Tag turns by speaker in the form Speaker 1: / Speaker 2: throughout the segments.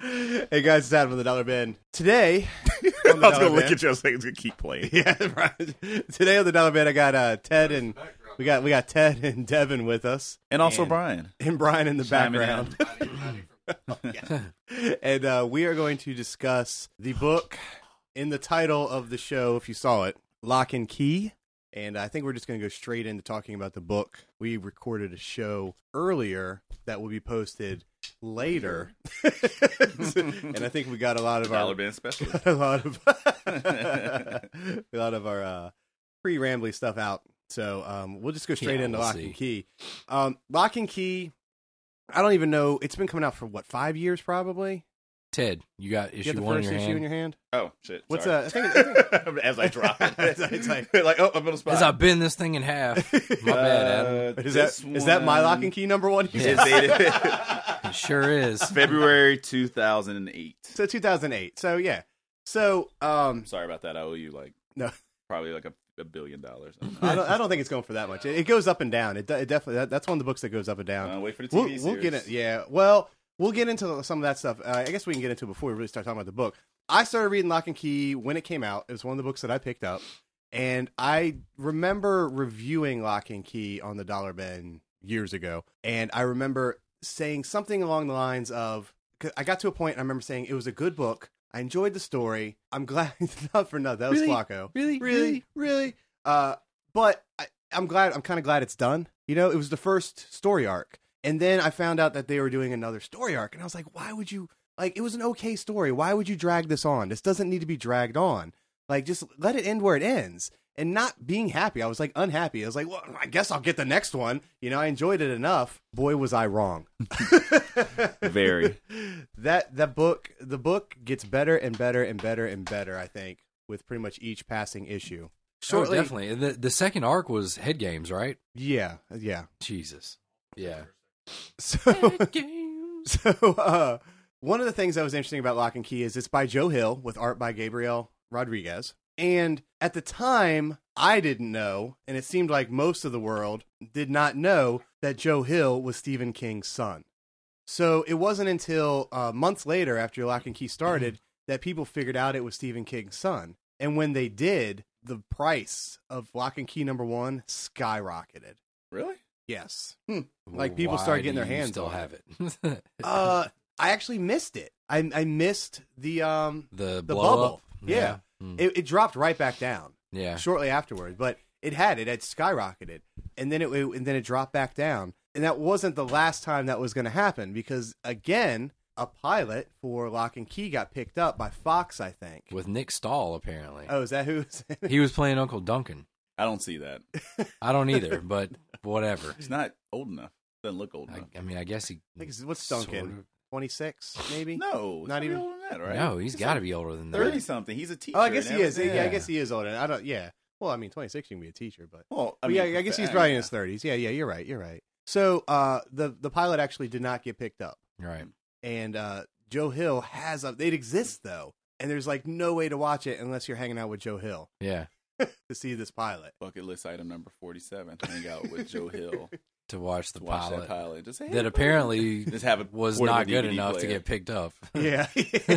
Speaker 1: Hey guys, it's Adam with the Dollar Bin. Today,
Speaker 2: I
Speaker 1: on the
Speaker 2: was
Speaker 1: Dollar
Speaker 2: gonna look
Speaker 1: Bin-
Speaker 2: at you. I was like, it's gonna keep playing.
Speaker 1: yeah, right. Today on the Dollar Bin, I got uh, Ted and we got we got Ted and Devin with us,
Speaker 2: And also Brian.
Speaker 1: and Brian in the
Speaker 2: Chiming in.
Speaker 1: background. and uh, we are going to discuss the book in the title of the show, if you saw it, Lock and Key. And I think we're just going to go straight into talking about the book. We recorded a show earlier that will be posted later, and I think we got a lot of our
Speaker 2: Dollar bin special.
Speaker 1: a lot of a lot of our uh, pre rambly stuff out. So um, we'll just go straight
Speaker 3: Yeah,
Speaker 1: into
Speaker 3: we'll
Speaker 1: Lock
Speaker 3: see.
Speaker 1: and Key. Um, Lock and Key. I don't even know. It's been coming out for what five years, probably.
Speaker 3: Ted, you got
Speaker 1: You
Speaker 3: issue
Speaker 1: got the
Speaker 3: one in
Speaker 1: first
Speaker 3: your
Speaker 1: issue
Speaker 3: hand.
Speaker 1: in your hand.
Speaker 2: Oh shit!
Speaker 1: What's
Speaker 2: sorry.
Speaker 1: uh, I think it-
Speaker 2: As I drop it,
Speaker 1: It's like-
Speaker 2: like, oh, I'm on the spot.
Speaker 3: As I bend this thing in half, my bad, Adam.
Speaker 2: Uh,
Speaker 1: is that
Speaker 2: this
Speaker 1: is that my
Speaker 2: one
Speaker 1: Lock and Key number one?
Speaker 3: Yeah.
Speaker 2: Is dated
Speaker 3: It sure is.
Speaker 2: February 2008.
Speaker 1: So 2008. So yeah. So um,
Speaker 2: I'm sorry about that. I owe you like
Speaker 1: No.
Speaker 2: probably like a, a billion dollars. I don't know.
Speaker 1: I don't, I don't think it's going for that much. It, it goes up and down. It, de- it definitely that, that's one of the books that goes up and down.
Speaker 2: Uh, wait for the TV
Speaker 1: we'll,
Speaker 2: series.
Speaker 1: we'll get it. Yeah. Well, we'll get into some of that stuff. Uh, I guess we can get into it before we really start talking about the book. I started reading Lock and Key when it came out. It was one of the books that I picked up, and I remember reviewing Lock and Key on the Dollar Bin years ago, and I remember saying something along the lines of, 'cause "I got to a point. And I remember saying it was a good book. I enjoyed the story. I'm glad not for nothing. That was
Speaker 3: Really?
Speaker 1: Flacco.
Speaker 3: Really,
Speaker 1: Really, really. Uh, but I, I'm glad. I'm kind of glad it's done. You know, it was the first story arc, and then I found out that they were doing another story arc, and I was like, why would you? Like, it was an okay story. Why would you drag this on? This doesn't need to be dragged on. Like, just let it end where it ends. And not being happy, I was like unhappy. I was like, well, I guess I'll get the next one. You know, I enjoyed it enough. Boy, was I wrong.
Speaker 2: Very.
Speaker 1: that that book the book gets better and better and better and better i think with pretty much each passing issue
Speaker 3: Oh,
Speaker 1: shortly
Speaker 3: definitely. The the second arc was head games, right?
Speaker 1: yeah yeah
Speaker 3: Jesus. Yeah.
Speaker 1: so
Speaker 3: games.
Speaker 1: so uh one of the things that was interesting about lock and key is it's by joe hill with art by gabriel rodriguez and at the time i didn't know and it seemed like most of the world did not know that joe hill was stephen king's son So it wasn't until uh, months later, after Lock and Key started, that people figured out it was Stephen King's son. And when they did, the price of Lock and Key number one skyrocketed.
Speaker 2: Really?
Speaker 1: Yes. Like, people started getting their hands on
Speaker 3: Still have it.
Speaker 1: Uh, I actually missed it. I, I missed the um.
Speaker 3: the
Speaker 1: the
Speaker 3: blow
Speaker 1: bubble.
Speaker 3: Up.
Speaker 1: Yeah.
Speaker 3: Mm.
Speaker 1: It, it dropped right back down
Speaker 3: yeah.
Speaker 1: shortly afterwards, but it had it had skyrocketed, and then it, it- and then it dropped back down. And that wasn't the last time that was going to happen because again, a pilot for Lock and Key got picked up by Fox, I think.
Speaker 3: With Nick Stahl, apparently,
Speaker 1: Oh, is that who? is-
Speaker 3: he was playing Uncle Duncan.
Speaker 2: I don't see that.
Speaker 3: I don't either, but whatever.
Speaker 2: It's not old enough. Doesn't look old
Speaker 3: I,
Speaker 2: enough.
Speaker 3: I mean, I guess he.
Speaker 1: I think it's- what's Duncan?
Speaker 3: sort of-
Speaker 1: Twenty six, maybe.
Speaker 2: No, it's
Speaker 1: Not
Speaker 2: not
Speaker 1: even-
Speaker 2: even older than that, right?
Speaker 3: No, he's got
Speaker 2: to
Speaker 3: to be older than that.
Speaker 2: thirty something. He's a teacher.
Speaker 1: Oh, I guess
Speaker 2: and
Speaker 1: he is. Yeah.
Speaker 2: everything.
Speaker 1: I guess he is older. I don't. Yeah. Well, I mean, twenty six, you can be a teacher, but
Speaker 2: Well,
Speaker 1: I
Speaker 2: mean,
Speaker 1: yeah, I guess he's probably in his thirties. Yeah, yeah, you're right. You're right. So uh, the the pilot actually did not get picked up.
Speaker 3: Right.
Speaker 1: and uh, Joe Hill has a. It exists though, and there's like no way to watch it unless you're hanging out with Joe Hill
Speaker 3: Yeah.
Speaker 1: to see this pilot.
Speaker 2: bucket list item number 47 hang out with joe hill
Speaker 3: To watch the
Speaker 2: to watch
Speaker 3: pilot.
Speaker 2: that pilot just hey,
Speaker 3: that apparently
Speaker 2: just have it
Speaker 3: was
Speaker 2: portable
Speaker 3: not good
Speaker 2: DVD
Speaker 3: enough to
Speaker 2: player.
Speaker 3: get picked up.
Speaker 1: Yeah.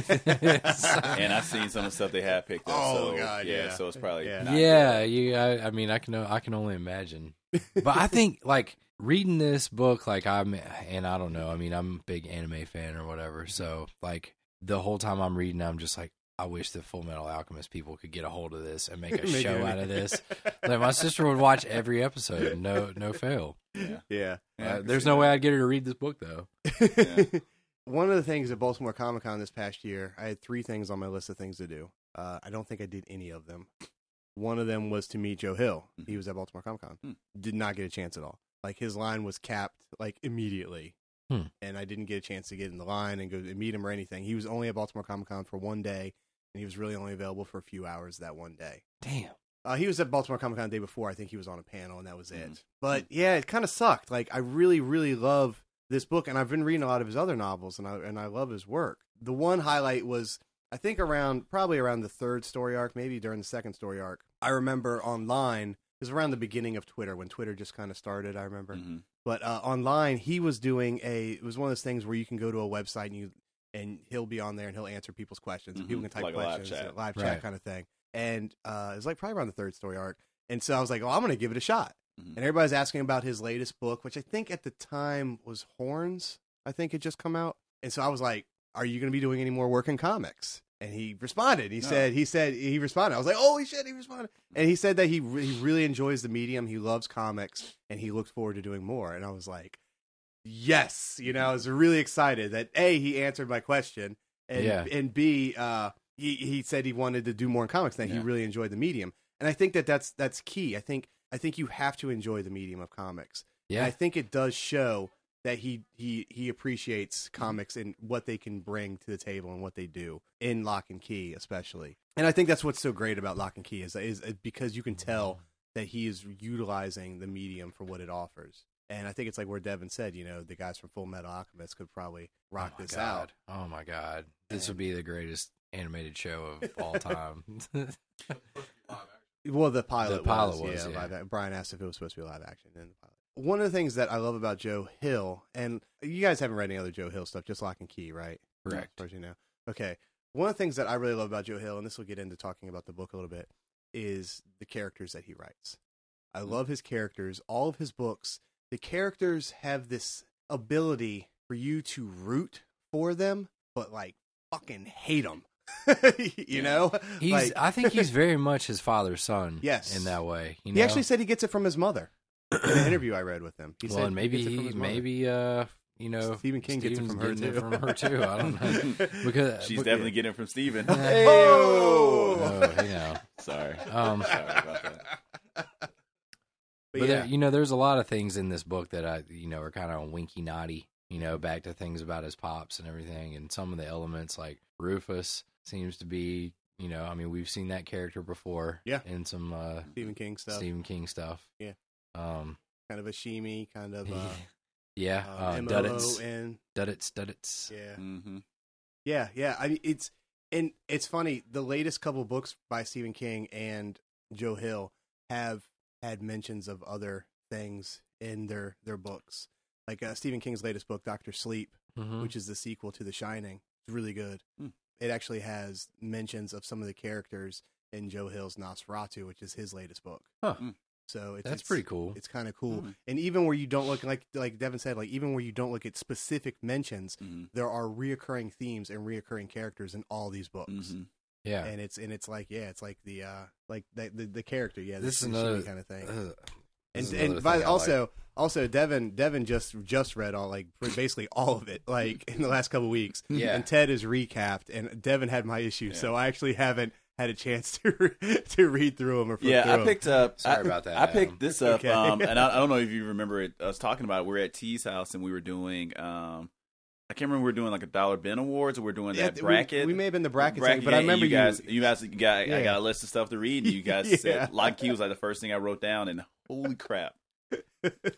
Speaker 2: and i've seen some of the stuff they have picked up
Speaker 1: Oh,
Speaker 2: so
Speaker 1: God, yeah.
Speaker 2: so it's probably
Speaker 1: Yeah.
Speaker 2: not
Speaker 3: yeah, you. I, I mean, I can. I can only imagine. But I think like reading this book, like I'm, and I don't know. I mean, I'm a big anime fan or
Speaker 2: Mm-hmm.
Speaker 3: whatever. So like the whole time I'm reading, I'm just like, I wish the Full Metal Alchemist people could get a hold of this and make a
Speaker 1: Make
Speaker 3: show
Speaker 1: it-
Speaker 3: out of this. Like my sister would watch every episode. No, no fail.
Speaker 1: yeah.
Speaker 2: good. Yeah, I
Speaker 3: Uh,
Speaker 2: can
Speaker 3: there's
Speaker 2: see
Speaker 3: no
Speaker 2: that.
Speaker 3: way I'd get her to read this book though.
Speaker 2: Yeah.
Speaker 1: One of the things at Baltimore Comic Con this past year, I had three things on my list of things to do. Uh, I don't think I did any of them. One of them was to meet Joe Hill. He was at Baltimore Comic Con.
Speaker 2: Hmm.
Speaker 1: Did not get a chance at all. Like his line was capped like immediately,
Speaker 3: Hmm.
Speaker 1: and I didn't get a chance to get in the line and go and meet him or anything. He was only at Baltimore Comic Con for one day, and he was really only available for a few hours that one day.
Speaker 3: Damn.
Speaker 1: Uh, he was at Baltimore Comic Con the day before. I think he was on a panel, and that was it. But yeah, it kind of sucked. Like I really, really love this book, and I've been reading a lot of his other novels, and I and I love his work. The one highlight was I think around probably around the third story arc, maybe during the second story arc. I remember online it was around the beginning of Twitter when Twitter just kind of started. I remember
Speaker 2: Mhm.
Speaker 1: but uh, online he was doing a it was one of those things where you can go to a website and you and he'll be on there and he'll answer people's questions. And people
Speaker 2: Mhm.
Speaker 1: can type
Speaker 2: Like a live
Speaker 1: questions,
Speaker 2: chat.
Speaker 1: and live chat
Speaker 3: Right.
Speaker 1: kind of thing. And uh, it's like probably around the third story arc. And so I was like, oh, I'm going to give it a shot.
Speaker 2: Mhm.
Speaker 1: And everybody's asking about his latest book, which I think at the time was Horns. I think had just come out. And so I was like, are you going to be doing any more work in comics? And he responded. He
Speaker 2: No.
Speaker 1: said, he said, he responded. I was like, holy shit, he responded. And he said that he, re- he really enjoys the medium. He loves comics and he looked forward to doing more. And I was like, yes, you know, I was really excited that A, he answered my question and,
Speaker 3: Yeah.
Speaker 1: and B, uh, he, he said he wanted to do more in comics that he
Speaker 2: Yeah.
Speaker 1: really enjoyed the medium. And I think that that's, that's key. I think, I think you have to enjoy the medium of comics. And
Speaker 3: Yeah.
Speaker 1: I think it does show that he he he appreciates comics and what they can bring to the table and what they do in Lock and Key especially. And I think that's what's so great about Lock and Key is is because you can
Speaker 3: Mm-hmm.
Speaker 1: tell that he is utilizing the medium for what it offers. And I think it's like where Devin said, you know, the guys from Full Metal Alchemist could probably rock
Speaker 3: my
Speaker 1: this out.
Speaker 3: God. Oh my god. This would be the greatest animated show of all time.
Speaker 1: Well, the pilot,
Speaker 3: The
Speaker 1: was,
Speaker 3: pilot was,
Speaker 1: yeah.
Speaker 3: yeah.
Speaker 1: live ac- Brian asked if it was supposed to be live action. And the pilot. One of the things that I love about Joe Hill, and you guys haven't read any other Joe Hill stuff, just Lock and Key, right?
Speaker 3: Correct.
Speaker 1: As far as you know. Okay. One of the things that I really love about Joe Hill, and this will get into talking about the book a little bit, is the characters that he writes. I
Speaker 3: Mm-hmm.
Speaker 1: love his characters. All of his books, the characters have this ability for you to root for them, but like fucking hate them. you
Speaker 2: Yeah.
Speaker 1: know,
Speaker 3: He's
Speaker 1: Like-
Speaker 3: I think he's very much his father's son.
Speaker 1: Yes.
Speaker 3: In that way. You
Speaker 1: He
Speaker 3: know?
Speaker 1: actually said he gets it from his mother. In an interview I read with him, he
Speaker 3: well,
Speaker 1: said
Speaker 3: and maybe
Speaker 1: gets it
Speaker 3: he,
Speaker 1: from his mother.
Speaker 3: maybe uh you know
Speaker 1: Stephen King gets it
Speaker 3: Stephen's
Speaker 1: from her,
Speaker 3: getting
Speaker 1: too.
Speaker 3: it from her too. I don't know. Because
Speaker 2: She's
Speaker 3: but-
Speaker 2: definitely getting it from Steven.
Speaker 3: Hey.
Speaker 1: Oh!
Speaker 3: Oh, you know.
Speaker 2: Sorry.
Speaker 3: Um,
Speaker 2: Sorry about that.
Speaker 1: But,
Speaker 3: But
Speaker 1: yeah,
Speaker 3: there, you know, there's a lot of things in this book that I, you know, are kind of winky naughty. You know, back to things about his pops and everything, and some of the elements like Rufus seems to be, you know, I mean, we've seen that character before,
Speaker 1: Yeah.
Speaker 3: in some uh,
Speaker 1: Stephen King stuff,
Speaker 3: Stephen King stuff,
Speaker 1: Yeah.
Speaker 3: um,
Speaker 1: kind of a shimi, kind of uh,
Speaker 3: yeah, uh,
Speaker 1: um,
Speaker 3: Duddits,
Speaker 1: M-O-O-N.
Speaker 3: Duddits, Duddits,
Speaker 1: Yeah,
Speaker 2: hmm
Speaker 1: yeah, yeah. I mean, it's and it's funny. The latest couple books by Stephen King and Joe Hill have had mentions of other things in their their books, like uh, Stephen King's latest book, Doctor Sleep.
Speaker 3: Mhm.
Speaker 1: which is the sequel to The Shining. It's really good.
Speaker 2: Hmm.
Speaker 1: It actually has mentions of some of the characters in Joe Hill's Nosferatu, which is his latest book.
Speaker 3: Huh.
Speaker 2: Hmm.
Speaker 1: So it's,
Speaker 3: that's
Speaker 1: it's-
Speaker 3: pretty cool.
Speaker 1: It's kind of cool.
Speaker 2: Hmm.
Speaker 1: And even where you don't look like like Devin said, like even where you don't look at specific mentions,
Speaker 2: hmm
Speaker 1: there are reoccurring themes and reoccurring characters in all these books.
Speaker 2: mm-hmm.
Speaker 3: Yeah,
Speaker 1: And it's and it's like yeah, it's like the uh like the the, the character yeah,
Speaker 3: This
Speaker 1: the
Speaker 3: is another-
Speaker 1: kind of thing
Speaker 3: Ugh. This
Speaker 1: and
Speaker 3: is
Speaker 1: and
Speaker 3: another
Speaker 1: by,
Speaker 3: thing I
Speaker 1: also also Devin Devin just just read all like basically all of it like in the last couple weeks.
Speaker 3: Yeah.
Speaker 1: and Ted is recapped, and Devin had my issue,
Speaker 2: Yeah.
Speaker 1: so I actually haven't had a chance to to read through them or flip
Speaker 2: Yeah, I
Speaker 1: through 'em.
Speaker 2: picked up.
Speaker 3: Sorry
Speaker 2: I-
Speaker 3: about that,
Speaker 2: I picked
Speaker 3: Adam.
Speaker 2: this up,
Speaker 1: Okay.
Speaker 2: um, and I, I don't know if you remember it. I was talking about. it. We were at T's house, and we were doing. Um, I can't remember. if We were doing like a dollar bin awards, or we are doing
Speaker 1: Yeah,
Speaker 2: that
Speaker 1: we-
Speaker 2: bracket.
Speaker 1: We, may have been the bracket,
Speaker 2: bracket,
Speaker 1: thing, but
Speaker 2: yeah,
Speaker 1: I remember
Speaker 2: you guys. You, guys got.
Speaker 1: Yeah.
Speaker 2: I got a list of stuff to read, and you guys
Speaker 1: Yeah.
Speaker 2: said "Lock Key" was like the first thing I wrote down, and holy crap!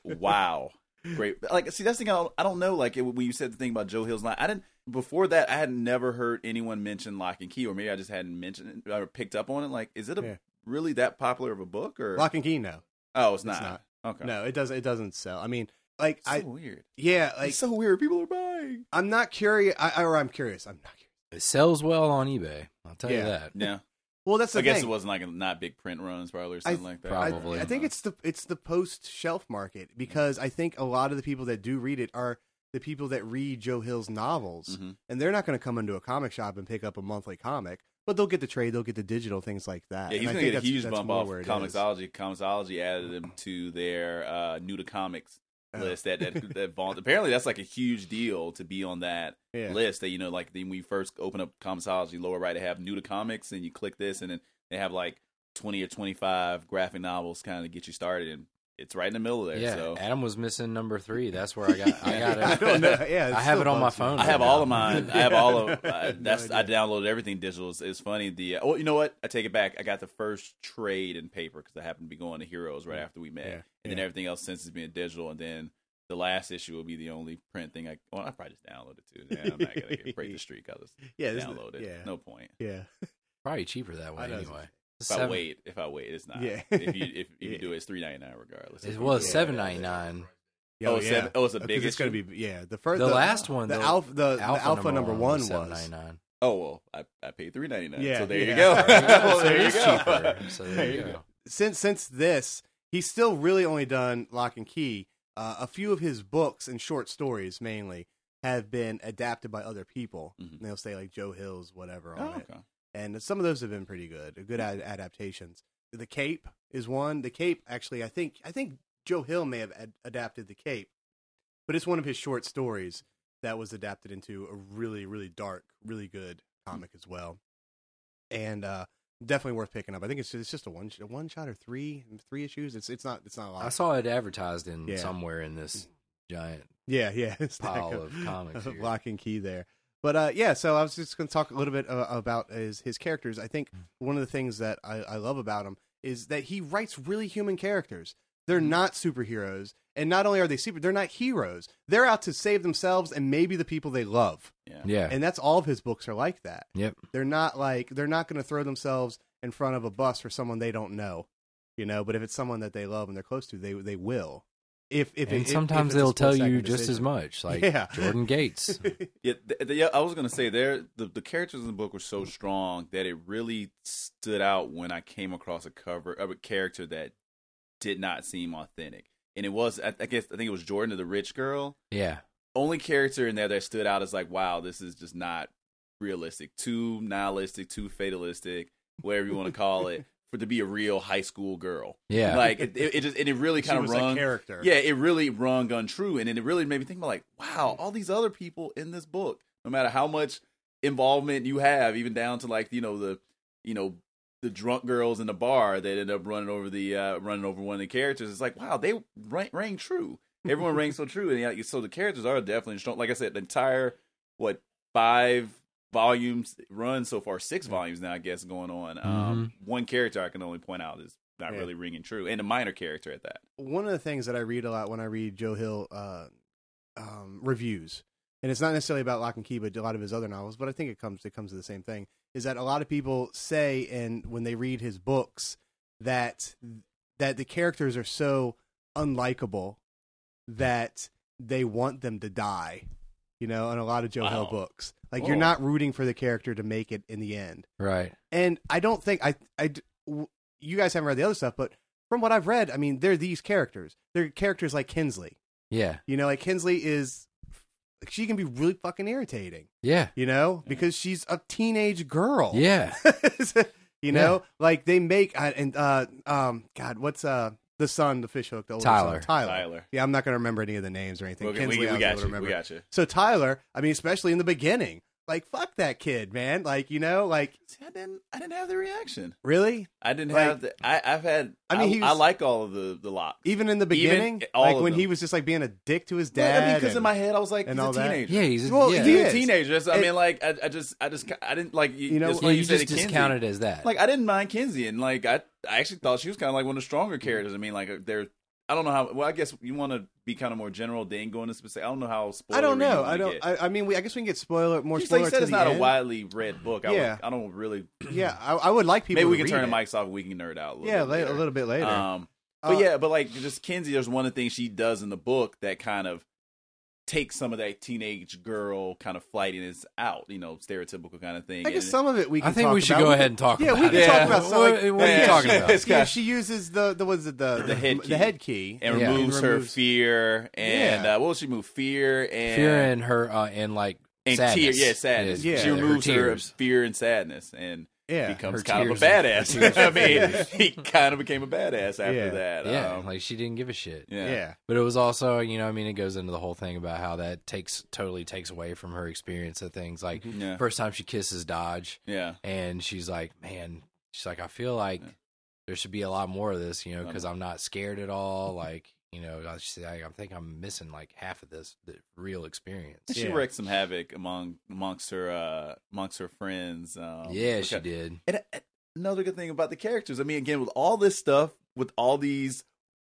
Speaker 2: wow, great. But, Like, see, that's the thing. I don't, I don't know. Like it, when you said the thing about Joe Hill's line, I didn't. Before that, I had never heard anyone mention Lock and Key, or maybe I just hadn't mentioned it or picked up on it. Like, is it a
Speaker 1: Yeah.
Speaker 2: really that popular of a book? Or
Speaker 1: Lock and Key. No,
Speaker 2: oh, it's
Speaker 1: it's
Speaker 2: not.
Speaker 1: not.
Speaker 2: Okay,
Speaker 1: no, it doesn't. It doesn't sell. I mean, like
Speaker 2: It's so
Speaker 1: I
Speaker 2: weird.
Speaker 1: yeah, like
Speaker 2: it's so weird. People are buying.
Speaker 1: I'm not curious. I, or I'm curious. I'm not. curious.
Speaker 3: It sells well on eBay. I'll tell
Speaker 1: Yeah.
Speaker 3: you that.
Speaker 2: Yeah,
Speaker 1: Well, that's the
Speaker 2: I guess
Speaker 1: thing.
Speaker 2: it wasn't like a, not big print runs probably or
Speaker 1: I-
Speaker 2: something like that.
Speaker 1: I-
Speaker 3: Probably.
Speaker 1: I, think it's the it's the post shelf market because I think a lot of the people that do read it are the people that read Joe Hill's novels,
Speaker 2: Mhm.
Speaker 1: and they're not going to come into a comic shop and pick up a monthly comic, but they'll get the trade, they'll get the digital things like that. And
Speaker 2: Yeah, he's
Speaker 1: I
Speaker 2: gonna
Speaker 1: think
Speaker 2: get a
Speaker 1: that's-
Speaker 2: huge
Speaker 1: that's
Speaker 2: bump
Speaker 1: more
Speaker 2: off
Speaker 1: where it is.
Speaker 2: Comicsology. Comicsology added them to their uh, new to comics
Speaker 1: Oh.
Speaker 2: list. That that, that vault. Apparently, that's like a huge deal to be on that
Speaker 1: Yeah.
Speaker 2: list. That you know, like when we first open up Comicsology, lower right, they have new to comics, and you click this, and then they have like twenty or twenty five graphic novels kind of get you started, and it's right in the middle there.
Speaker 3: yeah,
Speaker 2: So
Speaker 3: Adam was missing number three. That's where I got. I got it.
Speaker 1: I don't know. Yeah,
Speaker 3: I have
Speaker 1: still
Speaker 3: it on my
Speaker 1: bumps me.
Speaker 3: phone.
Speaker 2: I have all of mine. I have all of
Speaker 1: I
Speaker 2: uh,
Speaker 1: have no
Speaker 2: that's. I
Speaker 1: idea.
Speaker 2: downloaded everything digital. It's, it's funny. The uh, oh, you know what? I take it back. I got the first trade in paper because I happened to be going to Heroes right after we met,
Speaker 1: Yeah,
Speaker 2: and then
Speaker 1: yeah.
Speaker 2: everything else since has been digital. And then the last issue will be the only print thing. I well, I probably just downloaded it too. Yeah, I'm not gonna get, break the streak. I'll just
Speaker 1: yeah, this is-
Speaker 2: download it.
Speaker 1: Yeah,
Speaker 2: No point.
Speaker 1: yeah,
Speaker 3: Probably cheaper that way
Speaker 1: I know.
Speaker 3: anyway.
Speaker 2: If I
Speaker 3: Seven-
Speaker 2: wait, if I wait, it's not.
Speaker 1: Yeah.
Speaker 2: If you if, if
Speaker 1: Yeah.
Speaker 2: you do it, it's three ninety nine regardless.
Speaker 3: It was
Speaker 1: Yeah.
Speaker 3: seven ninety nine.
Speaker 1: Yeah,
Speaker 2: Oh, seven- oh, it's a big
Speaker 1: Because it's
Speaker 2: issue?
Speaker 1: going to be yeah. The first,
Speaker 3: The last one,
Speaker 1: the
Speaker 3: though,
Speaker 1: alpha, the, the alpha, number, one was.
Speaker 3: $7.99.
Speaker 2: Oh well, I, I paid three ninety nine.
Speaker 1: Yeah,
Speaker 2: so there
Speaker 1: yeah.
Speaker 2: you go.
Speaker 1: Well,
Speaker 2: Well,
Speaker 1: So it is
Speaker 2: there you go.
Speaker 3: cheaper. So
Speaker 1: There
Speaker 3: there you
Speaker 1: you
Speaker 3: go.
Speaker 1: Since since this, he's still really only done Lock and Key. Uh, a few of his books and short stories, mainly, have been adapted by other people.
Speaker 2: Mhm.
Speaker 1: And they'll say like Joe Hill's whatever on
Speaker 2: Oh,
Speaker 1: it,
Speaker 2: okay.
Speaker 1: and some of those have been pretty good,
Speaker 3: Mm.
Speaker 1: good ad- adaptations. The Cape is one. The Cape, actually, I think I think Joe Hill may have ad- adapted The Cape, but it's one of his short stories that was adapted into a really really dark, really good
Speaker 3: Mm.
Speaker 1: comic as well, and uh, definitely worth picking up. I think it's it's just a one a one shot or three three issues. It's it's not it's not a lot.
Speaker 3: I saw it advertised in
Speaker 1: Yeah.
Speaker 3: somewhere in this giant.
Speaker 1: Yeah, yeah. it's that
Speaker 3: pile
Speaker 1: co-
Speaker 3: of comics
Speaker 1: of
Speaker 3: here.
Speaker 1: lock and key there. But uh, yeah, so I was just going to talk a little bit uh, about his, his characters. I think
Speaker 3: Mm.
Speaker 1: one of the things that I, I love about him is that he writes really human characters. They're
Speaker 3: Mm-hmm.
Speaker 1: not superheroes, and not only are they super, they're not heroes. They're out to save themselves and maybe the people they love.
Speaker 2: Yeah.
Speaker 3: Yeah.
Speaker 1: And that's all of his books are like that.
Speaker 3: Yep.
Speaker 1: They're not like they're not going to throw themselves in front of a bus for someone they don't know, you know. But if it's someone that they love and they're close to, they they will. If if it-
Speaker 3: and
Speaker 1: if- if it's
Speaker 3: sometimes
Speaker 1: a
Speaker 3: they'll tell you
Speaker 1: split-second
Speaker 3: just as
Speaker 1: decision.
Speaker 3: much, like
Speaker 1: Yeah.
Speaker 3: Jordan Gates.
Speaker 2: Yeah, th- th- yeah, I was gonna say there the, the characters in the book were so strong that it really stood out when I came across a cover of a character that did not seem authentic, and it was I, I guess I think it was Jordan, the rich girl,
Speaker 3: yeah,
Speaker 2: only character in there that stood out as like, wow, this is just not realistic, too nihilistic, too fatalistic, whatever you want to call it, for to be a real high school girl.
Speaker 3: yeah,
Speaker 2: Like it, it, it just and it really
Speaker 1: She
Speaker 2: kind of
Speaker 1: was a
Speaker 2: rung
Speaker 1: character.
Speaker 2: yeah, it really rung untrue, and then it really made me think about like, wow, all these other people in this book, no matter how much involvement you have, even down to like you know the you know the drunk girls in the bar that end up running over the uh, running over one of the characters. It's like wow, they rang, rang true. Everyone rang so true, and yeah, so the characters are definitely strong. Like I said, the entire what five volumes run so far, six volumes now, I guess going on. Um, one character I can only point out is not
Speaker 1: Yeah.
Speaker 2: really ringing true, and a minor character at that.
Speaker 1: One of the things that I read a lot when I read Joe Hill uh, um, reviews, and it's not necessarily about Lock and Key, but a lot of his other novels, but I think it comes it comes to the same thing, is that a lot of people say, and when they read his books, that that the characters are so unlikable that they want them to die. You know, in a lot of Joe Hill
Speaker 2: Wow.
Speaker 1: books, like
Speaker 2: Whoa.
Speaker 1: you're not rooting for the character to make it in the end.
Speaker 3: right.
Speaker 1: and I don't think I, I d- w- you guys haven't read the other stuff, but from what I've read, I mean, they're these characters. They're characters like Kinsley.
Speaker 3: Yeah,
Speaker 1: You know, like Kinsley is, she can be really fucking irritating.
Speaker 3: yeah,
Speaker 1: You know, because she's a teenage girl.
Speaker 2: Oh.
Speaker 3: yeah.
Speaker 1: you know, like they make I- and uh um God, what's uh the son, the fish hook, the older
Speaker 3: Tyler.
Speaker 1: son, Tyler.
Speaker 2: Tyler.
Speaker 1: Yeah, I'm not gonna remember any of the names or anything.
Speaker 2: We, we,
Speaker 1: Kinsley,
Speaker 2: we
Speaker 1: I was
Speaker 2: got
Speaker 1: able to
Speaker 2: you.
Speaker 1: remember.
Speaker 2: We got you.
Speaker 1: So Tyler, I mean, especially in the beginning, like fuck that kid, man. Like you know, like
Speaker 2: See, I didn't. I didn't have the reaction.
Speaker 1: really,
Speaker 2: I didn't
Speaker 1: Like-
Speaker 2: have the. I, I've had.
Speaker 1: I
Speaker 2: I
Speaker 1: mean,
Speaker 2: mean, I,
Speaker 1: he was-
Speaker 2: I like all of the the lot.
Speaker 1: even in the
Speaker 2: Even
Speaker 1: beginning,
Speaker 2: all
Speaker 1: like
Speaker 2: of
Speaker 1: when he
Speaker 2: them.
Speaker 1: was just like being a dick to his
Speaker 2: Well,
Speaker 1: dad.
Speaker 2: I mean, because in
Speaker 1: and-
Speaker 2: my head, I was like,
Speaker 1: and
Speaker 2: he's a
Speaker 1: all that.
Speaker 2: teenager.
Speaker 3: Yeah, he's
Speaker 1: Well,
Speaker 3: yeah.
Speaker 1: he
Speaker 2: He's
Speaker 1: is.
Speaker 2: a teenager. So, I
Speaker 1: It-
Speaker 2: mean, like, I, I just, I just, I didn't like. You,
Speaker 1: You know-
Speaker 2: know, just
Speaker 3: Yeah,
Speaker 2: like
Speaker 3: you,
Speaker 2: said
Speaker 3: just
Speaker 2: to Kenzie.
Speaker 3: discounted as that.
Speaker 2: Like, I didn't mind Kinsey, and like, I, I actually thought she was kind of like one of the stronger characters. I mean, like, they're. I don't know how. Well, I guess you want to be kind of more general. They ain't going to specific. I don't know how.
Speaker 1: I don't
Speaker 2: spoilery you
Speaker 1: know.
Speaker 2: wanna
Speaker 1: I don't.
Speaker 2: get.
Speaker 1: I, I mean, we, I guess we can get spoiler more
Speaker 2: Just like
Speaker 1: spoiler
Speaker 2: you said,
Speaker 1: to
Speaker 2: it's
Speaker 1: the
Speaker 2: not
Speaker 1: end.
Speaker 2: a widely read book. I,
Speaker 1: Yeah.
Speaker 2: would, I don't really.
Speaker 1: Yeah, I, I would like people.
Speaker 2: Maybe we
Speaker 1: to
Speaker 2: can
Speaker 1: read
Speaker 2: turn
Speaker 1: it.
Speaker 2: the mics off. and We can nerd out. A little
Speaker 1: Yeah,
Speaker 2: bit
Speaker 1: la-
Speaker 2: later.
Speaker 1: a little bit later.
Speaker 2: Um,
Speaker 1: Uh,
Speaker 2: but yeah, but like just Kenzie, there's one thing she does in the book that kind of takes some of that teenage girl kind of flightiness out, you know, stereotypical kind of thing.
Speaker 1: I guess
Speaker 2: And-
Speaker 1: some of it we. Can
Speaker 3: I think
Speaker 1: talk
Speaker 3: we should
Speaker 1: about.
Speaker 3: go ahead and talk.
Speaker 1: Yeah,
Speaker 3: about
Speaker 1: we can
Speaker 3: it.
Speaker 1: talk about
Speaker 3: What-
Speaker 1: some, like-
Speaker 3: what, are
Speaker 2: Yeah.
Speaker 3: you talking about?
Speaker 2: It's
Speaker 1: Yeah,
Speaker 2: kinda-
Speaker 1: she uses the the was it the
Speaker 2: The head
Speaker 1: the
Speaker 2: key.
Speaker 1: head key
Speaker 2: and
Speaker 3: Yeah.
Speaker 2: removes her
Speaker 1: removes-
Speaker 2: fear and
Speaker 1: Yeah.
Speaker 2: uh, what will she move? Fear and
Speaker 3: Fear and her uh, and like
Speaker 2: and tear,
Speaker 3: sadness.
Speaker 2: yeah, sadness.
Speaker 1: Yeah.
Speaker 2: she
Speaker 1: Her
Speaker 2: removes her,
Speaker 3: tears.
Speaker 2: fear and sadness and
Speaker 1: Yeah,
Speaker 2: becomes
Speaker 3: Her
Speaker 2: kind of a
Speaker 3: tears and-
Speaker 2: badass. I
Speaker 3: her tears and
Speaker 2: mean, he kind of became a badass after
Speaker 1: Yeah.
Speaker 2: that.
Speaker 3: yeah,
Speaker 2: um,
Speaker 3: like she didn't give a shit.
Speaker 2: yeah.
Speaker 1: yeah,
Speaker 3: But it was also, you know, I mean, it goes into the whole thing about how that takes totally takes away from her experience of things. Like
Speaker 2: yeah,
Speaker 3: first time she kisses Dodge,
Speaker 2: yeah,
Speaker 3: and she's like, man, she's like, I feel like
Speaker 2: Yeah.
Speaker 3: there should be a lot more of this, you know,
Speaker 2: I
Speaker 1: Uh-huh.
Speaker 3: because I'm not scared at
Speaker 1: Mm-hmm.
Speaker 3: all. Like, you know, I- she's like, I think I'm missing like half of this the real experience.
Speaker 2: She
Speaker 1: Yeah.
Speaker 2: wreaked some havoc among amongst her uh, amongst her friends.
Speaker 1: Oh,
Speaker 2: Um,
Speaker 3: yeah, she
Speaker 2: because-
Speaker 3: did.
Speaker 2: And uh, another good thing about the characters, I mean, again, with all this stuff, with all these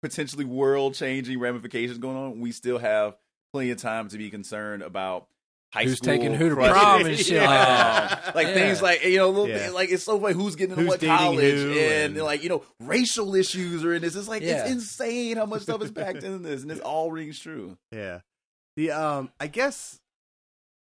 Speaker 2: potentially world changing ramifications going on, we still have plenty of time to be concerned about high
Speaker 3: Who's
Speaker 2: school
Speaker 3: taking who to
Speaker 2: crushes.
Speaker 1: prom and shit like
Speaker 2: Yeah.
Speaker 1: that.
Speaker 2: like
Speaker 3: Yeah.
Speaker 2: things like you know, a little
Speaker 1: Yeah.
Speaker 2: bit, like it's so funny who's getting into
Speaker 1: Who's
Speaker 2: what
Speaker 1: dating
Speaker 2: college
Speaker 1: who and-
Speaker 2: and, like you know racial issues are in this. It's like
Speaker 3: Yeah.
Speaker 2: it's insane how much stuff is packed in this, and it all rings true.
Speaker 1: Yeah. The um I guess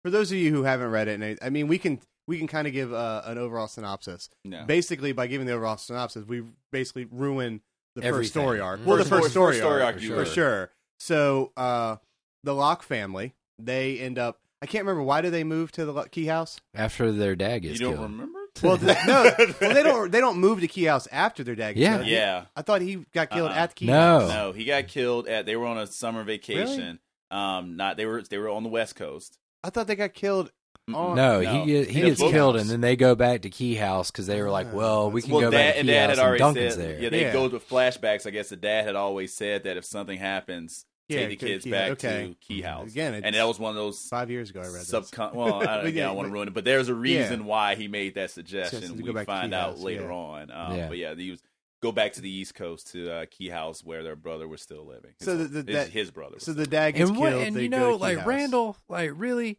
Speaker 1: for those of you who haven't read it, and I, I mean we can we can kind of give uh, an overall synopsis.
Speaker 2: No.
Speaker 1: Basically, by giving the overall synopsis, we basically ruin the first
Speaker 3: Everything.
Speaker 1: story arc.
Speaker 3: Mhm.
Speaker 1: Well, the
Speaker 3: First-
Speaker 1: first
Speaker 2: first
Speaker 1: story,
Speaker 2: story
Speaker 1: arc,
Speaker 2: arc,
Speaker 1: for
Speaker 3: sure.
Speaker 1: sure. So uh, the Locke family, they end up. I can't remember why do they move to the Lo- Key House.
Speaker 3: after their dad
Speaker 2: You
Speaker 3: gets
Speaker 2: don't
Speaker 3: killed.
Speaker 2: remember?
Speaker 1: Well, th- no, well, they don't. They don't move to Key House after their dad. gets
Speaker 3: Yeah.
Speaker 1: killed.
Speaker 2: yeah.
Speaker 1: I thought he got killed
Speaker 2: Uh-uh.
Speaker 1: at the Key
Speaker 3: No.
Speaker 1: House.
Speaker 2: No, he got killed at. They were on a summer vacation. Um, not they were they were on the west coast.
Speaker 1: I thought they got killed.
Speaker 2: Mm-mm.
Speaker 1: On,
Speaker 3: no, he get,
Speaker 1: In
Speaker 3: he
Speaker 1: the
Speaker 3: gets
Speaker 1: book
Speaker 3: killed,
Speaker 1: house.
Speaker 3: and then they go back to Key House because they were like, "Well, we can
Speaker 2: well,
Speaker 3: go
Speaker 2: dad
Speaker 3: back to
Speaker 2: and
Speaker 3: Key
Speaker 2: dad
Speaker 3: House,
Speaker 2: had
Speaker 3: and
Speaker 2: already
Speaker 3: Duncan's
Speaker 2: said.
Speaker 3: there."
Speaker 2: Yeah, they
Speaker 1: Yeah.
Speaker 2: go to flashbacks. I guess the dad had always said that if something happens,
Speaker 1: Yeah,
Speaker 2: take the
Speaker 1: go to
Speaker 2: kids
Speaker 1: Key-
Speaker 2: back
Speaker 1: okay.
Speaker 2: to Key House.
Speaker 1: Again,
Speaker 2: and
Speaker 1: it's-
Speaker 2: that was one of those
Speaker 1: five years ago. I read this.
Speaker 2: subcon. Well, I,
Speaker 1: But
Speaker 2: don't- yeah,
Speaker 1: yeah,
Speaker 2: I
Speaker 1: but-
Speaker 2: want to ruin it, but there's a reason
Speaker 1: Yeah.
Speaker 2: why he made that
Speaker 1: Yes,
Speaker 2: suggestion.
Speaker 1: to go
Speaker 2: We
Speaker 1: back to
Speaker 2: find
Speaker 1: Key
Speaker 2: out
Speaker 1: House,
Speaker 2: later
Speaker 1: yeah.
Speaker 2: on. Um,
Speaker 3: Yeah.
Speaker 2: But yeah, he was go back to the East Coast to uh, Key House where their brother was still living. His,
Speaker 1: So the- the-
Speaker 2: his,
Speaker 1: that-
Speaker 2: his brother. Was
Speaker 1: So
Speaker 2: still-
Speaker 1: the dad gets
Speaker 3: and what,
Speaker 1: killed.
Speaker 3: and
Speaker 1: they
Speaker 3: you
Speaker 1: go to
Speaker 3: know,
Speaker 1: Key
Speaker 3: like
Speaker 1: House.
Speaker 3: Randall, like really,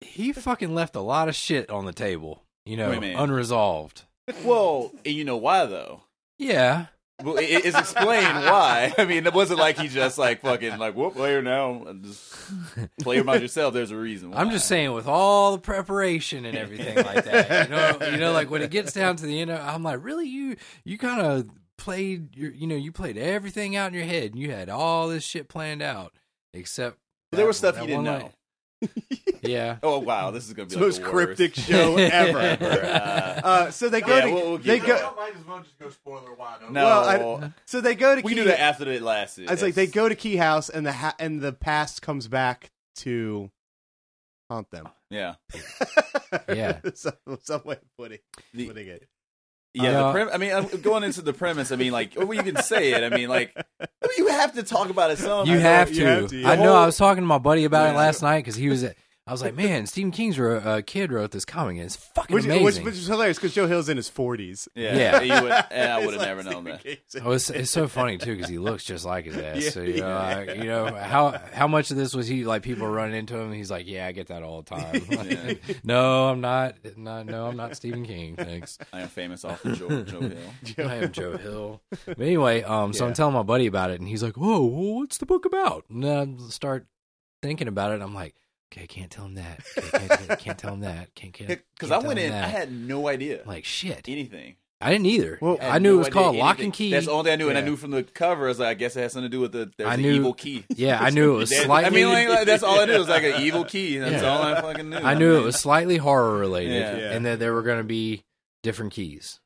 Speaker 3: he fucking left a lot of shit on the table. You know,
Speaker 2: What do you mean?
Speaker 3: unresolved.
Speaker 2: well, and you know why though.
Speaker 3: Yeah,
Speaker 2: Well, it, it's explained why. I mean, it wasn't like he just like fucking like whoop later now and just play about yourself. There's a reason. Why.
Speaker 3: I'm just saying, with all the preparation and everything like that, you know, you know, like when it gets down to the end, I'm like, really, you, you kind of played, your, you know, you played everything out in your head, and you had all this shit planned out, except
Speaker 2: there
Speaker 3: that-
Speaker 2: was stuff
Speaker 3: that
Speaker 2: you didn't
Speaker 3: one
Speaker 2: know.
Speaker 3: line. yeah,
Speaker 2: Oh wow, this is gonna
Speaker 1: It's
Speaker 2: be
Speaker 1: the
Speaker 2: like
Speaker 1: most
Speaker 2: the worst.
Speaker 1: cryptic show ever.
Speaker 2: Uh,
Speaker 1: uh, so they go
Speaker 2: Yeah,
Speaker 1: to
Speaker 2: we'll- we'll
Speaker 1: they
Speaker 2: get
Speaker 1: go.
Speaker 2: to that.
Speaker 4: might as well just go spoiler wide. open.
Speaker 2: no,
Speaker 1: Well, So they go to.
Speaker 2: we
Speaker 1: Key,
Speaker 2: knew that after it lasted.
Speaker 1: It's like they go to Key House, and the ha- and the past comes back to haunt them.
Speaker 2: Yeah,
Speaker 3: Yeah.
Speaker 1: some, some way of putting,
Speaker 2: The-
Speaker 1: putting it.
Speaker 2: yeah.
Speaker 3: Uh,
Speaker 2: the prem- I mean, I'm going into the premise. I mean, like well, you can say it. I mean, like I mean, you have to talk about it. Some
Speaker 3: you,
Speaker 1: Oh, I know
Speaker 3: have,
Speaker 1: you
Speaker 3: to.
Speaker 1: have to, yeah.
Speaker 3: I know. I was talking to my buddy about it
Speaker 2: Yeah.
Speaker 3: last night because he was. At, I was like, man, Stephen King's wrote, uh, kid wrote this comic. And it's fucking
Speaker 1: Which,
Speaker 3: amazing.
Speaker 1: which, which is hilarious because Joe Hill's in his forties.
Speaker 2: Yeah,
Speaker 3: Yeah.
Speaker 2: You would, and I would have never known that.
Speaker 3: Oh, it's, it's so funny too because he looks just like his ass.
Speaker 1: Yeah,
Speaker 3: so you know,
Speaker 1: yeah.
Speaker 3: I- you know how how much of this was he like people running into him? He's like, yeah, I get that all the time.
Speaker 2: Yeah.
Speaker 3: no, I'm not. Not no, I'm not Stephen King. Thanks.
Speaker 2: I am famous off the Joe, Joe Hill.
Speaker 3: I am Joe Hill. But anyway, um, so
Speaker 1: Yeah.
Speaker 3: I'm telling my buddy about it, and he's like, "Whoa, well, what's the book about?" And then I start thinking about it. and I'm like, "Okay, can't tell him that. Okay, can't, can't tell him that. Can't can't."
Speaker 2: Because
Speaker 3: can't
Speaker 2: I
Speaker 3: tell
Speaker 2: went
Speaker 3: him
Speaker 2: in,
Speaker 3: that.
Speaker 2: I had no idea
Speaker 3: I'm like shit.
Speaker 2: anything.
Speaker 3: I didn't either.
Speaker 1: Well,
Speaker 3: I,
Speaker 2: had
Speaker 3: knew
Speaker 2: no
Speaker 3: it was
Speaker 2: idea
Speaker 3: called Lock
Speaker 2: anything.
Speaker 3: and Key.
Speaker 2: That's the only thing I knew, and I
Speaker 1: Yeah.
Speaker 2: knew from the cover. I was like, I guess it has something to do with the there's
Speaker 3: I
Speaker 2: an
Speaker 3: knew-
Speaker 2: evil key.
Speaker 3: yeah, I knew it was
Speaker 2: That-
Speaker 3: slightly.
Speaker 2: I mean, like, like, that's all I knew. It was like an evil key. and That's
Speaker 3: Yeah.
Speaker 2: all I fucking knew.
Speaker 3: I knew it was slightly horror related,
Speaker 2: Yeah.
Speaker 1: Yeah.
Speaker 3: and that there were going to be different keys.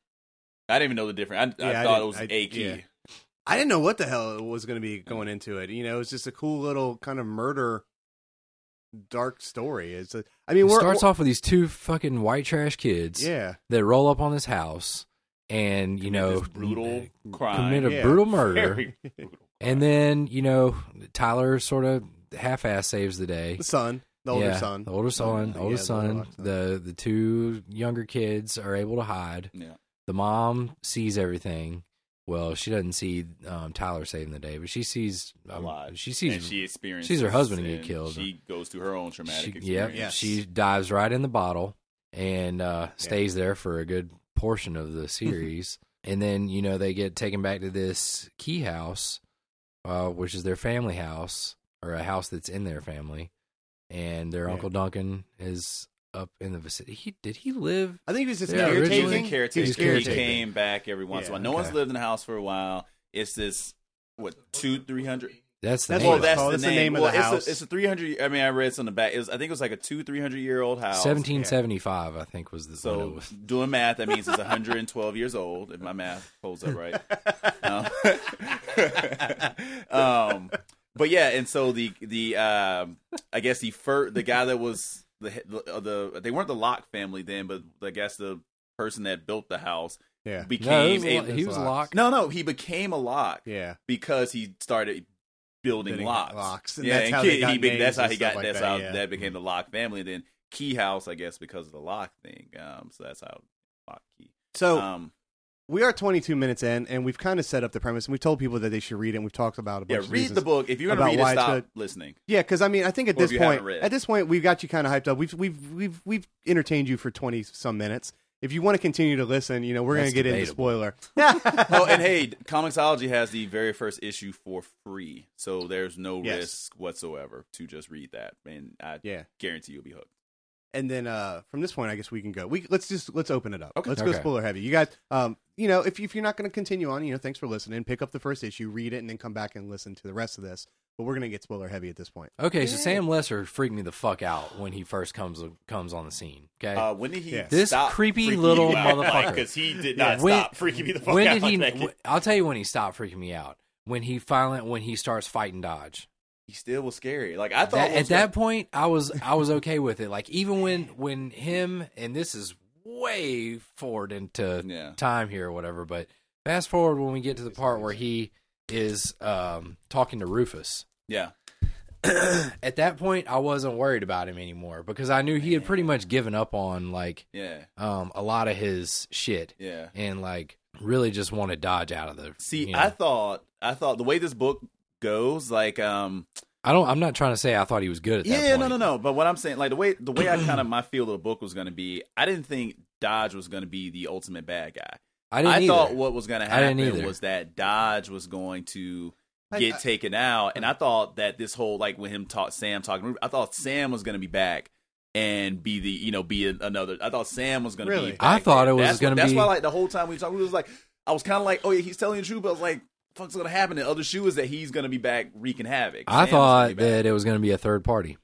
Speaker 2: I didn't even know the difference. I, I
Speaker 1: Yeah, I
Speaker 2: thought
Speaker 1: didn't-
Speaker 2: it was
Speaker 1: I-
Speaker 2: a key.
Speaker 1: yeah. I didn't know what the hell it was going to be going into it. You know, it's just a cool little kind of murder, dark story. It's a, I mean,
Speaker 3: It
Speaker 1: we're,
Speaker 3: starts off with these two fucking white trash kids
Speaker 1: yeah,
Speaker 3: that roll up on this house, and you know, mm,
Speaker 2: This brutal crime.
Speaker 3: commit a
Speaker 1: Yeah.
Speaker 3: brutal murder,
Speaker 2: Uh, Very brutal.
Speaker 3: and then you know, Tyler sort of half-ass saves the day.
Speaker 1: the son, the older
Speaker 3: Yeah,
Speaker 1: son,
Speaker 3: the older son,
Speaker 1: Yeah, the
Speaker 3: older
Speaker 1: older
Speaker 3: son.
Speaker 1: son.
Speaker 3: The the two younger kids are able to hide.
Speaker 2: Yeah.
Speaker 3: The mom sees everything. Well, she doesn't see um, Tyler saving the day, but she sees
Speaker 2: A
Speaker 3: um,
Speaker 2: lot.
Speaker 3: She sees
Speaker 2: and she experiences.
Speaker 3: sees her husband
Speaker 2: and
Speaker 3: get killed.
Speaker 2: She goes through her own traumatic
Speaker 3: she,
Speaker 2: experience.
Speaker 1: Yes.
Speaker 3: she dives right in the bottle and uh, stays there for a good portion of the series. and then, you know, they get taken back to this key house, uh, which is their family house or a house that's in their family. And their
Speaker 1: Yeah.
Speaker 3: Uncle Duncan is up in the vicinity. He, did he live?
Speaker 1: I think he was just
Speaker 3: Yeah,
Speaker 1: caretaking.
Speaker 2: He was
Speaker 3: originally-
Speaker 2: in caretaking.
Speaker 1: He was
Speaker 2: He
Speaker 1: caretaking.
Speaker 2: came back every once in a while.
Speaker 1: Yeah,
Speaker 2: No one's
Speaker 3: okay.
Speaker 2: lived in the house for a while. It's this what two three hundred.
Speaker 3: That's the
Speaker 1: That's
Speaker 3: name.
Speaker 1: what it's called. That's the name of
Speaker 2: Well,
Speaker 1: the
Speaker 2: it's a-
Speaker 1: house.
Speaker 2: it's a three hundred. I mean, I read something back. It was, I think it was like a two three hundred year old house.
Speaker 3: 1775, I think, was the when it
Speaker 2: So
Speaker 3: was.
Speaker 2: doing math, that means it's 112 years old. If my math holds up right. Um, um, but yeah, and so the the um, I guess the fir- the guy that was the he- the, uh, the they weren't the Lock family then, but I guess the person that built the house
Speaker 1: Yeah,
Speaker 3: No,
Speaker 2: became
Speaker 3: it was
Speaker 2: a,
Speaker 3: Lo- he was
Speaker 1: Locke.
Speaker 3: locked.
Speaker 2: no no he became a Lock
Speaker 1: yeah.
Speaker 2: because he started building,
Speaker 1: Building
Speaker 2: locks.
Speaker 1: locks, and
Speaker 2: yeah,
Speaker 1: that's
Speaker 2: and
Speaker 1: how
Speaker 2: Key-
Speaker 1: they got
Speaker 2: he be-
Speaker 1: names
Speaker 2: that's how
Speaker 1: and
Speaker 2: he
Speaker 1: stuff
Speaker 2: got
Speaker 1: like
Speaker 2: that's
Speaker 1: that,
Speaker 2: how
Speaker 1: yeah. Mm-hmm.
Speaker 2: that became the Lock family. Then Key House, I guess, because of the Lock thing. Um, so that's how Lock Key.
Speaker 3: oh,
Speaker 1: So
Speaker 2: Um,
Speaker 1: we are 22 minutes in, and we've kind of set up the premise, and we've told people that they should read it. and We've talked about a
Speaker 2: Yeah,
Speaker 1: bunch. of
Speaker 2: read
Speaker 1: reasons.
Speaker 2: the book. If you're gonna
Speaker 1: about
Speaker 2: read
Speaker 1: why
Speaker 2: it,
Speaker 1: it's
Speaker 2: stop
Speaker 1: good.
Speaker 2: listening.
Speaker 1: Yeah, because I mean, I think at
Speaker 2: Or if
Speaker 1: this
Speaker 2: you
Speaker 1: point,
Speaker 2: haven't read.
Speaker 1: at this point, we've got you kind of hyped up. We've we've we've we've entertained you for 20 some minutes. If you want to continue to listen, you know we're going
Speaker 3: That's
Speaker 1: to get into
Speaker 3: debatable.
Speaker 1: spoiler.
Speaker 2: oh, and hey, Comixology has the very first issue for free, so there's no
Speaker 1: Yes.
Speaker 2: risk whatsoever to just read that, and I
Speaker 1: Yeah,
Speaker 2: guarantee you'll be hooked.
Speaker 1: and then uh from this point, I guess we can go. We let's just let's open it up.
Speaker 2: Okay.
Speaker 1: Let's go
Speaker 3: Okay.
Speaker 1: spoiler heavy. You guys, um, you know, if if you're not going to continue on, you know, thanks for listening. Pick up the first issue, read it, and then come back and listen to the rest of this. But we're going to get spoiler heavy at this point.
Speaker 3: Okay, so
Speaker 2: Yeah.
Speaker 3: Sam Lesser freaked me the fuck out when he first comes comes on the scene. Okay,
Speaker 2: Uh, when did he?
Speaker 1: Yeah.
Speaker 3: This
Speaker 2: stop
Speaker 3: creepy
Speaker 2: freaking you
Speaker 3: little
Speaker 2: out?
Speaker 3: motherfucker.
Speaker 5: Because he did not
Speaker 3: Yeah. When-
Speaker 5: stop freaking me the fuck
Speaker 3: when
Speaker 5: out.
Speaker 3: did he?
Speaker 5: like,
Speaker 3: wh- I'll tell you when he stopped freaking me out. When he finally when he starts fighting Dodge.
Speaker 2: He still was scary. Like I thought
Speaker 3: That- at
Speaker 2: once-
Speaker 3: that point, I was I was okay with it. Like even when when him and this is way forward into
Speaker 2: Yeah.
Speaker 3: time here or whatever. But fast forward when we get to the part where he is um, talking to Rufus.
Speaker 2: Yeah.
Speaker 3: At that point, I wasn't worried about him anymore because I knew he had pretty much given up on like
Speaker 2: Yeah.
Speaker 3: um, a lot of his shit
Speaker 2: Yeah.
Speaker 3: and like really just want to dodge out of the.
Speaker 2: See,
Speaker 3: you know.
Speaker 2: I thought I thought the way this book goes, like um
Speaker 3: I don't. I'm not trying to say I thought he was good at that.
Speaker 2: Yeah, no,
Speaker 3: point.
Speaker 2: no, no. But what I'm saying, like the way the way I kind of my feel of the book was gonna be, I didn't think Dodge was gonna be the ultimate bad guy.
Speaker 3: I didn't.
Speaker 2: I,
Speaker 3: either.
Speaker 2: thought what was gonna
Speaker 3: I didn't
Speaker 2: happen
Speaker 3: either.
Speaker 2: was that Dodge was going to
Speaker 1: I-
Speaker 2: get
Speaker 1: I-
Speaker 2: taken out, and I thought that this whole like when him talk Sam talking, I thought Sam was gonna be back. And be the you know be an- another. I thought Sam was going to
Speaker 1: Really?
Speaker 2: be.
Speaker 3: I
Speaker 2: back.
Speaker 3: thought it was
Speaker 2: That's what-
Speaker 3: gonna
Speaker 2: That's
Speaker 3: be-
Speaker 2: why like the whole time we talked, we was like, I was kind of like, oh yeah, he's telling the truth, but I was like, fuck's gonna happen. The other shoe is that he's gonna be back wreaking havoc. Sam
Speaker 3: I
Speaker 2: was gonna be
Speaker 3: thought
Speaker 2: back.
Speaker 3: that it was going to be a third party.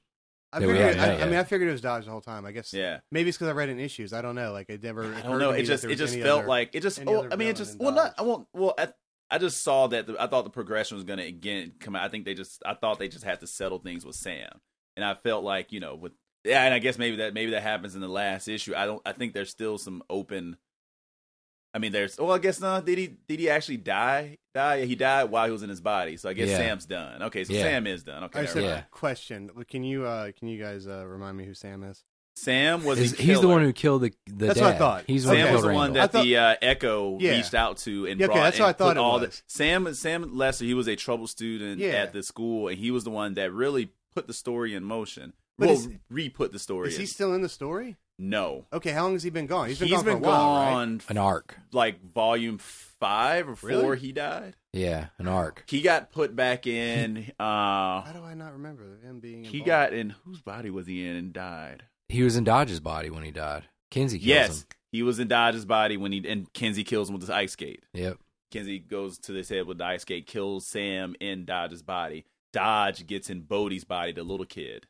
Speaker 1: I
Speaker 3: Yeah, we
Speaker 1: figured. I,
Speaker 3: haven't met
Speaker 1: I
Speaker 3: yet.
Speaker 1: mean, I figured it was Dodge the whole time. I guess.
Speaker 2: Yeah.
Speaker 1: Maybe it's because I read it in issues. I don't know. Like it never.
Speaker 2: I
Speaker 1: occurred
Speaker 2: don't
Speaker 1: to
Speaker 2: know.
Speaker 1: me
Speaker 2: It
Speaker 1: that
Speaker 2: just
Speaker 1: there was
Speaker 2: it just
Speaker 1: any
Speaker 2: felt
Speaker 1: other-
Speaker 2: like it just.
Speaker 1: any
Speaker 2: Oh,
Speaker 1: other
Speaker 2: I mean,
Speaker 1: villain
Speaker 2: it just.
Speaker 1: in
Speaker 2: Well,
Speaker 1: Dodge.
Speaker 2: not. I won't. Well, I, I just saw that. The, I thought the progression was going to again come out. I think they just. I thought they just had to settle things with Sam, and I felt like you know with yeah, and I guess maybe that maybe that happens in the last issue. I don't. I think there's still some open. I mean, there's. Well, I guess no. Did he? Did he actually die? Die? Yeah, he died while he was in his body. So I guess
Speaker 3: Yeah.
Speaker 2: Sam's done. Okay, so
Speaker 3: Yeah.
Speaker 2: Sam is done.
Speaker 1: I
Speaker 2: Okay,
Speaker 1: just have
Speaker 2: never mind.
Speaker 1: a question. Can you uh, can you guys uh, remind me who Sam is?
Speaker 2: Sam was
Speaker 3: Is-
Speaker 2: the
Speaker 3: he's the
Speaker 2: killer.
Speaker 3: one who killed the the
Speaker 1: That's
Speaker 3: dad.
Speaker 1: what I thought.
Speaker 3: He's the
Speaker 1: Okay.
Speaker 2: Sam
Speaker 3: who
Speaker 2: was
Speaker 3: killed
Speaker 2: the one
Speaker 3: Randall.
Speaker 2: that
Speaker 1: I
Speaker 2: the uh, Echo
Speaker 1: Yeah.
Speaker 2: reached out to and
Speaker 1: Yeah, okay,
Speaker 2: brought.
Speaker 1: that's what
Speaker 2: and
Speaker 1: I thought
Speaker 2: put
Speaker 1: it
Speaker 2: all
Speaker 1: was.
Speaker 2: The, Sam Sam Lester, he was a trouble student
Speaker 1: Yeah.
Speaker 2: at the school, and he was the one that really put the story in motion.
Speaker 1: But
Speaker 2: well,
Speaker 1: is-
Speaker 2: re-put the story.
Speaker 1: Is
Speaker 2: in.
Speaker 1: he still in the story?
Speaker 2: no,
Speaker 1: Okay, how long has he been gone? He's been
Speaker 2: he's
Speaker 1: gone
Speaker 2: been
Speaker 1: for a while, right?
Speaker 2: gone f-
Speaker 3: an arc.
Speaker 2: like volume five or four.
Speaker 1: Really?
Speaker 2: He died.
Speaker 3: Yeah, an arc.
Speaker 2: He got put back in. uh
Speaker 1: How do I not remember him being?
Speaker 2: He
Speaker 1: involved?
Speaker 2: got in. Whose body was he in and died?
Speaker 3: He was in Dodge's body when he died. Kinsey kills
Speaker 2: yes,
Speaker 3: him.
Speaker 2: he was in Dodge's body when he and Kenzie kills him with his ice skate.
Speaker 3: Yep.
Speaker 2: Kenzie goes to this head with the ice skate, kills Sam in Dodge's body. Dodge gets in Bodie's body, the little kid.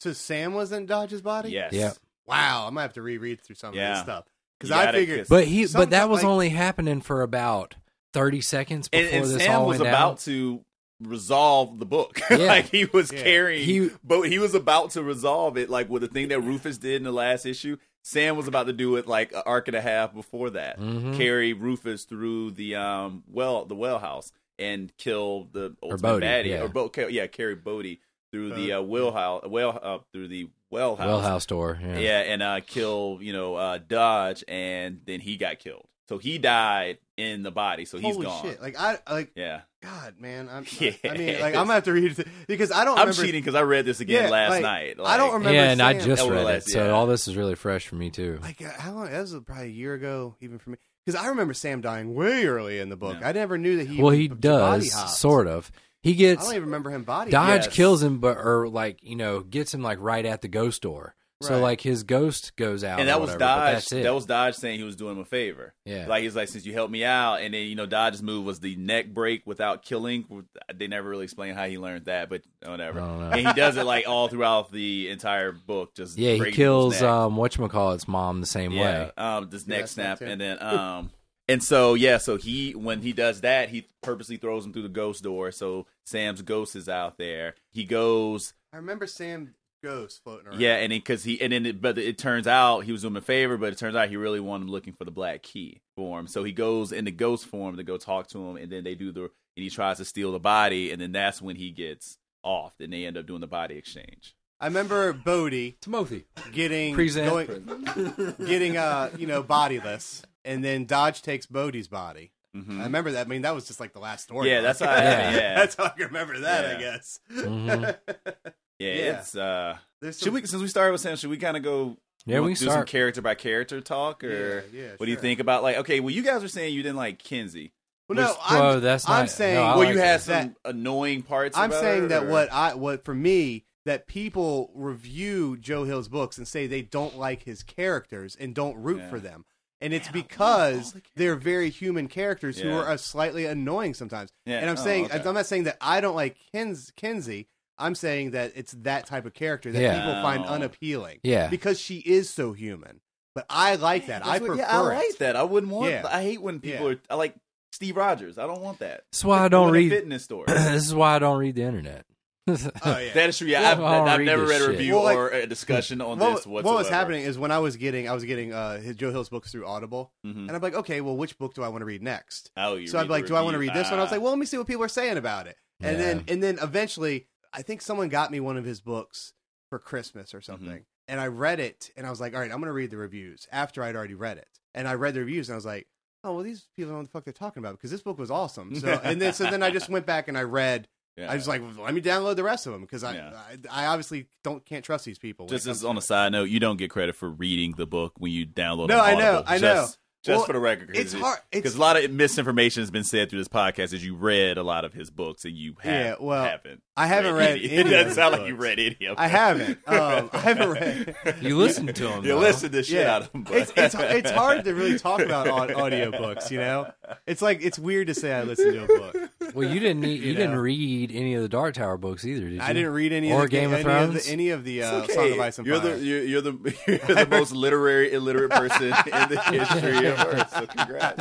Speaker 1: So Sam was in Dodge's body.
Speaker 2: Yes.
Speaker 3: Yeah.
Speaker 1: Wow, I'm gonna have to reread through some of
Speaker 2: Yeah.
Speaker 1: this stuff because
Speaker 2: You
Speaker 1: I
Speaker 2: gotta
Speaker 1: figured.
Speaker 2: kiss-
Speaker 3: But he but that
Speaker 1: Sometimes,
Speaker 3: was
Speaker 1: like-
Speaker 3: only happening for about 30 seconds before
Speaker 2: And, and
Speaker 3: this
Speaker 2: Sam
Speaker 3: all
Speaker 2: was
Speaker 3: went
Speaker 2: about
Speaker 3: down.
Speaker 2: to resolve the book.
Speaker 3: Yeah.
Speaker 2: like he was
Speaker 1: Yeah.
Speaker 2: carrying
Speaker 3: He-
Speaker 2: but he was about to resolve it like with the thing that Rufus did in the last issue. Sam was about to do it like an arc and a half before that.
Speaker 3: Mhm.
Speaker 2: Carry Rufus through the um well the well house and kill the ultimate
Speaker 3: Bodhi,
Speaker 2: baddie
Speaker 3: yeah.
Speaker 2: or Bo- ca- yeah carry Bodie through the
Speaker 1: Uh,
Speaker 2: uh, well house well uh, through the well house.
Speaker 3: Well House door. Yeah.
Speaker 2: yeah and uh kill you know uh dodge and then he got killed so he died in the body so he's
Speaker 1: Holy
Speaker 2: gone
Speaker 1: shit! Like I like
Speaker 2: yeah
Speaker 1: God, man. I'm,
Speaker 2: Yes.
Speaker 1: I mean, like I'm gonna have to read it because I don't.
Speaker 2: i'm
Speaker 1: remember,
Speaker 2: cheating because i read this again
Speaker 1: Yeah,
Speaker 2: last
Speaker 1: like,
Speaker 2: night
Speaker 1: I don't remember.
Speaker 3: Yeah, and I
Speaker 1: Sam.
Speaker 3: just
Speaker 2: That
Speaker 3: read it,
Speaker 2: was-
Speaker 3: so
Speaker 2: yeah.
Speaker 3: all this is really fresh for me too.
Speaker 1: Like uh, how long? That was probably a year ago, even for me. Because I remember Sam dying way early in the book.
Speaker 2: Yeah.
Speaker 1: I never knew that he.
Speaker 3: well, he
Speaker 1: b- body
Speaker 3: does
Speaker 1: hopped.
Speaker 3: sort of. He
Speaker 1: I
Speaker 3: gets
Speaker 1: don't even remember him body. hopping.
Speaker 3: Dodge
Speaker 2: Yes.
Speaker 3: kills him, but or like you know gets him like right at the ghost door. So
Speaker 1: Right.
Speaker 3: like his ghost goes out,
Speaker 2: and
Speaker 3: or
Speaker 2: that was
Speaker 3: whatever, but
Speaker 2: dodge
Speaker 3: That's it.
Speaker 2: that was dodge saying he was doing him a favor
Speaker 3: yeah.
Speaker 2: like he's like since you helped me out and then you know dodge's move was the neck break without killing they never really explain how he learned that but
Speaker 3: I
Speaker 2: whatever
Speaker 3: don't know.
Speaker 2: and he does it like all throughout the entire book just
Speaker 3: Yeah, he
Speaker 2: breaking people's
Speaker 3: kills
Speaker 2: necks.
Speaker 3: um whatchamacallit's mom the same way.
Speaker 2: Um, this
Speaker 1: Yeah,
Speaker 2: neck
Speaker 1: that's not
Speaker 2: snap,
Speaker 1: too-
Speaker 2: and then um, and so yeah, so he when he does that, he purposely throws him through the ghost door. So Sam's ghost is out there. He goes,
Speaker 1: I remember Sam ghost floating around.
Speaker 2: yeah, and because he and then it, but it turns out he was doing him a favor, but it turns out he really wanted him looking for the black key for him. So he goes in the ghost form to go talk to him, and then they do the and he tries to steal the body, and then that's when he gets off, and they end up doing the body exchange.
Speaker 1: I remember Bodie
Speaker 3: Timothy.
Speaker 1: getting
Speaker 3: Present.
Speaker 1: going, getting uh you know bodiless and then Dodge takes Bodie's body.
Speaker 3: Mm-hmm.
Speaker 2: Mhm.
Speaker 1: I remember that. I mean, that was just like the last story.
Speaker 2: Yeah, that's how I,
Speaker 3: Yeah.
Speaker 2: yeah.
Speaker 1: that's how I can remember that. I
Speaker 2: Yeah.
Speaker 1: guess.
Speaker 3: Mhm.
Speaker 2: Yeah,
Speaker 1: Yeah.
Speaker 2: it's uh
Speaker 1: There's
Speaker 2: should we since we started with Sam, should we kind of go
Speaker 3: Yeah, we
Speaker 2: do
Speaker 3: can
Speaker 2: some
Speaker 3: start.
Speaker 2: character by character talk or
Speaker 1: Yeah, yeah,
Speaker 2: what do you
Speaker 1: sure.
Speaker 2: think about like okay, well you guys are saying you didn't like Kinsey.
Speaker 1: Well, no,
Speaker 3: Just-
Speaker 1: I'm,
Speaker 3: Whoa, that's
Speaker 1: I'm
Speaker 3: not,
Speaker 1: saying-
Speaker 3: no, I
Speaker 1: Well,
Speaker 2: well,
Speaker 3: like
Speaker 2: you had
Speaker 3: it.
Speaker 2: some annoying parts
Speaker 1: I'm
Speaker 2: about
Speaker 1: saying
Speaker 2: her,
Speaker 1: that
Speaker 2: or-
Speaker 1: what I what for me that people review Joe Hill's books and say they don't like his characters and don't root
Speaker 2: Yeah.
Speaker 1: for them. And it's
Speaker 2: Man, I love
Speaker 1: because
Speaker 2: all the
Speaker 1: they're very human characters who
Speaker 2: Yeah.
Speaker 1: are uh, slightly annoying sometimes.
Speaker 2: Yeah.
Speaker 1: And I'm
Speaker 2: Oh,
Speaker 1: saying
Speaker 2: okay.
Speaker 1: I'm not saying that I don't like Kins- Kinsey. I'm saying that it's that type of character that
Speaker 3: Yeah.
Speaker 1: people find
Speaker 2: Oh.
Speaker 1: unappealing.
Speaker 3: Yeah.
Speaker 1: because she is so human. But I like that.
Speaker 2: That's
Speaker 1: I prefer
Speaker 2: what- yeah, I
Speaker 1: it.
Speaker 2: like that. I wouldn't want
Speaker 1: Yeah.
Speaker 2: I hate when people
Speaker 1: Yeah.
Speaker 2: are I like Steve Rogers. I don't want that.
Speaker 3: That's why I
Speaker 2: People
Speaker 3: don't
Speaker 2: in a
Speaker 3: read.
Speaker 2: fitness store.
Speaker 3: this is why I don't read the internet.
Speaker 1: Oh, yeah.
Speaker 2: That is true. Yeah, I've,
Speaker 3: Well, I don't
Speaker 2: I've
Speaker 3: read
Speaker 2: never
Speaker 3: this
Speaker 2: read a
Speaker 3: shit.
Speaker 2: review
Speaker 1: Well, like-
Speaker 2: or a discussion on this
Speaker 1: what,
Speaker 2: whatsoever.
Speaker 1: what was happening is when I was getting I was getting uh, his- Joe Hill's books through Audible,
Speaker 2: Mhm.
Speaker 1: and I'm like, okay, well, which book do I want to read next?
Speaker 2: Oh, you
Speaker 1: so I'm
Speaker 2: read the
Speaker 1: like, do I want to
Speaker 2: review.
Speaker 1: read this one? I was
Speaker 2: Ah.
Speaker 1: like, well, let me see what people are saying about it, and
Speaker 3: Yeah.
Speaker 1: then and then eventually, I think someone got me one of his books for Christmas or
Speaker 2: Mm-hmm.
Speaker 1: something, and I read it, and I was like, all right, I'm going to read the reviews after I'd already read it, and I read the reviews, and I was like. Oh well, these people don't know what the fuck they're talking about because this book was awesome. So and then so then I just went back and I read.
Speaker 2: Yeah.
Speaker 1: I was like, let me download the rest of them because I,
Speaker 2: Yeah.
Speaker 1: I I obviously don't can't trust these people. when it
Speaker 2: Just
Speaker 1: comes
Speaker 2: as
Speaker 1: to
Speaker 2: on a
Speaker 1: it.
Speaker 2: side note, you don't get credit for reading the book when you download.
Speaker 1: No,
Speaker 2: on
Speaker 1: I know,
Speaker 2: Audible.
Speaker 1: I
Speaker 2: Just, just
Speaker 1: Well,
Speaker 2: for the record, 'cause
Speaker 1: It's
Speaker 2: it-
Speaker 1: hard.
Speaker 2: because
Speaker 1: It's
Speaker 2: a lot of misinformation has been said through this podcast. Is you read a lot of his books and you have,
Speaker 1: Yeah, well,
Speaker 2: haven't.
Speaker 1: I haven't read.
Speaker 2: any.
Speaker 1: any
Speaker 2: It
Speaker 1: of
Speaker 2: doesn't
Speaker 1: his
Speaker 2: sound like you
Speaker 1: books.
Speaker 2: read any of them.
Speaker 1: I haven't. Um, I haven't read.
Speaker 3: You listened to him,
Speaker 2: You
Speaker 3: though.
Speaker 2: listened to shit
Speaker 1: Yeah.
Speaker 2: out of him.
Speaker 1: It's, it's it's hard to really talk about au- audiobooks, you know. It's like it's weird to say I listened to a book.
Speaker 3: Well, you didn't. Need, you,
Speaker 1: You
Speaker 3: didn't
Speaker 1: know.
Speaker 3: read any of the Dark Tower books either, did you?
Speaker 1: I didn't read any
Speaker 3: Or
Speaker 1: of the,
Speaker 3: Game of
Speaker 1: any
Speaker 3: Thrones?
Speaker 1: the, any of the uh,
Speaker 2: okay.
Speaker 1: Song of Ice and
Speaker 2: you're
Speaker 1: Fire.
Speaker 2: the you're, you're the you're the most literary illiterate person in the history of Earth.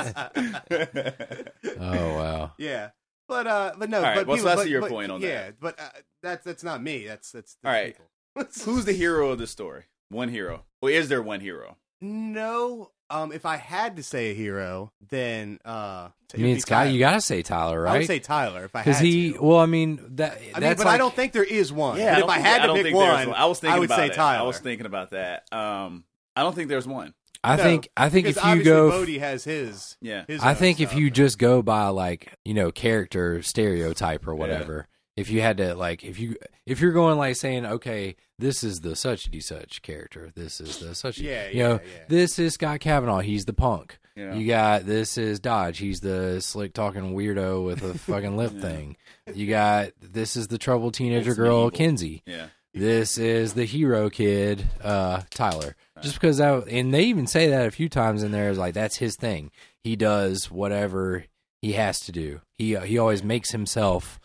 Speaker 2: So congrats.
Speaker 3: Oh wow.
Speaker 1: yeah, but uh, but no,
Speaker 2: All right,
Speaker 1: but
Speaker 2: well, so
Speaker 1: people-
Speaker 2: that's
Speaker 1: but-
Speaker 2: your
Speaker 1: but-
Speaker 2: point on
Speaker 1: yeah,
Speaker 2: that.
Speaker 1: but uh, that's that's not me. That's that's,
Speaker 2: All right.
Speaker 1: that's people.
Speaker 2: Who's the hero of the story? One hero. Well, is there one hero?
Speaker 1: no. Um, if I had to say a hero, then uh, it
Speaker 3: I
Speaker 1: would
Speaker 3: mean,
Speaker 1: be
Speaker 3: Scott,
Speaker 1: Tyler.
Speaker 3: you gotta say Tyler,
Speaker 1: I would
Speaker 3: right?
Speaker 1: say Tyler if I had
Speaker 3: Because he.
Speaker 1: to.
Speaker 3: Well, I mean that.
Speaker 1: I mean,
Speaker 3: that's
Speaker 1: but
Speaker 3: like,
Speaker 1: I don't think there is one.
Speaker 2: I
Speaker 1: but if
Speaker 2: don't
Speaker 1: I
Speaker 2: think-
Speaker 1: had to
Speaker 2: don't
Speaker 1: pick
Speaker 2: think there's
Speaker 1: one,
Speaker 2: I was thinking
Speaker 1: would
Speaker 2: about
Speaker 1: say
Speaker 2: it.
Speaker 1: Tyler.
Speaker 2: I was thinking about that. Um, I don't think there's one.
Speaker 3: I
Speaker 1: no,
Speaker 3: think. I think
Speaker 1: because
Speaker 3: if you
Speaker 1: obviously
Speaker 3: go.
Speaker 1: Bodhi has his.
Speaker 2: Yeah.
Speaker 1: his
Speaker 3: I
Speaker 1: own
Speaker 3: think if
Speaker 1: stuff.
Speaker 3: you just go by like you know character stereotype or whatever, if you had to like if you if you're going like saying okay this is the such and such character, this is the such
Speaker 1: Yeah,
Speaker 3: you
Speaker 1: yeah,
Speaker 3: know
Speaker 1: yeah.
Speaker 3: this is Scott Kavanaugh, he's the punk.
Speaker 2: Yeah.
Speaker 3: You got this is Dodge, he's the slick talking weirdo with a fucking lip thing. You got this is the troubled teenager
Speaker 2: It's
Speaker 3: girl
Speaker 2: medieval.
Speaker 3: Kinsey.
Speaker 2: Yeah.
Speaker 3: This is the hero kid, uh, Tyler. Just because that, and they even say that a few times in there is like that's his thing. He does whatever he has to do. He he always makes himself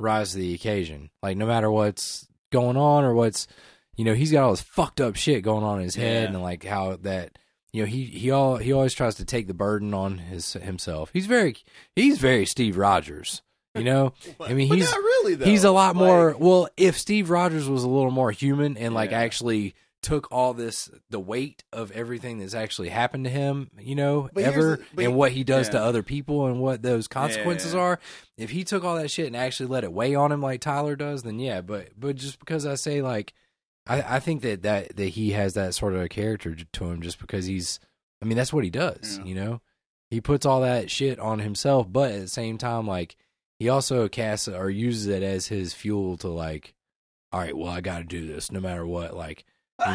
Speaker 3: rise to the occasion. Like no matter what's going on or what's, you know, he's got all this fucked up shit going on in his head
Speaker 2: Yeah.
Speaker 3: and like how that, you know, he he all he always tries to take the burden on his himself. He's very he's very Steve Rogers. You know, I mean,
Speaker 2: But
Speaker 3: he's
Speaker 2: not really though.
Speaker 3: He's a lot
Speaker 2: Like,
Speaker 3: more. Well, if Steve Rogers was a little more human and like
Speaker 2: Yeah.
Speaker 3: actually took all this, the weight of everything that's actually happened to him, you know,
Speaker 2: But here's
Speaker 3: ever
Speaker 2: the- but
Speaker 3: and
Speaker 2: he-
Speaker 3: what he does to
Speaker 2: yeah.
Speaker 3: other people and what those consequences
Speaker 2: Yeah.
Speaker 3: are. If he took all that shit and actually let it weigh on him like Tyler does, then yeah. But but just because I say like, I, I think that that that he has that sort of character to him just because he's. I mean, that's what he does.
Speaker 2: Yeah.
Speaker 3: You know, he puts all that shit on himself, but at the same time, like he also casts it or uses it as his fuel to like all right well i gotta do this no matter what like you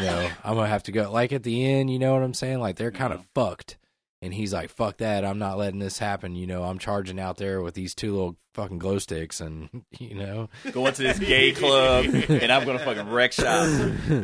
Speaker 3: know i'm gonna have to go like at the end you know what i'm saying like they're kind of
Speaker 2: Yeah.
Speaker 3: fucked and he's like fuck that i'm not letting this happen you know i'm charging out there with these two little fucking glow sticks and you know
Speaker 2: going to this gay club and I'm gonna fucking wreck shop.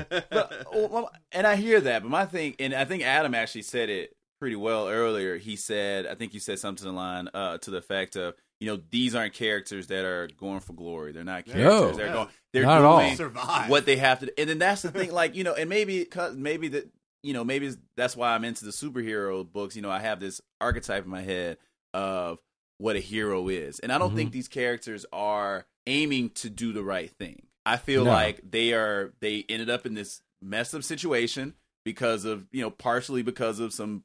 Speaker 2: But well, and I hear that, but my thing, and I think Adam actually said it pretty well earlier. He said, I think you said something in line uh, to the effect of, you know, these aren't characters that are going for glory. They're not characters.
Speaker 3: No.
Speaker 2: They're going. They're
Speaker 3: Not at all.
Speaker 2: doing
Speaker 1: survive.
Speaker 2: what they have to do. And then that's the thing, like, you know, and maybe, 'cause- maybe that, you know, maybe that's why I'm into the superhero books. You know, I have this archetype in my head of what a hero is. And I don't
Speaker 3: Mhm.
Speaker 2: think these characters are aiming to do the right thing. I feel
Speaker 3: No.
Speaker 2: like they are, they ended up in this messed up situation because of, you know, partially because of some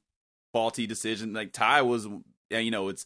Speaker 2: faulty decision. Like Ty was, yeah, you know, it's,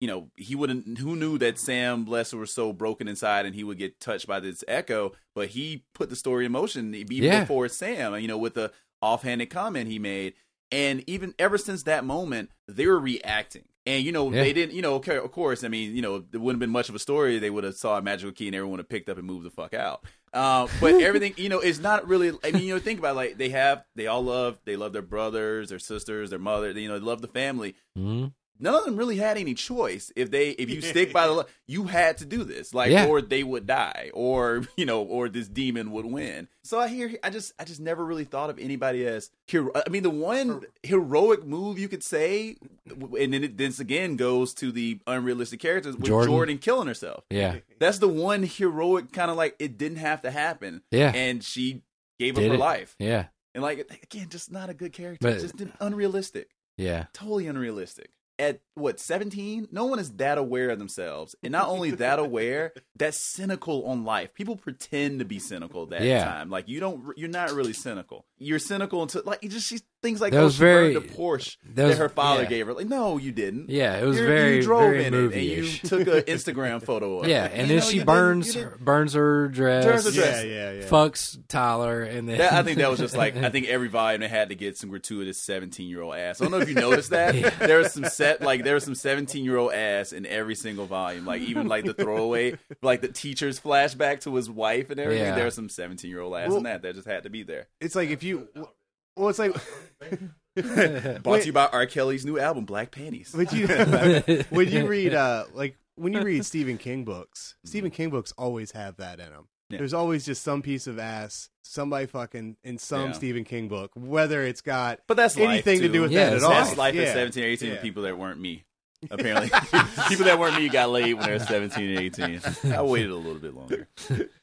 Speaker 2: you know, he wouldn't. Who knew that Sam Lesser was so broken inside and he would get touched by this echo? But he put the story in motion e, even
Speaker 3: Yeah.
Speaker 2: before Sam. You know, with the offhanded comment he made, And even ever since that moment, they were reacting. And you know
Speaker 3: Yeah.
Speaker 2: they didn't. You know, okay, of course. I mean, you know, it wouldn't have been much of a story. They would have saw a magical key, and everyone would have picked up and moved the fuck out. Uh, but everything, you know, is not really. I mean, you know, think about it, like they have. They all love. They love their brothers, their sisters, their mother. You know, they love the family
Speaker 3: hmm
Speaker 2: none of them really had any choice. If they, if you stick by the, law, you had to do this, like,
Speaker 3: Yeah.
Speaker 2: or they would die, or you know, or this demon would win. So I hear, I just, I just never really thought of anybody as hero. I mean, the one heroic move you could say, and then it, this again goes to the unrealistic characters with
Speaker 3: Jordan.
Speaker 2: Jordan killing herself.
Speaker 3: Yeah.
Speaker 2: That's the one heroic kind of like it didn't have to happen,
Speaker 3: Yeah.
Speaker 2: and she gave
Speaker 3: Did
Speaker 2: up her
Speaker 3: it.
Speaker 2: life,
Speaker 3: Yeah.
Speaker 2: and like again, just not a good character,
Speaker 3: But-
Speaker 2: just unrealistic
Speaker 3: Yeah.
Speaker 2: totally unrealistic. At what, 17? No one is that aware of themselves. And not only that aware, that's cynical on life. People pretend to be cynical that
Speaker 3: Yeah.
Speaker 2: time. Like you don't you're not really cynical. You're cynical until like you just she, things like
Speaker 3: That
Speaker 2: those
Speaker 3: was
Speaker 2: she burned
Speaker 3: very-
Speaker 2: a Porsche
Speaker 3: that
Speaker 2: that,
Speaker 3: was-
Speaker 2: her father
Speaker 3: yeah.
Speaker 2: gave her. Like, no, you didn't.
Speaker 3: Yeah. It was
Speaker 2: You're-
Speaker 3: very
Speaker 2: you drove
Speaker 3: very
Speaker 2: in it and you
Speaker 3: movie-ish.
Speaker 2: took an Instagram photo of it.
Speaker 3: Yeah,
Speaker 2: Like,
Speaker 3: and
Speaker 2: you
Speaker 3: then
Speaker 2: know, you
Speaker 3: she
Speaker 2: didn't- you
Speaker 3: burns
Speaker 2: didn't-
Speaker 3: her, burns her dress.
Speaker 2: Burns her dress.
Speaker 1: Yeah, yeah, yeah.
Speaker 3: Fucks Tyler, and then
Speaker 2: That, I think that was just like I think every volume they had to get some gratuitous seventeen year old ass. I don't know if you noticed that
Speaker 3: Yeah.
Speaker 2: there was some set like there was some seventeen year old ass in every single volume. Like even like the throwaway, like the teacher's flashback to his wife and everything.
Speaker 3: Yeah.
Speaker 2: There was some seventeen year old ass
Speaker 1: Well-
Speaker 2: in that. That just had to be there.
Speaker 1: It's like if you. Well, it's like.
Speaker 2: Brought to you by R. Kelly's new album, Black Panties.
Speaker 1: Would you when you read uh like when you read Stephen King books, Stephen King books always have that in them.
Speaker 2: Mm-hmm. Yeah.
Speaker 1: There's always just some piece of ass somebody fucking in some
Speaker 2: Yeah.
Speaker 1: Stephen King book, whether it's got
Speaker 2: But that's life,
Speaker 1: anything to
Speaker 2: too.
Speaker 1: do with
Speaker 3: Yeah,
Speaker 1: that at
Speaker 3: it's
Speaker 1: all.
Speaker 2: That's life
Speaker 1: yeah.
Speaker 2: at 17 or 18 with
Speaker 1: Yeah.
Speaker 2: people that weren't me. Apparently, people that weren't me got laid when they were 17 and 18. I waited a little bit longer.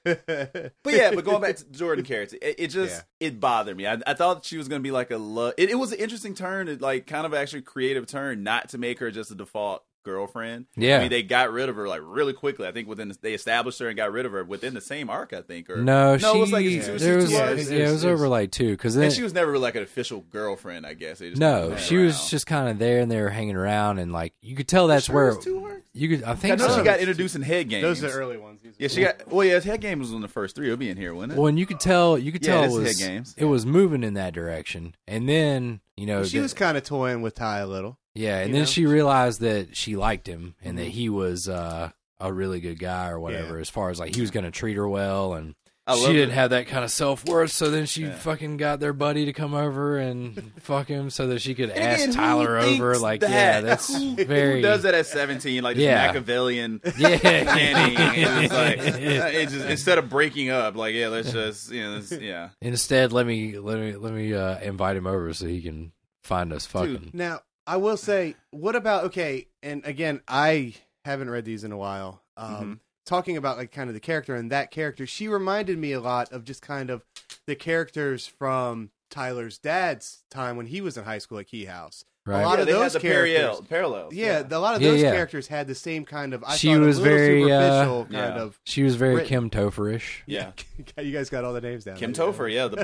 Speaker 2: But yeah, but going back to Jordan character, it, it just it bothered me. I, I thought she was going to be like a love. It, it was an interesting turn, it, like kind of actually creative turn, not to make her just a default girlfriend.
Speaker 3: Yeah.
Speaker 2: I mean they got rid of her like really quickly. I think within the, they established her and got rid of her within the same arc. I think or
Speaker 3: no,
Speaker 2: no,
Speaker 3: she,
Speaker 2: it was like she,
Speaker 1: she
Speaker 2: was,
Speaker 3: there
Speaker 2: she
Speaker 3: was,
Speaker 2: two
Speaker 3: yeah,
Speaker 2: hours.
Speaker 1: was-
Speaker 3: it was over like two because then
Speaker 2: and she was never really like an official girlfriend. I guess they just
Speaker 3: no,
Speaker 2: kinda
Speaker 3: she
Speaker 2: ran around.
Speaker 3: was just kind of there and they were hanging around and like you could tell that's
Speaker 2: Sure
Speaker 3: where
Speaker 2: it was two hours?
Speaker 3: you could I
Speaker 2: I
Speaker 3: think
Speaker 2: know
Speaker 3: so.
Speaker 2: she got introduced in head games.
Speaker 1: Those are the early ones. These are
Speaker 2: Yeah,
Speaker 1: the
Speaker 2: she got. Well, yeah, head games was in the first three. It'll be in here, wouldn't it?
Speaker 3: well, and you could tell you could
Speaker 2: Yeah,
Speaker 3: tell
Speaker 2: this
Speaker 3: it
Speaker 2: is
Speaker 3: was
Speaker 2: Hit Games.
Speaker 3: it was moving in that direction, and then you know
Speaker 1: ones. She
Speaker 3: the-
Speaker 1: was kind of toying with Ty a little.
Speaker 3: yeah, and
Speaker 1: you
Speaker 3: then
Speaker 1: know?
Speaker 3: she realized that she liked him and
Speaker 2: Mm-hmm.
Speaker 3: that he was uh, a really good guy or whatever, as far as like he was going to treat her well and.
Speaker 2: I
Speaker 3: she
Speaker 2: love
Speaker 3: didn't
Speaker 2: it.
Speaker 3: have that kind of self worth, so then she
Speaker 2: Yeah.
Speaker 3: fucking got their buddy to come over and fuck him, so that she could
Speaker 2: And
Speaker 3: ask
Speaker 2: again, who
Speaker 3: Tyler over.
Speaker 2: thinks
Speaker 3: Like,
Speaker 2: that?
Speaker 3: yeah, that's
Speaker 2: Who-
Speaker 3: very
Speaker 2: Who does that at seventeen? Like this
Speaker 3: Yeah.
Speaker 2: Machiavellian
Speaker 3: Yeah,
Speaker 2: planning. it's like uh, it just instead of breaking up, like yeah, let's just you know, let's- yeah.
Speaker 3: Instead, let me let me let me uh, invite him over so he can find us fucking.
Speaker 1: Now, I will say, what about okay? And again, I haven't read these in a while. Um,
Speaker 3: Mm-hmm.
Speaker 1: Talking about like kind of the character and that character, she reminded me a lot of just kind of the characters from Tyler's dad's time when he was in high school at Key House.
Speaker 3: Right.
Speaker 1: A lot
Speaker 2: yeah,
Speaker 1: of
Speaker 2: they
Speaker 1: those
Speaker 2: had the
Speaker 1: characters.
Speaker 2: parallel, parallels.
Speaker 1: Yeah, the- a lot of
Speaker 3: Yeah,
Speaker 1: those
Speaker 3: yeah.
Speaker 1: characters had the same kind of. I
Speaker 3: She
Speaker 1: thought
Speaker 3: was
Speaker 1: a little
Speaker 3: very, uh,
Speaker 1: superficial kind
Speaker 2: Yeah.
Speaker 1: of.
Speaker 3: She was very
Speaker 1: Right.
Speaker 3: Kim Topherish.
Speaker 2: yeah.
Speaker 1: you guys got all the names down.
Speaker 2: Kim
Speaker 1: there, you know?
Speaker 2: Topher, yeah, the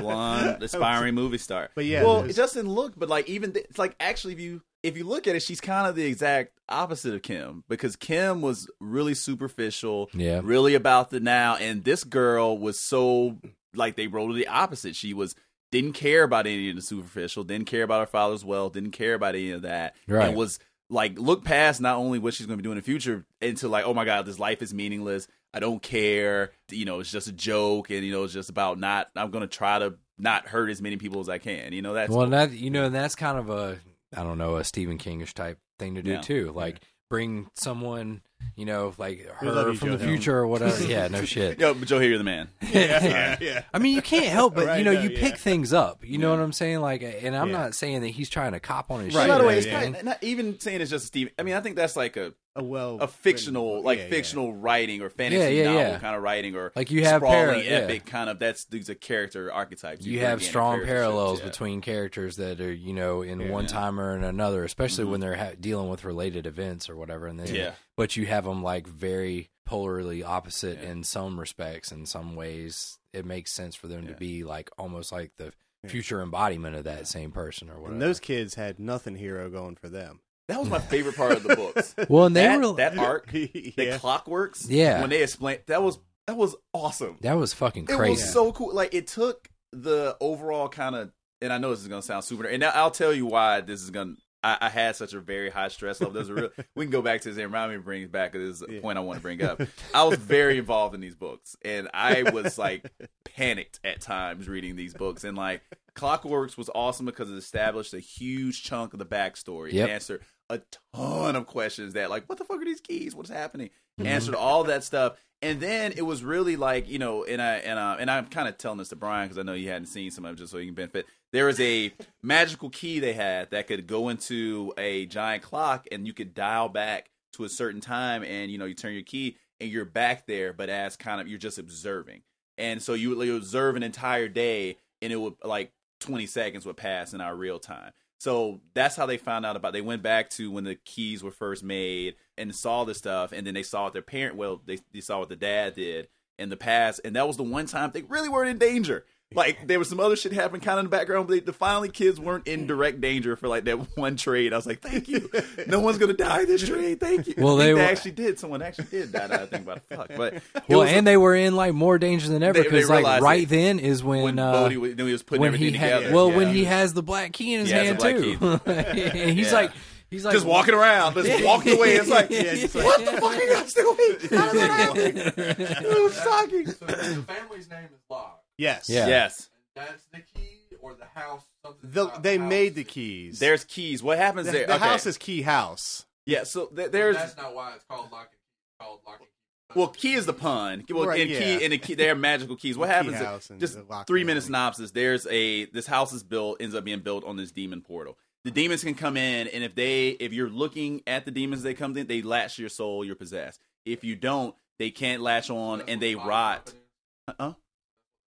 Speaker 2: blonde, aspiring movie star.
Speaker 1: But yeah,
Speaker 2: well,
Speaker 1: there's-
Speaker 2: it doesn't look, but like even th- it's like actually, if you if you look at it, she's kind of the exact opposite of Kim because Kim was really superficial,
Speaker 3: Yeah.
Speaker 2: really about the now, and this girl was so like they rolled the opposite. She was didn't care about any of the superficial, didn't care about her father's wealth, didn't care about any of that,
Speaker 3: Right.
Speaker 2: and was like look past not only what she's going to be doing in the future into like oh my god this life is meaningless i don't care you know it's just a joke and you know it's just about not i'm going to try to not hurt as many people as i can you know that's
Speaker 3: well, that you know, and that's kind of a I don't know a Stephen Kingish type thing to do
Speaker 2: Yeah.
Speaker 3: too. Like bring someone you know like
Speaker 1: love
Speaker 3: her
Speaker 1: you,
Speaker 3: from
Speaker 1: Joe
Speaker 3: the
Speaker 1: Hill.
Speaker 3: future or whatever. yeah, no shit.
Speaker 2: Yo, but Joe Hill, you're the man.
Speaker 1: yeah, yeah.
Speaker 3: I mean, you can't help but
Speaker 1: Right,
Speaker 3: you know
Speaker 1: no,
Speaker 3: you
Speaker 1: yeah.
Speaker 3: pick things up. You know what I'm saying? Like, and I'm
Speaker 1: Yeah.
Speaker 3: not saying that he's trying to cop on his
Speaker 1: Right,
Speaker 3: shit.
Speaker 2: By the
Speaker 3: or
Speaker 2: way, it's
Speaker 1: yeah.
Speaker 3: anything.
Speaker 2: not, not even saying it's just a Steve. I mean, I think that's like a,
Speaker 1: A well,
Speaker 2: a fictional, like fictional writing or fantasy
Speaker 3: Yeah, yeah,
Speaker 2: novel
Speaker 3: yeah.
Speaker 2: kind of writing, or
Speaker 3: Like, you have
Speaker 2: sprawling
Speaker 3: para- yeah.
Speaker 2: epic kind of. That's these are character archetypes.
Speaker 3: you
Speaker 2: bring
Speaker 3: have
Speaker 2: in
Speaker 3: strong
Speaker 2: character
Speaker 3: parallels
Speaker 2: shapes, yeah.
Speaker 3: between characters that are you know in
Speaker 1: Yeah.
Speaker 3: one time or in another especially when they're ha- dealing with related events or whatever and then
Speaker 2: Yeah.
Speaker 3: but you have them like very polarly opposite in some respects in some ways it makes sense for them to
Speaker 2: Yeah.
Speaker 3: be like almost like the future embodiment of that same person or whatever
Speaker 1: And those kids had nothing hero going for them.
Speaker 2: That was my favorite part of the books.
Speaker 3: well and they
Speaker 2: that,
Speaker 3: were that,
Speaker 2: that arc, the
Speaker 1: Yeah.
Speaker 2: clockworks.
Speaker 3: Yeah.
Speaker 2: when they explained that was that was awesome.
Speaker 3: was fucking
Speaker 2: It
Speaker 3: crazy
Speaker 2: was so cool. Like it took the overall kind of and I know this is gonna sound super, and now I'll tell you why this is gonna. I, I had such a very high stress level. There's a real. we can go back to this and remind me to bring it back. 'cause This is a
Speaker 1: Yeah.
Speaker 2: point I want to bring up. I was very involved in these books, and I was like panicked at times reading these books. And like Clockworks was awesome because it established a huge chunk of the backstory,
Speaker 3: Yep.
Speaker 2: answered a ton of questions that like, what the fuck are these keys? What's happening?
Speaker 3: Mhm.
Speaker 2: Answered all that stuff, and then it was really like you know, and I and uh, and I'm kind of telling this to Brian because I know you hadn't seen some of it just so you can benefit. There was a magical key they had that could go into a giant clock, and you could dial back to a certain time, and you know, you turn your key, and you're back there, but as kind of you're just observing and so you would like, observe an entire day and it would like 20 seconds would pass in our real time so that's how they found out about they went back to when the keys were first made and saw this stuff and then they saw what their parent well they, they saw what the dad did in the past and that was the one time they really weren't in danger like there was some other shit happening kind of in the background but they, the finally kids weren't in direct danger for like that one trade i was like thank you no one's gonna die this trade thank you
Speaker 3: Well,
Speaker 2: I think
Speaker 3: they
Speaker 2: they
Speaker 3: were-
Speaker 2: actually did someone actually did die now that i think about it fuck but it
Speaker 3: Well,
Speaker 2: was a-
Speaker 3: and they were in like more danger than ever
Speaker 2: They- they
Speaker 3: because like
Speaker 2: realized
Speaker 3: right
Speaker 2: it.
Speaker 3: then is when
Speaker 2: when
Speaker 3: uh,
Speaker 2: Bodhi was, then he was putting
Speaker 3: when
Speaker 2: everything
Speaker 3: he had,
Speaker 2: together.
Speaker 3: well
Speaker 2: yeah.
Speaker 3: when he has the black key in his
Speaker 2: He has
Speaker 3: hand
Speaker 2: the
Speaker 3: too, and he's
Speaker 2: Yeah.
Speaker 3: like he's like
Speaker 2: just walking around, just walking away. It's like,
Speaker 1: Yeah, just like-
Speaker 2: what the fuck are you guys doing? How does that happen? It was shocking.
Speaker 4: So the family's name is Locke.
Speaker 1: Yes.
Speaker 3: Yeah.
Speaker 2: Yes,
Speaker 4: And that's the key or the house. Something
Speaker 1: The,
Speaker 4: about the
Speaker 1: they
Speaker 4: house.
Speaker 1: made the keys.
Speaker 2: there's keys. What happens
Speaker 1: the,
Speaker 2: there?
Speaker 1: the
Speaker 2: okay.
Speaker 1: house is Key House.
Speaker 2: yeah. So th-
Speaker 4: But
Speaker 2: there's
Speaker 4: That's not why it's called Locke and Key. It's called Locke and Key.
Speaker 2: well, key is the pun. Well,
Speaker 1: Right,
Speaker 2: and
Speaker 1: yeah.
Speaker 2: key and the key. They are magical keys. What
Speaker 1: Key
Speaker 2: happens? is-
Speaker 1: house and
Speaker 2: just
Speaker 1: the lock
Speaker 2: three
Speaker 1: room.
Speaker 2: minute synopsis. There's a this house is built ends up being built on this demon portal. The demons can come in, and if they if you're looking at the demons, they come in. They latch your soul. You're possessed. If you don't, they can't latch on,
Speaker 4: That's
Speaker 2: and
Speaker 4: what
Speaker 2: they
Speaker 4: body
Speaker 2: rot.
Speaker 4: jumping is.
Speaker 2: Uh-uh.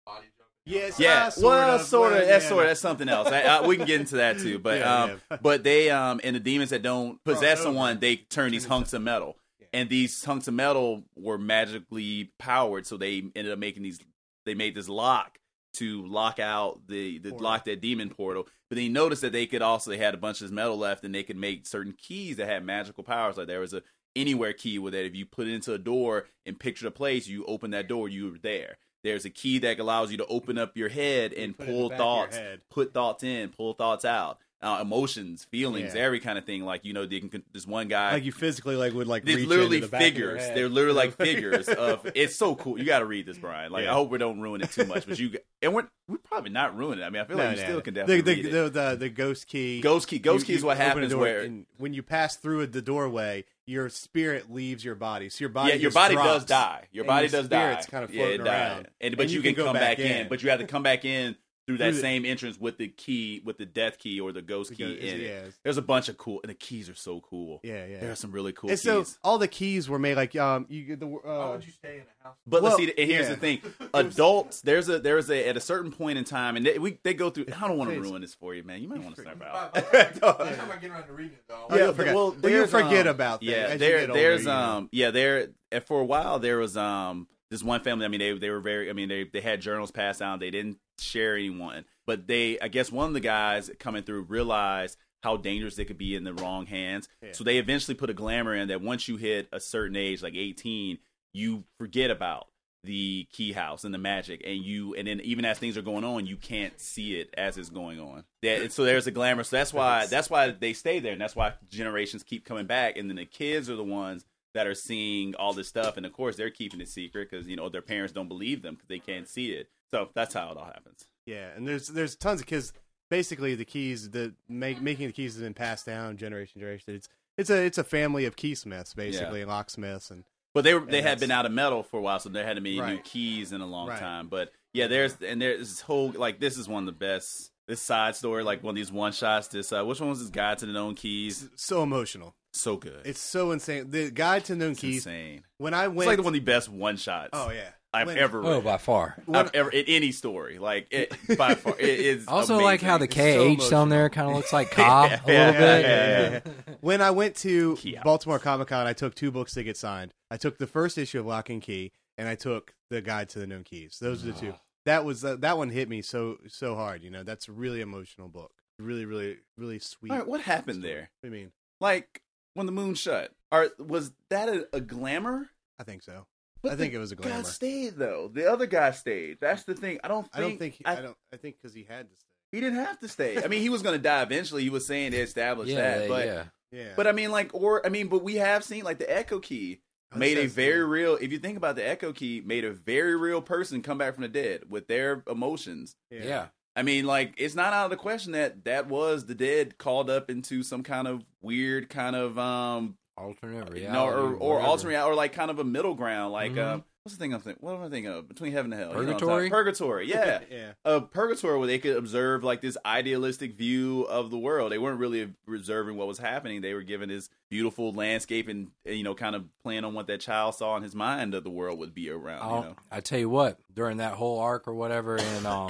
Speaker 4: Body jumping.
Speaker 1: Yes.
Speaker 4: Right.
Speaker 2: Yeah,
Speaker 1: Ah, sort
Speaker 2: well,
Speaker 1: of,
Speaker 2: sort of.
Speaker 1: well,
Speaker 2: That's
Speaker 1: yeah.
Speaker 2: sort of. That's something else. I, I, we can get into that too. But
Speaker 1: Yeah,
Speaker 2: um,
Speaker 1: yeah. Oh,
Speaker 2: but they um, and the demons that don't possess
Speaker 1: Cross over.
Speaker 2: someone, they turn these hunks of metal,
Speaker 1: Yeah.
Speaker 2: and these hunks of metal were magically powered. So they ended up making these. They made this lock to lock out the, the
Speaker 1: Portal.
Speaker 2: lock that demon portal. But they noticed that they could also they had a bunch of this metal left, and they could make certain keys that had magical powers. Like there was a anywhere key with that if you put it into a door and picture the place, you open that door, you were there. There's a key that allows you to open up your head and
Speaker 1: Put it in
Speaker 2: pull
Speaker 1: the back of your
Speaker 2: thoughts,
Speaker 1: head.
Speaker 2: put thoughts in, pull thoughts out, uh, emotions, feelings,
Speaker 1: Yeah.
Speaker 2: every kind of thing. Like you know, they can, this one guy,
Speaker 1: Like you physically like would like
Speaker 2: they're
Speaker 1: reach
Speaker 2: literally
Speaker 1: into the back of your
Speaker 2: figures.
Speaker 1: head.
Speaker 2: They're literally like figures of. It's so cool. You got to read this, Brian. Like
Speaker 1: Yeah.
Speaker 2: I hope we don't ruin it too much, but you g- and we're we probably not ruining it. I mean, I feel like you still can definitely
Speaker 1: the, the,
Speaker 2: read it.
Speaker 1: the, the the ghost key.
Speaker 2: Ghost key, ghost
Speaker 1: You-
Speaker 2: key is
Speaker 1: you
Speaker 2: what
Speaker 1: open a
Speaker 2: happens
Speaker 1: door
Speaker 2: where
Speaker 1: and when you pass through the doorway, your spirit leaves your body. So your body,
Speaker 2: yeah, your
Speaker 1: just
Speaker 2: body
Speaker 1: drops.
Speaker 2: does die. Your
Speaker 1: and
Speaker 2: body
Speaker 1: your
Speaker 2: does die.
Speaker 1: spirit's kind of
Speaker 2: Yeah, it
Speaker 1: floating
Speaker 2: died.
Speaker 1: around.
Speaker 2: and but you, can, come back in. but you have to come back in through that
Speaker 1: Through the-
Speaker 2: same entrance with the key, with the death key or the ghost
Speaker 1: Because-
Speaker 2: key in it.
Speaker 1: yeah,
Speaker 2: There's a bunch of cool, and the keys are so cool.
Speaker 1: yeah, yeah.
Speaker 2: There are some really cool
Speaker 1: and
Speaker 2: keys.
Speaker 1: so all the keys were made like um you the
Speaker 4: Why
Speaker 2: Oh,
Speaker 1: uh,
Speaker 4: would you stay in a house?
Speaker 2: But let's
Speaker 1: Well,
Speaker 2: see. And here's
Speaker 1: yeah.
Speaker 2: the thing: adults. There's a there's a at a certain point in time, and they, we they go through. I don't want to
Speaker 1: Please.
Speaker 2: ruin this for you, man. You might want to start
Speaker 4: By-
Speaker 2: out.
Speaker 4: by the time I- by the time I get around to reading it, though,
Speaker 1: yeah,
Speaker 2: yeah,
Speaker 1: I forgot.
Speaker 2: well,
Speaker 1: well, you
Speaker 2: there's,
Speaker 1: forget
Speaker 2: um,
Speaker 1: about that. as
Speaker 2: Yeah,
Speaker 1: you
Speaker 2: there
Speaker 1: get older,
Speaker 2: there's
Speaker 1: you know.
Speaker 2: um yeah there and for a while there was um this one family. I mean they they were very I mean they they had journals passed down. They didn't share anyone, but they I guess one of the guys coming through realized how dangerous they could be in the wrong hands.
Speaker 1: Yeah.
Speaker 2: So they eventually put a glamour in that once you hit a certain age, like 18, you forget about the key house and the magic and you and then even as things are going on you can't see it as it's going on that and so there's a glamour so that's why that's why they stay there and that's why generations keep coming back and then the kids are the ones that are seeing all this stuff and of course they're keeping it secret because you know their parents don't believe them because they can't see it so that's how it all happens
Speaker 1: yeah, and there's there's tons of kids. Basically, the keys the make, making the keys has been passed down generation to generation. It's it's a it's a family of keysmiths basically and locksmiths and
Speaker 2: But they were,
Speaker 1: And
Speaker 2: they had
Speaker 1: that's-
Speaker 2: been out of metal for a while, so there hadn't been any new
Speaker 1: Right.
Speaker 2: keys in a long
Speaker 1: Right.
Speaker 2: time. But yeah, there's and there's this whole like this is one of the best this side story, like one of these one shots. This uh, which one was this guide to the known keys?
Speaker 1: so emotional.
Speaker 2: So good, it's,
Speaker 1: It's so insane. The guide to known keys.
Speaker 2: insane.
Speaker 1: When I went,
Speaker 2: It's like the one of the best one shots
Speaker 1: oh yeah,
Speaker 2: I've
Speaker 1: When-
Speaker 2: ever
Speaker 3: oh
Speaker 2: read.
Speaker 3: by far
Speaker 2: I've ever in any story, like it, by far, it is.
Speaker 3: also like how the
Speaker 2: amazing.
Speaker 3: KH
Speaker 1: so
Speaker 3: down there kind of looks like Cobb a
Speaker 2: yeah,
Speaker 3: little bit
Speaker 2: yeah, yeah.
Speaker 1: When I went to
Speaker 2: Key out.
Speaker 1: Baltimore Comic Con, I took two books to get signed. I took the first issue of Lock and Key, and I took the Guide to the Known Keys. Those are the two. That was uh, that one hit me so so hard. You know, that's a really emotional book. Really, really, really sweet.
Speaker 2: All right, what happened
Speaker 1: story.
Speaker 2: there?
Speaker 1: What do you mean?
Speaker 2: Like when the moon shut, or was that a, a glamour?
Speaker 1: I think so.
Speaker 2: But
Speaker 1: I think
Speaker 2: the
Speaker 1: it was a
Speaker 2: guy
Speaker 1: glamour.
Speaker 2: stayed though. The other guy stayed. That's the thing. I don't. Think,
Speaker 1: I don't think. He,
Speaker 2: I
Speaker 1: I, don't. I think because he had to. Stay.
Speaker 2: He didn't have to stay. I mean, he was going to die eventually. He was saying they established
Speaker 3: yeah,
Speaker 2: that,
Speaker 3: yeah,
Speaker 2: but
Speaker 3: yeah.
Speaker 1: Yeah.
Speaker 2: but I mean, like, or I mean, but we have seen like the Echo Key
Speaker 1: Oh,
Speaker 2: made a
Speaker 1: that's-
Speaker 2: very real. If you think about the Echo Key, made a very real person come back from the dead with their emotions.
Speaker 3: Yeah.
Speaker 2: I mean, like, it's not out of the question that that was the dead called up into some kind of weird kind of um
Speaker 3: alternate reality,
Speaker 2: you know, or or
Speaker 3: whatever.
Speaker 2: alternate or like kind of a middle ground, like
Speaker 3: Mhm.
Speaker 2: um. What's the thing I'm thinking? What am I thinking of? Between heaven and hell, You know what I'm
Speaker 3: Purgatory?
Speaker 2: talking- purgatory, yeah.
Speaker 1: yeah.
Speaker 2: a purgatory where they could observe like this idealistic view of the world. They weren't really observing what was happening. They were given this beautiful landscape and you know, kind of playing on what that child saw in his mind that the world would be around. You
Speaker 3: I'll,
Speaker 2: know,
Speaker 3: I tell you what, during that whole arc or whatever in um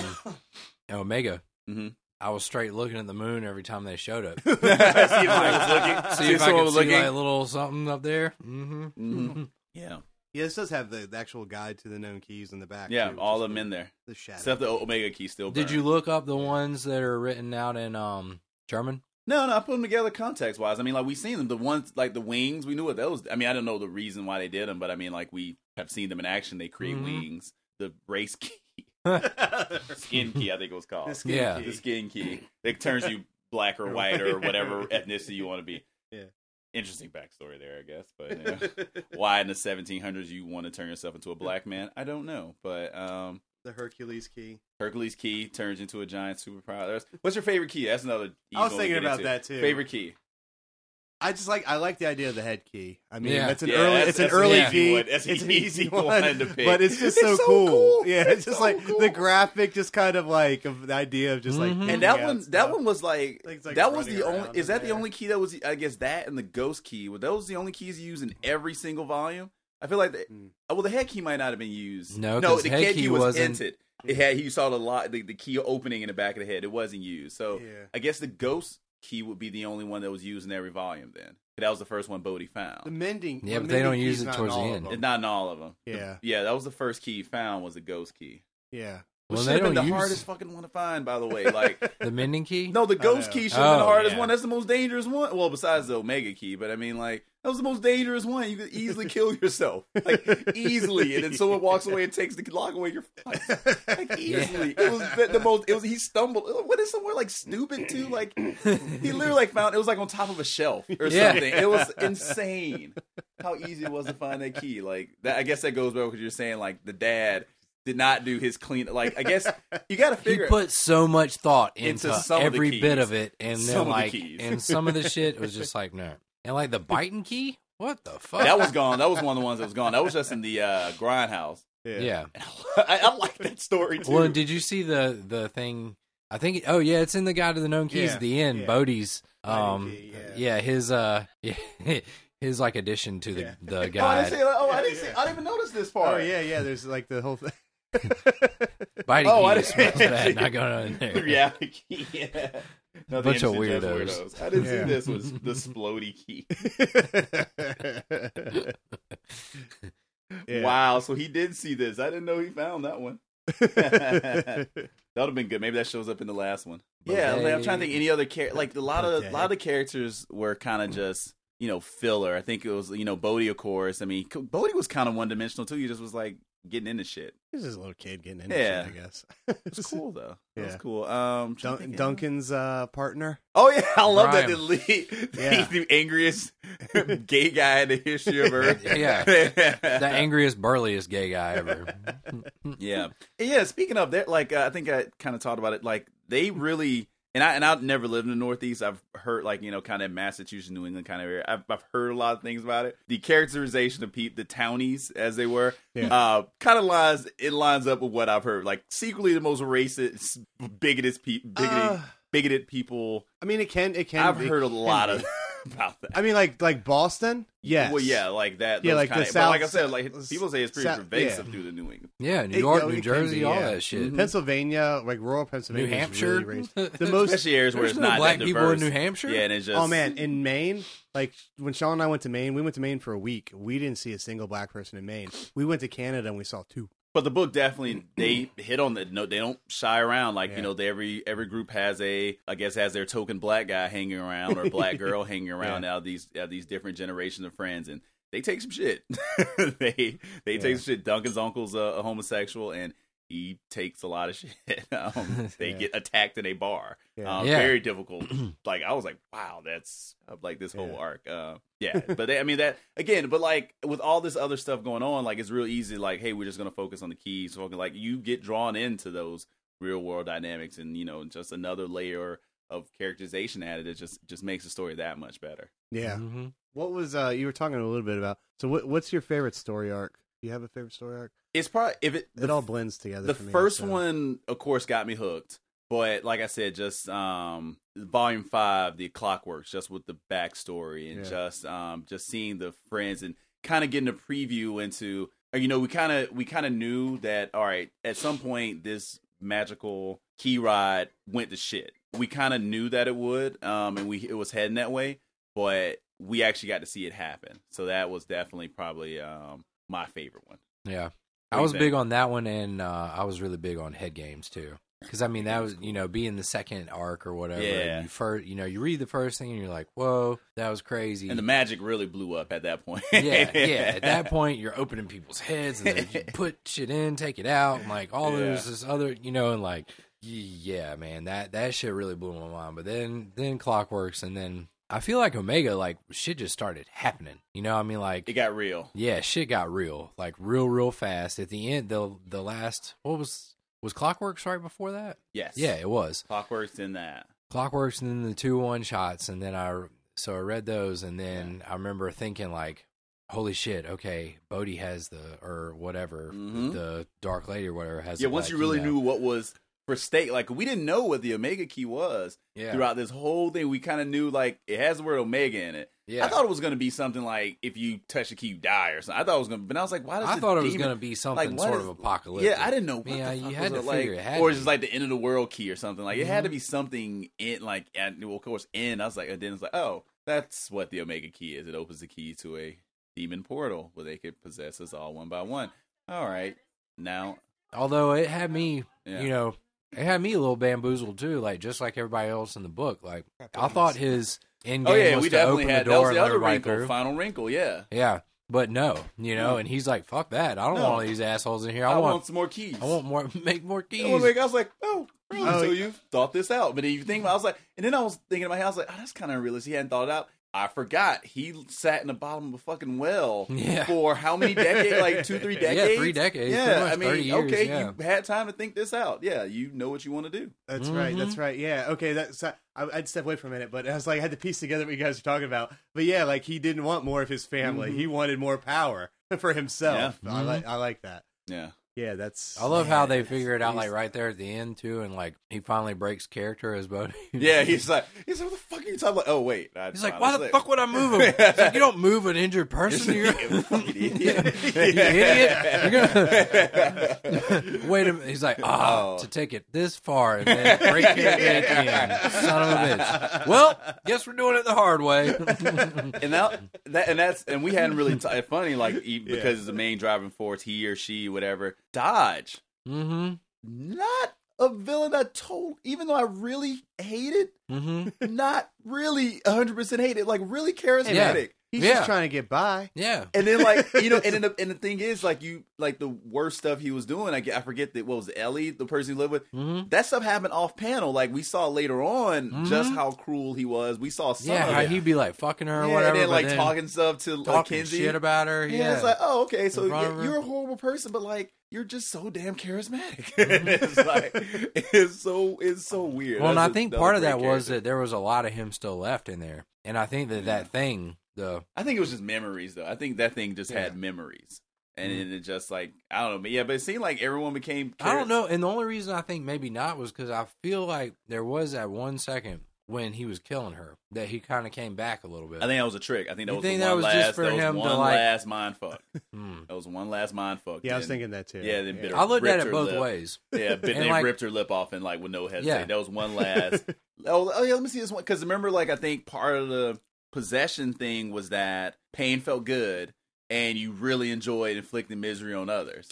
Speaker 3: in Omega,
Speaker 2: Mhm.
Speaker 3: I was straight looking at the moon every time they showed up.
Speaker 2: see if I was looking.
Speaker 3: See if I
Speaker 2: someone
Speaker 3: could
Speaker 2: was
Speaker 3: see like a little something up there. Mm-hmm.
Speaker 2: Mhm. yeah,
Speaker 1: Yeah, this does have the, the actual guide to the known keys in the back.
Speaker 2: yeah,
Speaker 1: too, which
Speaker 2: all
Speaker 1: is
Speaker 2: of them
Speaker 1: cool.
Speaker 2: in there
Speaker 1: The shadow.
Speaker 2: except the Omega key still.
Speaker 3: Did
Speaker 2: burned.
Speaker 3: you look up the ones that are written out in um German?
Speaker 2: No, no, I put them together context wise. I mean, like we seen them, the ones like the wings, we knew what those. I mean, I don't know the reason why they did them, but I mean, like we have seen them in action. They create
Speaker 3: Mhm.
Speaker 2: wings. The race key,
Speaker 1: the
Speaker 2: skin key, I think it was called.
Speaker 1: skin
Speaker 3: Yeah.
Speaker 1: key.
Speaker 2: the skin key. It turns you black or white or whatever ethnicity you want to be.
Speaker 1: Yeah.
Speaker 2: Interesting backstory there, I guess. But yeah. why in the 1700s you want to turn yourself into a black man? I don't know. But um,
Speaker 1: the Hercules key.
Speaker 2: Hercules key turns into a giant superpower. That's- What's your favorite key? That's another. easy
Speaker 1: I was
Speaker 2: one to
Speaker 1: thinking
Speaker 2: get
Speaker 1: about
Speaker 2: into.
Speaker 1: that too.
Speaker 2: Favorite key.
Speaker 1: I just like I like the idea of the head key. I mean,
Speaker 3: Yeah.
Speaker 1: it's an
Speaker 2: Yeah,
Speaker 1: early
Speaker 2: that's-
Speaker 1: it's an
Speaker 2: that's an
Speaker 1: early
Speaker 2: easy
Speaker 1: key.
Speaker 2: one. That's an
Speaker 1: it's an
Speaker 2: easy
Speaker 1: easy
Speaker 2: one
Speaker 1: one,
Speaker 2: to pick.
Speaker 1: but it's just
Speaker 2: It's
Speaker 1: so,
Speaker 2: so
Speaker 1: cool.
Speaker 2: cool.
Speaker 1: Yeah,
Speaker 2: It's
Speaker 1: it's just
Speaker 2: so
Speaker 1: like
Speaker 2: cool.
Speaker 1: the graphic, just kind of like of the idea of just like
Speaker 3: Mhm.
Speaker 2: And
Speaker 1: picking
Speaker 2: that
Speaker 1: out
Speaker 2: one, that
Speaker 1: stuff.
Speaker 2: one was like,
Speaker 1: Like, it's like
Speaker 2: that was
Speaker 1: running
Speaker 2: the
Speaker 1: around
Speaker 2: only. Is
Speaker 1: in
Speaker 2: that the
Speaker 1: there.
Speaker 2: only key that was? I guess that and the ghost key were those the only keys used in every single volume. I feel like, the, uh,
Speaker 1: Mm.
Speaker 2: well, the head key might not have been used.
Speaker 3: No,
Speaker 2: no,
Speaker 3: 'cause
Speaker 2: the
Speaker 3: head
Speaker 2: head key,
Speaker 3: key
Speaker 2: was
Speaker 3: wasn't-
Speaker 2: entered.
Speaker 1: Hmm.
Speaker 2: It had you saw the lot, the, the key opening in the back of the head. It wasn't used, so
Speaker 1: Yeah.
Speaker 2: I guess the ghost key would be the only one that was used in every volume. Then that was the first one Bodhi
Speaker 1: The
Speaker 2: found.
Speaker 1: mending.
Speaker 3: Yeah,
Speaker 1: the
Speaker 3: but they don't
Speaker 1: mending
Speaker 3: use
Speaker 1: key's
Speaker 3: it
Speaker 1: not in
Speaker 3: towards the
Speaker 1: all of
Speaker 3: end.
Speaker 1: them.
Speaker 2: It's not in all of them.
Speaker 1: Yeah.
Speaker 2: yeah, that was the first key found was the ghost key.
Speaker 1: Yeah,
Speaker 2: Which
Speaker 3: Well,
Speaker 2: should
Speaker 3: they
Speaker 2: have been
Speaker 3: don't
Speaker 2: the
Speaker 3: use
Speaker 2: hardest fucking one to find, by the way. Like
Speaker 3: the mending key.
Speaker 2: No, the
Speaker 1: Oh,
Speaker 2: ghost
Speaker 1: no.
Speaker 2: key should have been the
Speaker 3: Oh,
Speaker 2: hardest
Speaker 1: yeah.
Speaker 2: one. That's the most dangerous one. Well, besides the Omega key, but I mean, like that was the most dangerous one. You could easily kill yourself, like easily, and then someone walks away and takes the lock away. Your like easily. It was the, the most. It was he stumbled. What is somewhere like stupid too? Like he literally like found it was like on top of a shelf or
Speaker 3: Yeah.
Speaker 2: something. It was insane how easy it was to find that key. Like that, I guess that goes back to what you're saying. Like the dad did not do his clean. Like I guess you got to
Speaker 3: he
Speaker 2: figure.
Speaker 3: put so much thought
Speaker 2: Into
Speaker 3: into,
Speaker 2: some of the
Speaker 3: every bit
Speaker 2: keys.
Speaker 3: of it, and
Speaker 2: Some of
Speaker 3: then
Speaker 2: the
Speaker 3: like,
Speaker 2: keys.
Speaker 3: and some of the shit was just like no, and like the biting key. What the fuck?
Speaker 2: that was gone. That was one of the ones that was gone. That was just in the uh, grindhouse.
Speaker 1: yeah,
Speaker 3: yeah.
Speaker 2: I, I like that story too.
Speaker 3: Well, did you see the the thing? I think. Oh yeah, it's in the Guide to the Known Keys
Speaker 1: Yeah,
Speaker 3: at the end.
Speaker 1: yeah.
Speaker 3: Bodie's.
Speaker 1: Hiding
Speaker 3: Um,
Speaker 1: key, yeah.
Speaker 3: yeah. his uh, his like addition to the
Speaker 1: Yeah.
Speaker 3: the
Speaker 2: oh, I didn't
Speaker 3: guide.
Speaker 2: see. Oh, I didn't see. I didn't even notice this
Speaker 1: Oh
Speaker 2: part.
Speaker 1: yeah, yeah. There's like the whole thing.
Speaker 3: Biting
Speaker 2: Oh, I
Speaker 3: key is
Speaker 2: didn't-
Speaker 3: much bad. Not going in
Speaker 2: The
Speaker 3: there.
Speaker 2: reality key. Yeah. No, the
Speaker 3: Bunch of
Speaker 2: innocent judge
Speaker 3: weirdos.
Speaker 2: I didn't
Speaker 1: Yeah.
Speaker 2: see this was the splody key.
Speaker 1: Yeah.
Speaker 2: Wow. So he did see this. I didn't know he found that one. that would have been good. Maybe that shows up in the last one. yeah, like, I'm trying to think any other character. Like a lot of a lot of the characters were kind of just you know filler. I think it was you know Bodhi, of course. I mean, Bodhi was kind of one dimensional too. He just was like getting into shit.
Speaker 1: This is a little kid getting into
Speaker 2: Yeah.
Speaker 1: shit, I guess.
Speaker 2: It's cool though. It was
Speaker 1: Yeah.
Speaker 2: cool. Um, trying to
Speaker 1: Dun-
Speaker 2: think-
Speaker 1: Duncan's uh, partner.
Speaker 2: Oh yeah, I love that the
Speaker 3: Brian.
Speaker 2: lead,
Speaker 1: Yeah.
Speaker 2: the angriest gay guy in the history of Earth.
Speaker 3: Yeah. The
Speaker 2: yeah,
Speaker 3: angriest, burliest gay guy ever.
Speaker 2: yeah, yeah. Speaking of that, like uh, I think I kind of talked about it. Like they really. And I and I've never lived in the Northeast. I've heard like you know kind of Massachusetts, New England kind of area. I've, I've heard a lot of things about it. The characterization of Pete, the townies as they were,
Speaker 1: Yeah.
Speaker 2: uh, kind of lines it lines up with what I've heard. Like secretly the most racist, bigoted, pe- bigoted,
Speaker 1: Uh,
Speaker 2: bigoted people.
Speaker 1: I mean, it can. It can.
Speaker 2: I've
Speaker 1: be-
Speaker 2: heard a
Speaker 1: can
Speaker 2: lot
Speaker 1: be.
Speaker 2: of about that.
Speaker 1: I mean, like like Boston. Yes.
Speaker 2: Well, yeah, like that.
Speaker 1: Yeah,
Speaker 2: those
Speaker 1: like the
Speaker 2: kinda-
Speaker 1: South-
Speaker 2: But like I said, like
Speaker 1: South-
Speaker 2: people say it's pretty
Speaker 1: South-
Speaker 2: pervasive
Speaker 1: yeah.
Speaker 2: through the New England.
Speaker 3: Yeah, New
Speaker 1: It-
Speaker 3: York,
Speaker 1: oh,
Speaker 3: New
Speaker 1: it can
Speaker 3: Jersey,
Speaker 1: be,
Speaker 3: all
Speaker 1: yeah.
Speaker 3: that shit.
Speaker 1: Pennsylvania, like rural Pennsylvania,
Speaker 3: New
Speaker 1: is really
Speaker 3: Hampshire.
Speaker 1: racist. The most.
Speaker 2: Especially areas where
Speaker 3: There's
Speaker 2: it's
Speaker 3: no
Speaker 2: not
Speaker 3: black
Speaker 2: that
Speaker 3: people in
Speaker 2: diverse.
Speaker 3: New Hampshire.
Speaker 2: Yeah, and it's just
Speaker 1: Oh man, in Maine, like when Sean and I went to Maine, we went to Maine for a week. We didn't see a single black person in Maine. We went to Canada and we saw two.
Speaker 2: But the book definitely they hit on that. No, they don't shy around. Like
Speaker 1: Yeah.
Speaker 2: you know, they, every every group has a, I guess, has their token black guy hanging around or black girl hanging around. Now these out of these different generations of friends, and they take some shit. they they
Speaker 1: Yeah.
Speaker 2: take some shit. Duncan's uncle's a, a homosexual, and he takes a lot of shit. Um, they
Speaker 1: Yeah.
Speaker 2: get attacked in a bar.
Speaker 1: Yeah.
Speaker 2: Um,
Speaker 3: Yeah.
Speaker 2: Very difficult. like I was like, wow, that's of, like this whole
Speaker 1: Yeah.
Speaker 2: arc. Uh, yeah, but they, I mean that again. But like with all this other stuff going on, like it's real easy. Like, hey, we're just gonna focus on the keys. Focus, like you get drawn into those real world dynamics, and you know, just another layer of characterization added. It just just makes the story that much better.
Speaker 1: Yeah.
Speaker 3: Mhm.
Speaker 1: What was uh you were talking a little bit about? So what what's your favorite story arc? Do you have a favorite story arc?
Speaker 2: It's probably if it
Speaker 1: it all blends together.
Speaker 2: the
Speaker 1: for me,
Speaker 2: first
Speaker 1: so-
Speaker 2: one of course got me hooked but like i said just um volume five the clockworks just with the backstory and
Speaker 1: Yeah.
Speaker 2: just um just seeing the friends and kind of getting a preview into or, you know we kind of we kind of knew that all right at some point this magical key ride went to shit we kind of knew that it would um and we it was heading that way but we actually got to see it happen so that was definitely probably um my favorite one
Speaker 3: Yeah.
Speaker 2: do
Speaker 3: I
Speaker 2: you
Speaker 3: was
Speaker 2: think?
Speaker 3: big on that one, and uh, I was really big on head games too. Because I mean, that was you know being the second arc or whatever.
Speaker 2: Yeah.
Speaker 3: And you first, you know, you read the first thing and you're like, "Whoa, that was crazy."
Speaker 2: And the magic really blew up at that point.
Speaker 3: yeah, yeah. At that point, you're opening people's heads and they just put shit in, take it out, and like all
Speaker 2: Yeah.
Speaker 3: there's this other, you know, and like y- yeah, man, that that shit really blew my mind. But then then Clockworks, and then I feel like Omega, like shit just started happening. You know, what I mean, like
Speaker 2: it got real.
Speaker 3: yeah, shit got real, like real, real fast. At the end, the the last what was was Clockworks right before that?
Speaker 2: Yes.
Speaker 3: Yeah, it was
Speaker 2: Clockworks in that.
Speaker 3: Clockworks, and then the two one shots, and then I so I read those, and then I remember thinking like, holy shit, okay, Bodhi has the or whatever
Speaker 2: Mhm.
Speaker 3: the Dark Lady or whatever has.
Speaker 2: yeah.
Speaker 3: the
Speaker 2: Once
Speaker 3: black
Speaker 2: you really
Speaker 3: keynote.
Speaker 2: knew what was for stake, like we didn't know what the Omega key was
Speaker 3: yeah,
Speaker 2: throughout this whole thing. We kind of knew like it has the word Omega in it.
Speaker 3: yeah.
Speaker 2: I thought it was going to be something like if you touch the key, you die or something. I thought it was going, to but I was like, why? Does
Speaker 3: I
Speaker 2: the
Speaker 3: thought it was
Speaker 2: demon-
Speaker 3: going to be something
Speaker 2: what
Speaker 3: sort
Speaker 2: is-
Speaker 3: of apocalyptic.
Speaker 2: Yeah, I didn't know. What
Speaker 3: Yeah,
Speaker 2: the fuck
Speaker 3: you
Speaker 2: was
Speaker 3: had to
Speaker 2: it, like,
Speaker 3: figure it had
Speaker 2: or
Speaker 3: to
Speaker 2: just
Speaker 3: be.
Speaker 2: like the end of the world key or something. Like it had to
Speaker 3: Mhm.
Speaker 2: be something in like, and well, of course, in. I was like, and then it's like, oh, that's what the Omega Key is. It opens the key to a demon portal where they could possess us all one by one. All right, now,
Speaker 3: Although it had me,
Speaker 2: yeah.
Speaker 3: you know, it had me a little bamboozled too. Like just like everybody else in the book, like I thought his end
Speaker 2: oh
Speaker 3: game
Speaker 2: yeah,
Speaker 3: was
Speaker 2: we
Speaker 3: to
Speaker 2: definitely
Speaker 3: open
Speaker 2: had
Speaker 3: the
Speaker 2: that
Speaker 3: door
Speaker 2: was
Speaker 3: and
Speaker 2: the
Speaker 3: let
Speaker 2: other
Speaker 3: everybody
Speaker 2: wrinkle,
Speaker 3: through.
Speaker 2: final wrinkle. Yeah,
Speaker 3: Yeah, but no, you know,
Speaker 2: Yeah.
Speaker 3: and he's like, "Fuck that! I don't
Speaker 2: No.
Speaker 3: want all these assholes in here.
Speaker 2: I,
Speaker 3: I,
Speaker 2: want,
Speaker 3: want,
Speaker 2: some more keys.
Speaker 3: I want more, make more keys."
Speaker 2: And when, like, I was like, oh, really?
Speaker 1: Oh,
Speaker 2: so
Speaker 1: yeah.
Speaker 2: you thought this out? But then you think about, it, I was like, and then I was thinking in my head, I was like, oh, that's kind of unrealistic. He hadn't thought it out. I forgot he sat in the bottom of a fucking well
Speaker 3: Yeah.
Speaker 2: for how many decades? like two, three decades.
Speaker 3: Yeah, three decades.
Speaker 2: Yeah,
Speaker 3: pretty much
Speaker 2: I mean,
Speaker 3: 30 years,
Speaker 2: okay,
Speaker 3: yeah.
Speaker 2: you had time to think this out. Yeah, you know what you want to do.
Speaker 1: That's right. That's
Speaker 3: Mhm.
Speaker 1: right. Yeah. Okay. That's I, I'd step away for a minute, but I was like, I had to piece together what you guys were talking about. But yeah, like he didn't want more of his family.
Speaker 2: Mhm.
Speaker 1: He wanted more power for himself.
Speaker 3: Mm-hmm. Yeah.
Speaker 1: I
Speaker 3: Mhm.
Speaker 1: like. I like that.
Speaker 2: Yeah,
Speaker 1: Yeah. That's.
Speaker 3: I love how
Speaker 1: yeah,
Speaker 3: they
Speaker 1: that's-
Speaker 3: figure it out like
Speaker 1: he's-
Speaker 3: right there at the end too, and like he finally breaks character as Bodhi.
Speaker 2: yeah. He's like, he's like, what the fuck are you talking about? Oh wait, I,
Speaker 3: He's like,
Speaker 2: I
Speaker 3: why
Speaker 2: was
Speaker 3: the fuck would I move him? It's like, you don't move an injured person. You're,
Speaker 2: You fucking idiot.
Speaker 3: You idiot. You're gonna- Wait a minute. He's like, ah,
Speaker 2: Oh.
Speaker 3: to take it this far and then break it at the end. Son of a bitch. Well, guess we're doing it the hard way.
Speaker 2: and that, that and that's and we hadn't really t- funny like e-
Speaker 1: Yeah.
Speaker 2: because the main driving force he or she whatever Dodge
Speaker 3: mm-hmm.
Speaker 2: not a villain I told even though I really hated
Speaker 3: Mm-hmm.
Speaker 2: not really 100 percent hated like really charismatic
Speaker 1: He's
Speaker 3: Yeah.
Speaker 1: just trying to get by.
Speaker 3: Yeah.
Speaker 2: and then like you know and then the, and the thing is like you like the worst stuff he was doing I, get- I forget that what was it, Ellie the person he lived with
Speaker 3: Mm-hmm.
Speaker 2: that stuff happened off panel like we saw later on just
Speaker 3: Mhm.
Speaker 2: how cruel he was we saw some
Speaker 3: Yeah,
Speaker 2: of
Speaker 3: how
Speaker 2: it.
Speaker 3: he'd be like fucking her or
Speaker 2: Yeah,
Speaker 3: whatever.
Speaker 2: and then
Speaker 3: but
Speaker 2: like
Speaker 3: then
Speaker 2: talking stuff to like
Speaker 3: talking
Speaker 2: Kenzie
Speaker 3: shit about her.
Speaker 2: Yeah,
Speaker 3: Yeah.
Speaker 2: it's like, oh, okay, so
Speaker 3: In front of
Speaker 2: yeah,
Speaker 3: her.
Speaker 2: you're a horrible person, but like you're just so damn charismatic. it's like it's so it's so weird.
Speaker 3: Well, and
Speaker 2: That's
Speaker 3: I think
Speaker 2: another
Speaker 3: part of
Speaker 2: great
Speaker 3: that was
Speaker 2: character.
Speaker 3: that there was a lot of him still left in there, and I think that that thing, the
Speaker 2: I think it was just memories, though. I think that thing just
Speaker 3: Yeah.
Speaker 2: had memories, and
Speaker 3: Mhm.
Speaker 2: then it just like I don't know, but yeah, but it seemed like everyone became.
Speaker 3: I don't know, and the only reason I think maybe not was because I feel like there was that one second when he was killing her that he kind of came back a little bit.
Speaker 2: I think that was a trick. I think that
Speaker 3: You
Speaker 2: was
Speaker 3: think
Speaker 2: the
Speaker 3: that
Speaker 2: one
Speaker 3: was just
Speaker 2: last.
Speaker 3: for
Speaker 2: that was
Speaker 3: him to,
Speaker 2: one
Speaker 3: like-
Speaker 2: last mind fuck.
Speaker 3: Hmm.
Speaker 2: That was one last mind fuck.
Speaker 1: Yeah, I was
Speaker 2: Then-
Speaker 1: thinking that too.
Speaker 2: Yeah, then bitter.
Speaker 3: I looked at
Speaker 2: ripped
Speaker 3: it
Speaker 2: her
Speaker 3: both
Speaker 2: lip.
Speaker 3: ways.
Speaker 2: Yeah, but
Speaker 3: And,
Speaker 2: they
Speaker 3: like-
Speaker 2: ripped her lip off and like with no hesitation.
Speaker 3: Yeah.
Speaker 2: That was one last. oh, oh yeah, let me see this one because remember, like I think part of the possession thing was that pain felt good and you really enjoyed inflicting misery on others,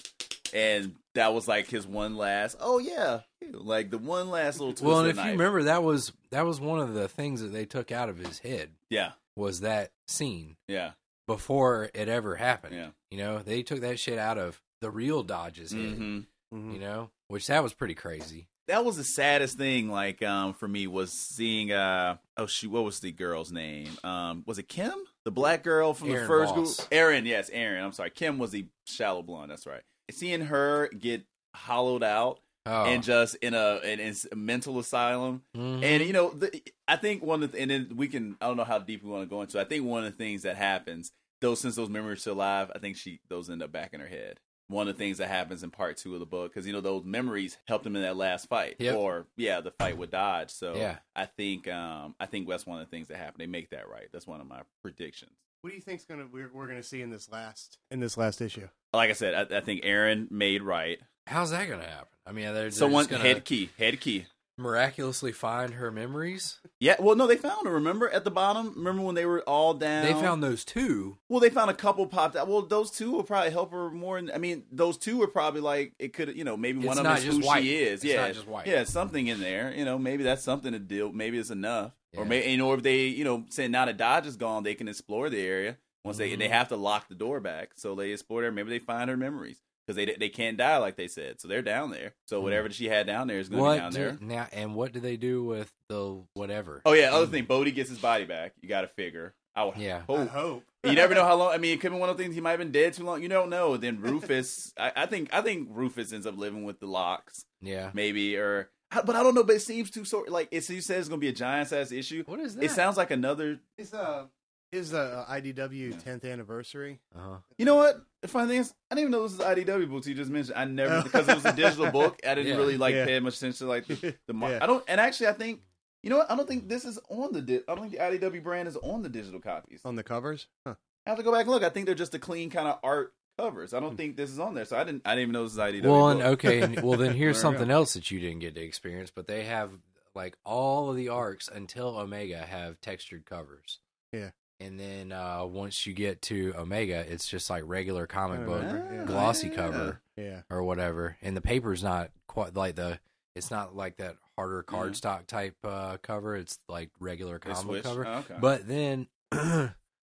Speaker 2: and that was like his one last. Oh yeah, like the one last little twist.
Speaker 3: Well, and
Speaker 2: of
Speaker 3: if
Speaker 2: the
Speaker 3: you
Speaker 2: knife.
Speaker 3: remember, that was that was one of the things that they took out of his head
Speaker 2: yeah,
Speaker 3: was that scene
Speaker 2: yeah,
Speaker 3: before it ever happened.
Speaker 2: Yeah.
Speaker 3: Mm-hmm. You know, they took that shit out of the real Dodge's head.
Speaker 2: hmm
Speaker 1: Mhm.
Speaker 3: you know, which that was pretty crazy.
Speaker 2: that was the saddest thing like um for me was seeing uh oh shoot what was the girl's name um was it kim the black girl from the
Speaker 3: Erin
Speaker 2: first
Speaker 3: Moss.
Speaker 2: group Erin, yes Erin. i'm sorry kim was the shallow blonde that's right seeing her get hollowed out
Speaker 3: Oh,
Speaker 2: and just in a in, in a mental asylum
Speaker 3: mhm.
Speaker 2: and you know, the, I think one of the, and then we can I don't know how deep we want to go into. it. I think one of the things that happens, though, since those memories are still alive, I think she those end up back in her head. One of the things that happens in part two of the book, because you know those memories helped him in that last fight,
Speaker 3: Yep.
Speaker 2: or yeah, the fight with Dodge. So
Speaker 3: Yeah.
Speaker 2: I think um I think that's one of the things that happened. They make that right. That's one of my predictions.
Speaker 1: What do you think's gonna we're, we're gonna see in this last in this last issue?
Speaker 2: Like I said, I, I think Aaron made right.
Speaker 3: how's that gonna happen? I mean, they're, they
Speaker 2: Someone
Speaker 3: gonna
Speaker 2: head key, head key.
Speaker 3: miraculously find her memories.
Speaker 2: Yeah, well, no, they found her. Remember at the bottom. Remember when they were all down?
Speaker 3: They found those two.
Speaker 2: Well, they found a couple popped out. Well, those two will probably help her more. In, I mean, those two were probably like it could. You know, maybe
Speaker 3: It's
Speaker 2: one of them
Speaker 3: not
Speaker 2: is
Speaker 3: just
Speaker 2: who
Speaker 3: white.
Speaker 2: she is.
Speaker 3: It's
Speaker 2: yeah,
Speaker 3: not just white.
Speaker 2: yeah, something in there. You know, maybe that's something to deal. Maybe it's enough, or
Speaker 3: Yeah.
Speaker 2: maybe and or if they, you know, say now that Dodge is gone, they can explore the area once they
Speaker 3: Mhm.
Speaker 2: they have to lock the door back. So they explore there. Maybe they find her memories because they they can't die like they said. So they're down there. So
Speaker 3: Mhm.
Speaker 2: whatever she had down there is going to be
Speaker 3: What
Speaker 2: down
Speaker 3: do-
Speaker 2: there.
Speaker 3: now? And what do they do with the whatever?
Speaker 2: Oh yeah, other thing, Bodie gets his body back. You got to figure. I would
Speaker 3: Yeah.
Speaker 1: I
Speaker 2: hope
Speaker 1: hope
Speaker 2: you never know how long. I mean, it could be one of the things. He might have been dead too long. You don't know. Then Rufus, I, I think, I think Rufus ends up living with the locks,
Speaker 3: yeah.
Speaker 2: maybe, or I- but I don't know. But it seems too sort like it. You said it's going to be a giant size issue.
Speaker 3: What is that?
Speaker 2: It sounds like another.
Speaker 1: is uh is the IDW 10th anniversary.
Speaker 3: uh
Speaker 2: You know what? The funny thing is, I didn't even know this was IDW books you just mentioned. I never
Speaker 1: Oh.
Speaker 2: because it was a digital book. I didn't
Speaker 3: Yeah.
Speaker 2: really like
Speaker 1: Yeah.
Speaker 2: pay much attention to like the, the mar-
Speaker 1: Yeah.
Speaker 2: I don't. And actually, I think you know what? I don't think this is on the. Di- I don't think the IDW brand is on the digital copies.
Speaker 1: on the covers. Huh.
Speaker 2: I have to go back and look. I think they're just the clean kind of art covers. I don't think this is on there, so I didn't. I didn't even know this is IDW.
Speaker 3: Well,
Speaker 2: book.
Speaker 3: and okay. And, well, then here's
Speaker 2: There we
Speaker 3: something else that you didn't get to experience, but they have like all of the arcs until Omega have textured covers.
Speaker 1: Yeah.
Speaker 3: And then uh, once you get to Omega, it's just like regular comic
Speaker 1: I
Speaker 3: book
Speaker 1: remember, yeah.
Speaker 3: glossy
Speaker 2: Ah. Yeah.
Speaker 3: cover
Speaker 1: Yeah.
Speaker 3: or whatever, and the paper's not quite like the. It's not like that harder cardstock type uh, cover. It's like regular
Speaker 2: Mm-hmm. They
Speaker 3: comic
Speaker 2: switched?
Speaker 3: cover.
Speaker 2: Oh, okay.
Speaker 3: But then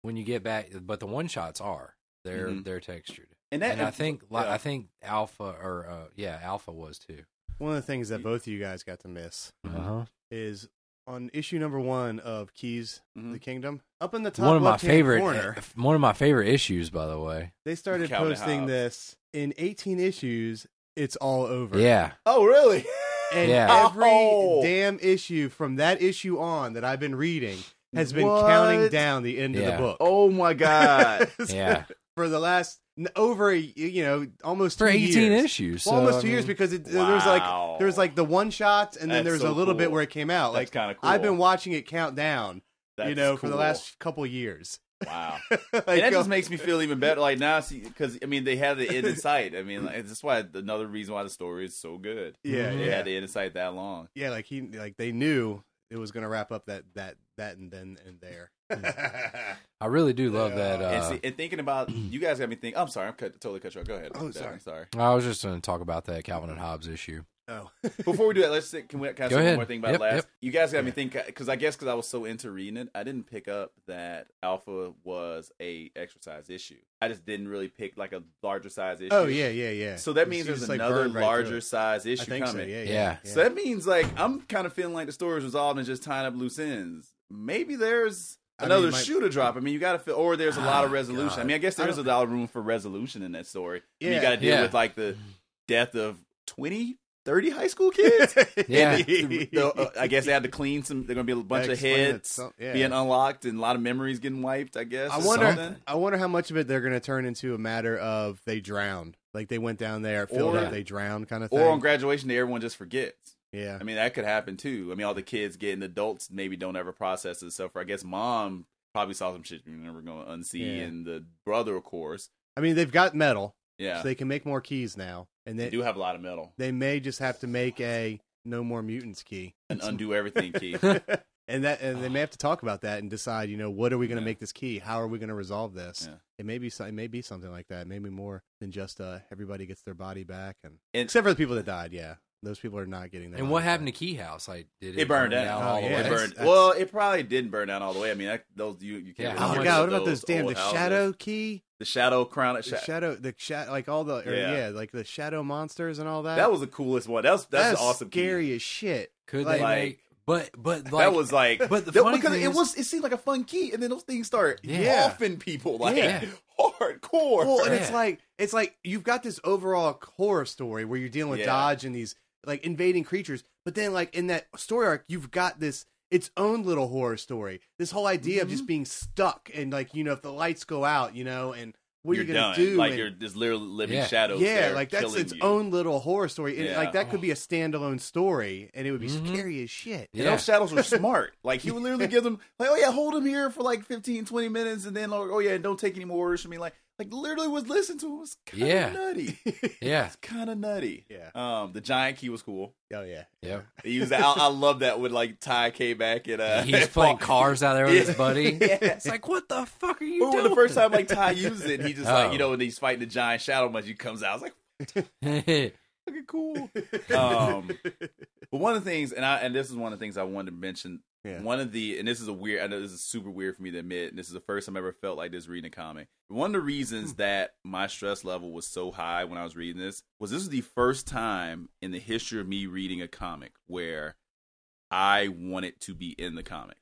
Speaker 3: when you get back, but the one shots are they're
Speaker 2: Mhm.
Speaker 3: they're textured,
Speaker 2: and, that,
Speaker 3: and I think li
Speaker 2: eh, yeah.
Speaker 3: I think Alpha or uh, yeah Alpha was too.
Speaker 1: One of the things that both of you guys got to miss
Speaker 3: Uh-huh.
Speaker 1: is on issue number one of Keys to
Speaker 2: Mhm.
Speaker 1: the Kingdom. Up in the top
Speaker 3: One of my
Speaker 1: left-hand
Speaker 3: favorite eh,
Speaker 1: corner,
Speaker 3: one of my favorite issues, by the way.
Speaker 1: they started
Speaker 2: Calvin
Speaker 1: posting
Speaker 2: Hobbes.
Speaker 1: this in 18 issues. It's all over.
Speaker 3: Yeah,
Speaker 2: oh really?
Speaker 1: And
Speaker 3: Yeah.
Speaker 1: every
Speaker 2: Oh.
Speaker 1: damn issue from that issue on that I've been reading has been
Speaker 2: What?
Speaker 1: counting down the end of
Speaker 3: Yeah.
Speaker 1: the book.
Speaker 2: Oh my god!
Speaker 3: yeah,
Speaker 1: For the last n- over a, you know almost
Speaker 3: for
Speaker 1: two
Speaker 3: eighteen
Speaker 1: years.
Speaker 3: issues,
Speaker 1: Well,
Speaker 3: so,
Speaker 1: almost
Speaker 3: I
Speaker 1: two years
Speaker 3: mean,
Speaker 1: because it, there was like
Speaker 2: Wow.
Speaker 1: there was like the one shots and then
Speaker 2: That's
Speaker 1: there was
Speaker 2: so
Speaker 1: a little bit
Speaker 2: cool.
Speaker 1: where it came out.
Speaker 2: That's
Speaker 1: Like
Speaker 2: kind of cool.
Speaker 1: I've been watching it count down,
Speaker 2: That's
Speaker 1: you know, for the
Speaker 2: cool.
Speaker 1: last couple years.
Speaker 2: wow.
Speaker 1: Like,
Speaker 2: and that just
Speaker 1: uh,
Speaker 2: makes me feel even better. Like now, because I mean, they have the end in sight. I mean, like, that's why another reason why the story is so good.
Speaker 1: yeah,
Speaker 2: They
Speaker 1: yeah,
Speaker 2: had the end in sight that long.
Speaker 1: yeah. Like he, like they knew it was going to wrap up that that that and then and there.
Speaker 2: Hmm.
Speaker 3: I really do love that.
Speaker 1: Yeah.
Speaker 3: Uh,
Speaker 2: and, see, and thinking about you guys got me thinking. I'm sorry, I'm cut, totally cut you off. Go ahead.
Speaker 1: Oh, sorry.
Speaker 2: I'm sorry.
Speaker 3: I was just going to talk about that Calvin and Hobbes issue.
Speaker 1: oh,
Speaker 2: Before we do that, let's say, can we can I
Speaker 3: Go
Speaker 2: say
Speaker 3: ahead.
Speaker 2: one more thing about
Speaker 3: Yep,
Speaker 2: last?
Speaker 3: yep.
Speaker 2: You guys got me think because I guess because I was so into reading it, I didn't pick up that Alpha was a exercise issue. I just didn't really pick like a larger size issue.
Speaker 1: oh yeah, yeah, yeah.
Speaker 2: So that
Speaker 1: You
Speaker 2: means
Speaker 1: just,
Speaker 2: there's
Speaker 1: like,
Speaker 2: another
Speaker 1: burned right
Speaker 2: larger
Speaker 1: through it.
Speaker 2: size
Speaker 1: I
Speaker 2: issue
Speaker 1: think so.
Speaker 2: coming.
Speaker 1: Yeah, yeah.
Speaker 3: Yeah.
Speaker 2: So that means like I'm kind of feeling like the story is resolved and just tying up loose ends. Maybe there's
Speaker 1: I mean,
Speaker 2: another
Speaker 1: it might-
Speaker 2: shoe to drop. I mean, you got to feel, or there's a lot of
Speaker 3: Ah,
Speaker 2: resolution. I
Speaker 3: God.
Speaker 2: mean, I guess
Speaker 1: I
Speaker 2: there's a
Speaker 1: don't-
Speaker 2: lot of room for resolution in that story. I mean, you
Speaker 1: Yeah.
Speaker 2: got to deal
Speaker 3: Yeah.
Speaker 2: with like the death of 20, 30 high school kids.
Speaker 3: Yeah.
Speaker 2: And the- the- uh, I guess they had to clean some. They're going to be a bunch of
Speaker 1: Explain it.
Speaker 2: heads
Speaker 1: So- yeah.
Speaker 2: being unlocked and a lot of memories getting wiped. I guess.
Speaker 1: I
Speaker 2: or
Speaker 1: wonder.
Speaker 2: something.
Speaker 1: I wonder how much of it they're going to turn into a matter of they drowned, like they went down there, filled
Speaker 2: Or-
Speaker 1: up, they drowned, kind of thing.
Speaker 2: Or on graduation day, everyone just forgets.
Speaker 1: yeah,
Speaker 2: I mean, that could happen too. I mean, all the kids getting adults maybe don't ever process this stuff. Or I guess mom probably saw some shit you're never going to unsee,
Speaker 1: Yeah.
Speaker 2: and the brother, of course.
Speaker 1: I mean they've got metal,
Speaker 2: Yeah,
Speaker 1: so
Speaker 2: they,
Speaker 1: they can make more keys now, and they
Speaker 2: do have a lot of metal
Speaker 1: they may just have to make a no more mutants key,
Speaker 2: and undo everything key.
Speaker 1: and that and they may have to talk about that and decide, you know, what are we going to
Speaker 2: Yeah.
Speaker 1: make this key? How are we going to resolve this?
Speaker 2: Yeah.
Speaker 1: It may be so- it may be something like that, maybe more than just uh, everybody gets their body back, and,
Speaker 2: And-
Speaker 1: except for the people that died, yeah, those people are not getting their.
Speaker 3: And
Speaker 1: bodies
Speaker 3: what happened to
Speaker 1: back.
Speaker 3: Key House? Like, did it,
Speaker 2: It burned
Speaker 3: burn
Speaker 2: down.
Speaker 1: Oh,
Speaker 3: all the
Speaker 1: yeah.
Speaker 2: it
Speaker 3: way?
Speaker 1: that's-
Speaker 2: burned.
Speaker 1: that's-
Speaker 2: well, it probably didn't burn down all the way. I mean, that, those you you can't.
Speaker 3: Yeah, how
Speaker 1: Oh my
Speaker 2: remember
Speaker 3: much
Speaker 1: god!
Speaker 2: those
Speaker 1: What about those damn
Speaker 2: old
Speaker 1: the
Speaker 2: houses.
Speaker 1: shadow key?
Speaker 2: the Shadow Crown. At
Speaker 1: The shadow, the shadow, like all the, or, yeah.
Speaker 2: Yeah.
Speaker 1: like the shadow monsters and all that.
Speaker 2: that was the coolest one. That's that's,
Speaker 1: That's
Speaker 2: an awesome. key.
Speaker 1: Scary as shit.
Speaker 3: Could
Speaker 1: Like-
Speaker 3: they make? But but like
Speaker 2: that was like,
Speaker 3: but the
Speaker 2: that-
Speaker 3: funny
Speaker 2: because
Speaker 3: thing
Speaker 2: it
Speaker 3: is-
Speaker 2: was it seemed like a fun key, and then those things start
Speaker 3: Yeah.
Speaker 2: offing people like
Speaker 3: Yeah.
Speaker 2: hardcore.
Speaker 1: Well, and it's
Speaker 3: Yeah.
Speaker 1: like it's like you've got this overall horror story where you're dealing with
Speaker 2: Yeah.
Speaker 1: Dodge and these like invading creatures, but then like in that story arc, you've got this its own little horror story. This whole idea of
Speaker 2: Mm-hmm.
Speaker 1: just being stuck and like you know if the lights go out, you know, and what are
Speaker 2: you're
Speaker 1: you gonna
Speaker 2: done.
Speaker 1: do?
Speaker 2: like
Speaker 1: and-
Speaker 2: you're just literally living
Speaker 3: Yeah.
Speaker 2: shadows.
Speaker 1: yeah,
Speaker 2: there
Speaker 1: like that's
Speaker 2: killing
Speaker 1: its
Speaker 2: you.
Speaker 1: own little horror story, and
Speaker 2: Yeah. Mm-hmm.
Speaker 1: like that could be a standalone story, and it would be
Speaker 3: Mhm.
Speaker 1: scary as shit.
Speaker 2: And
Speaker 3: Yeah.
Speaker 2: those shadows were smart. Like he would literally give them like, oh yeah, hold him here for like 15, 20 minutes, and then like, oh yeah, and don't take any more orders from me. Like like literally was listened to. It was kind of
Speaker 3: Yeah.
Speaker 2: nutty.
Speaker 3: yeah
Speaker 2: It's kind of nutty.
Speaker 1: Yeah.
Speaker 2: Um, the giant key was cool.
Speaker 1: Oh yeah.
Speaker 3: yeah.
Speaker 2: They used that. I, I love that with like Ty K back and uh,
Speaker 3: He's playing cars out there with his
Speaker 2: Yeah.
Speaker 3: buddy.
Speaker 2: Yeah.
Speaker 3: It's like what the fuck are you
Speaker 2: But when
Speaker 3: doing?
Speaker 2: the first time like Ty uses it, he just like you
Speaker 3: Oh.
Speaker 2: know when he's fighting the giant shadow much, he comes out. I was like,
Speaker 3: time.
Speaker 2: fucking cool. um, but one of the things, and I and this is one of the things I wanted to mention.
Speaker 1: Yeah.
Speaker 2: One of the, and this is a weird. I know this is super weird for me to admit. And this is the first time I ever felt like this reading a comic. One of the reasons that my stress level was so high when I was reading this was this is the first time in the history of me reading a comic where I wanted to be in the comic.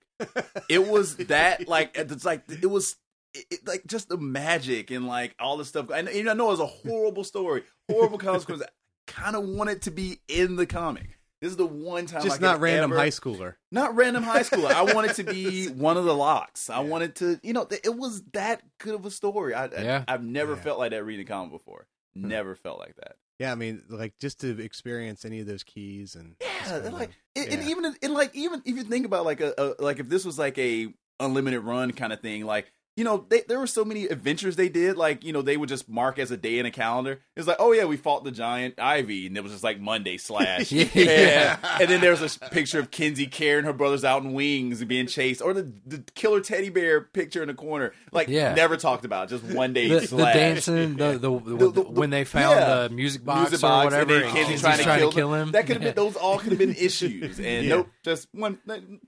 Speaker 2: it was that like it's like it was it, it- like just the magic and like all the stuff. I know, and I know it was a horrible story, horrible consequence. Kind of wanted to be in the comic. This is the one time, I
Speaker 1: Just
Speaker 2: could
Speaker 1: not random
Speaker 2: ever-
Speaker 1: high schooler.
Speaker 2: not random high school. I wanted to be one of the locks. I wanted to, you know, th- it was that good of a story. I, I
Speaker 3: Yeah.
Speaker 2: I've never
Speaker 1: Yeah. Hmm.
Speaker 2: felt like that reading a comic before. Never felt like that.
Speaker 1: Yeah, I mean, like just to experience any of those keys and
Speaker 2: Yeah, and like it, and
Speaker 1: Yeah.
Speaker 2: even and like even if you think about like a, a like if this was like a unlimited run kind of thing, like you know they, there were so many adventures they did. Like you know they would just mark as a day in a calendar. It's like oh yeah we fought the giant Ivy and it was just like Monday slash.
Speaker 3: Yeah.
Speaker 2: And, and then there's a s- picture of Kinsey Care and her brothers out in wings and being chased, or the, the killer teddy bear picture in the corner. Like
Speaker 3: Yeah.
Speaker 2: never talked about, just one day
Speaker 3: the, the
Speaker 2: slash.
Speaker 3: dancing, the, the,
Speaker 2: The- the-
Speaker 3: when they found
Speaker 2: yeah.
Speaker 3: the music box
Speaker 2: Music
Speaker 3: or
Speaker 2: box, and
Speaker 3: whatever,
Speaker 2: then
Speaker 3: and
Speaker 2: Kenzie's
Speaker 3: Kenzie's
Speaker 2: trying to kill
Speaker 3: him.
Speaker 2: That could have
Speaker 3: Yeah.
Speaker 2: been those all could have been issues, and
Speaker 1: Yeah.
Speaker 2: nope, just one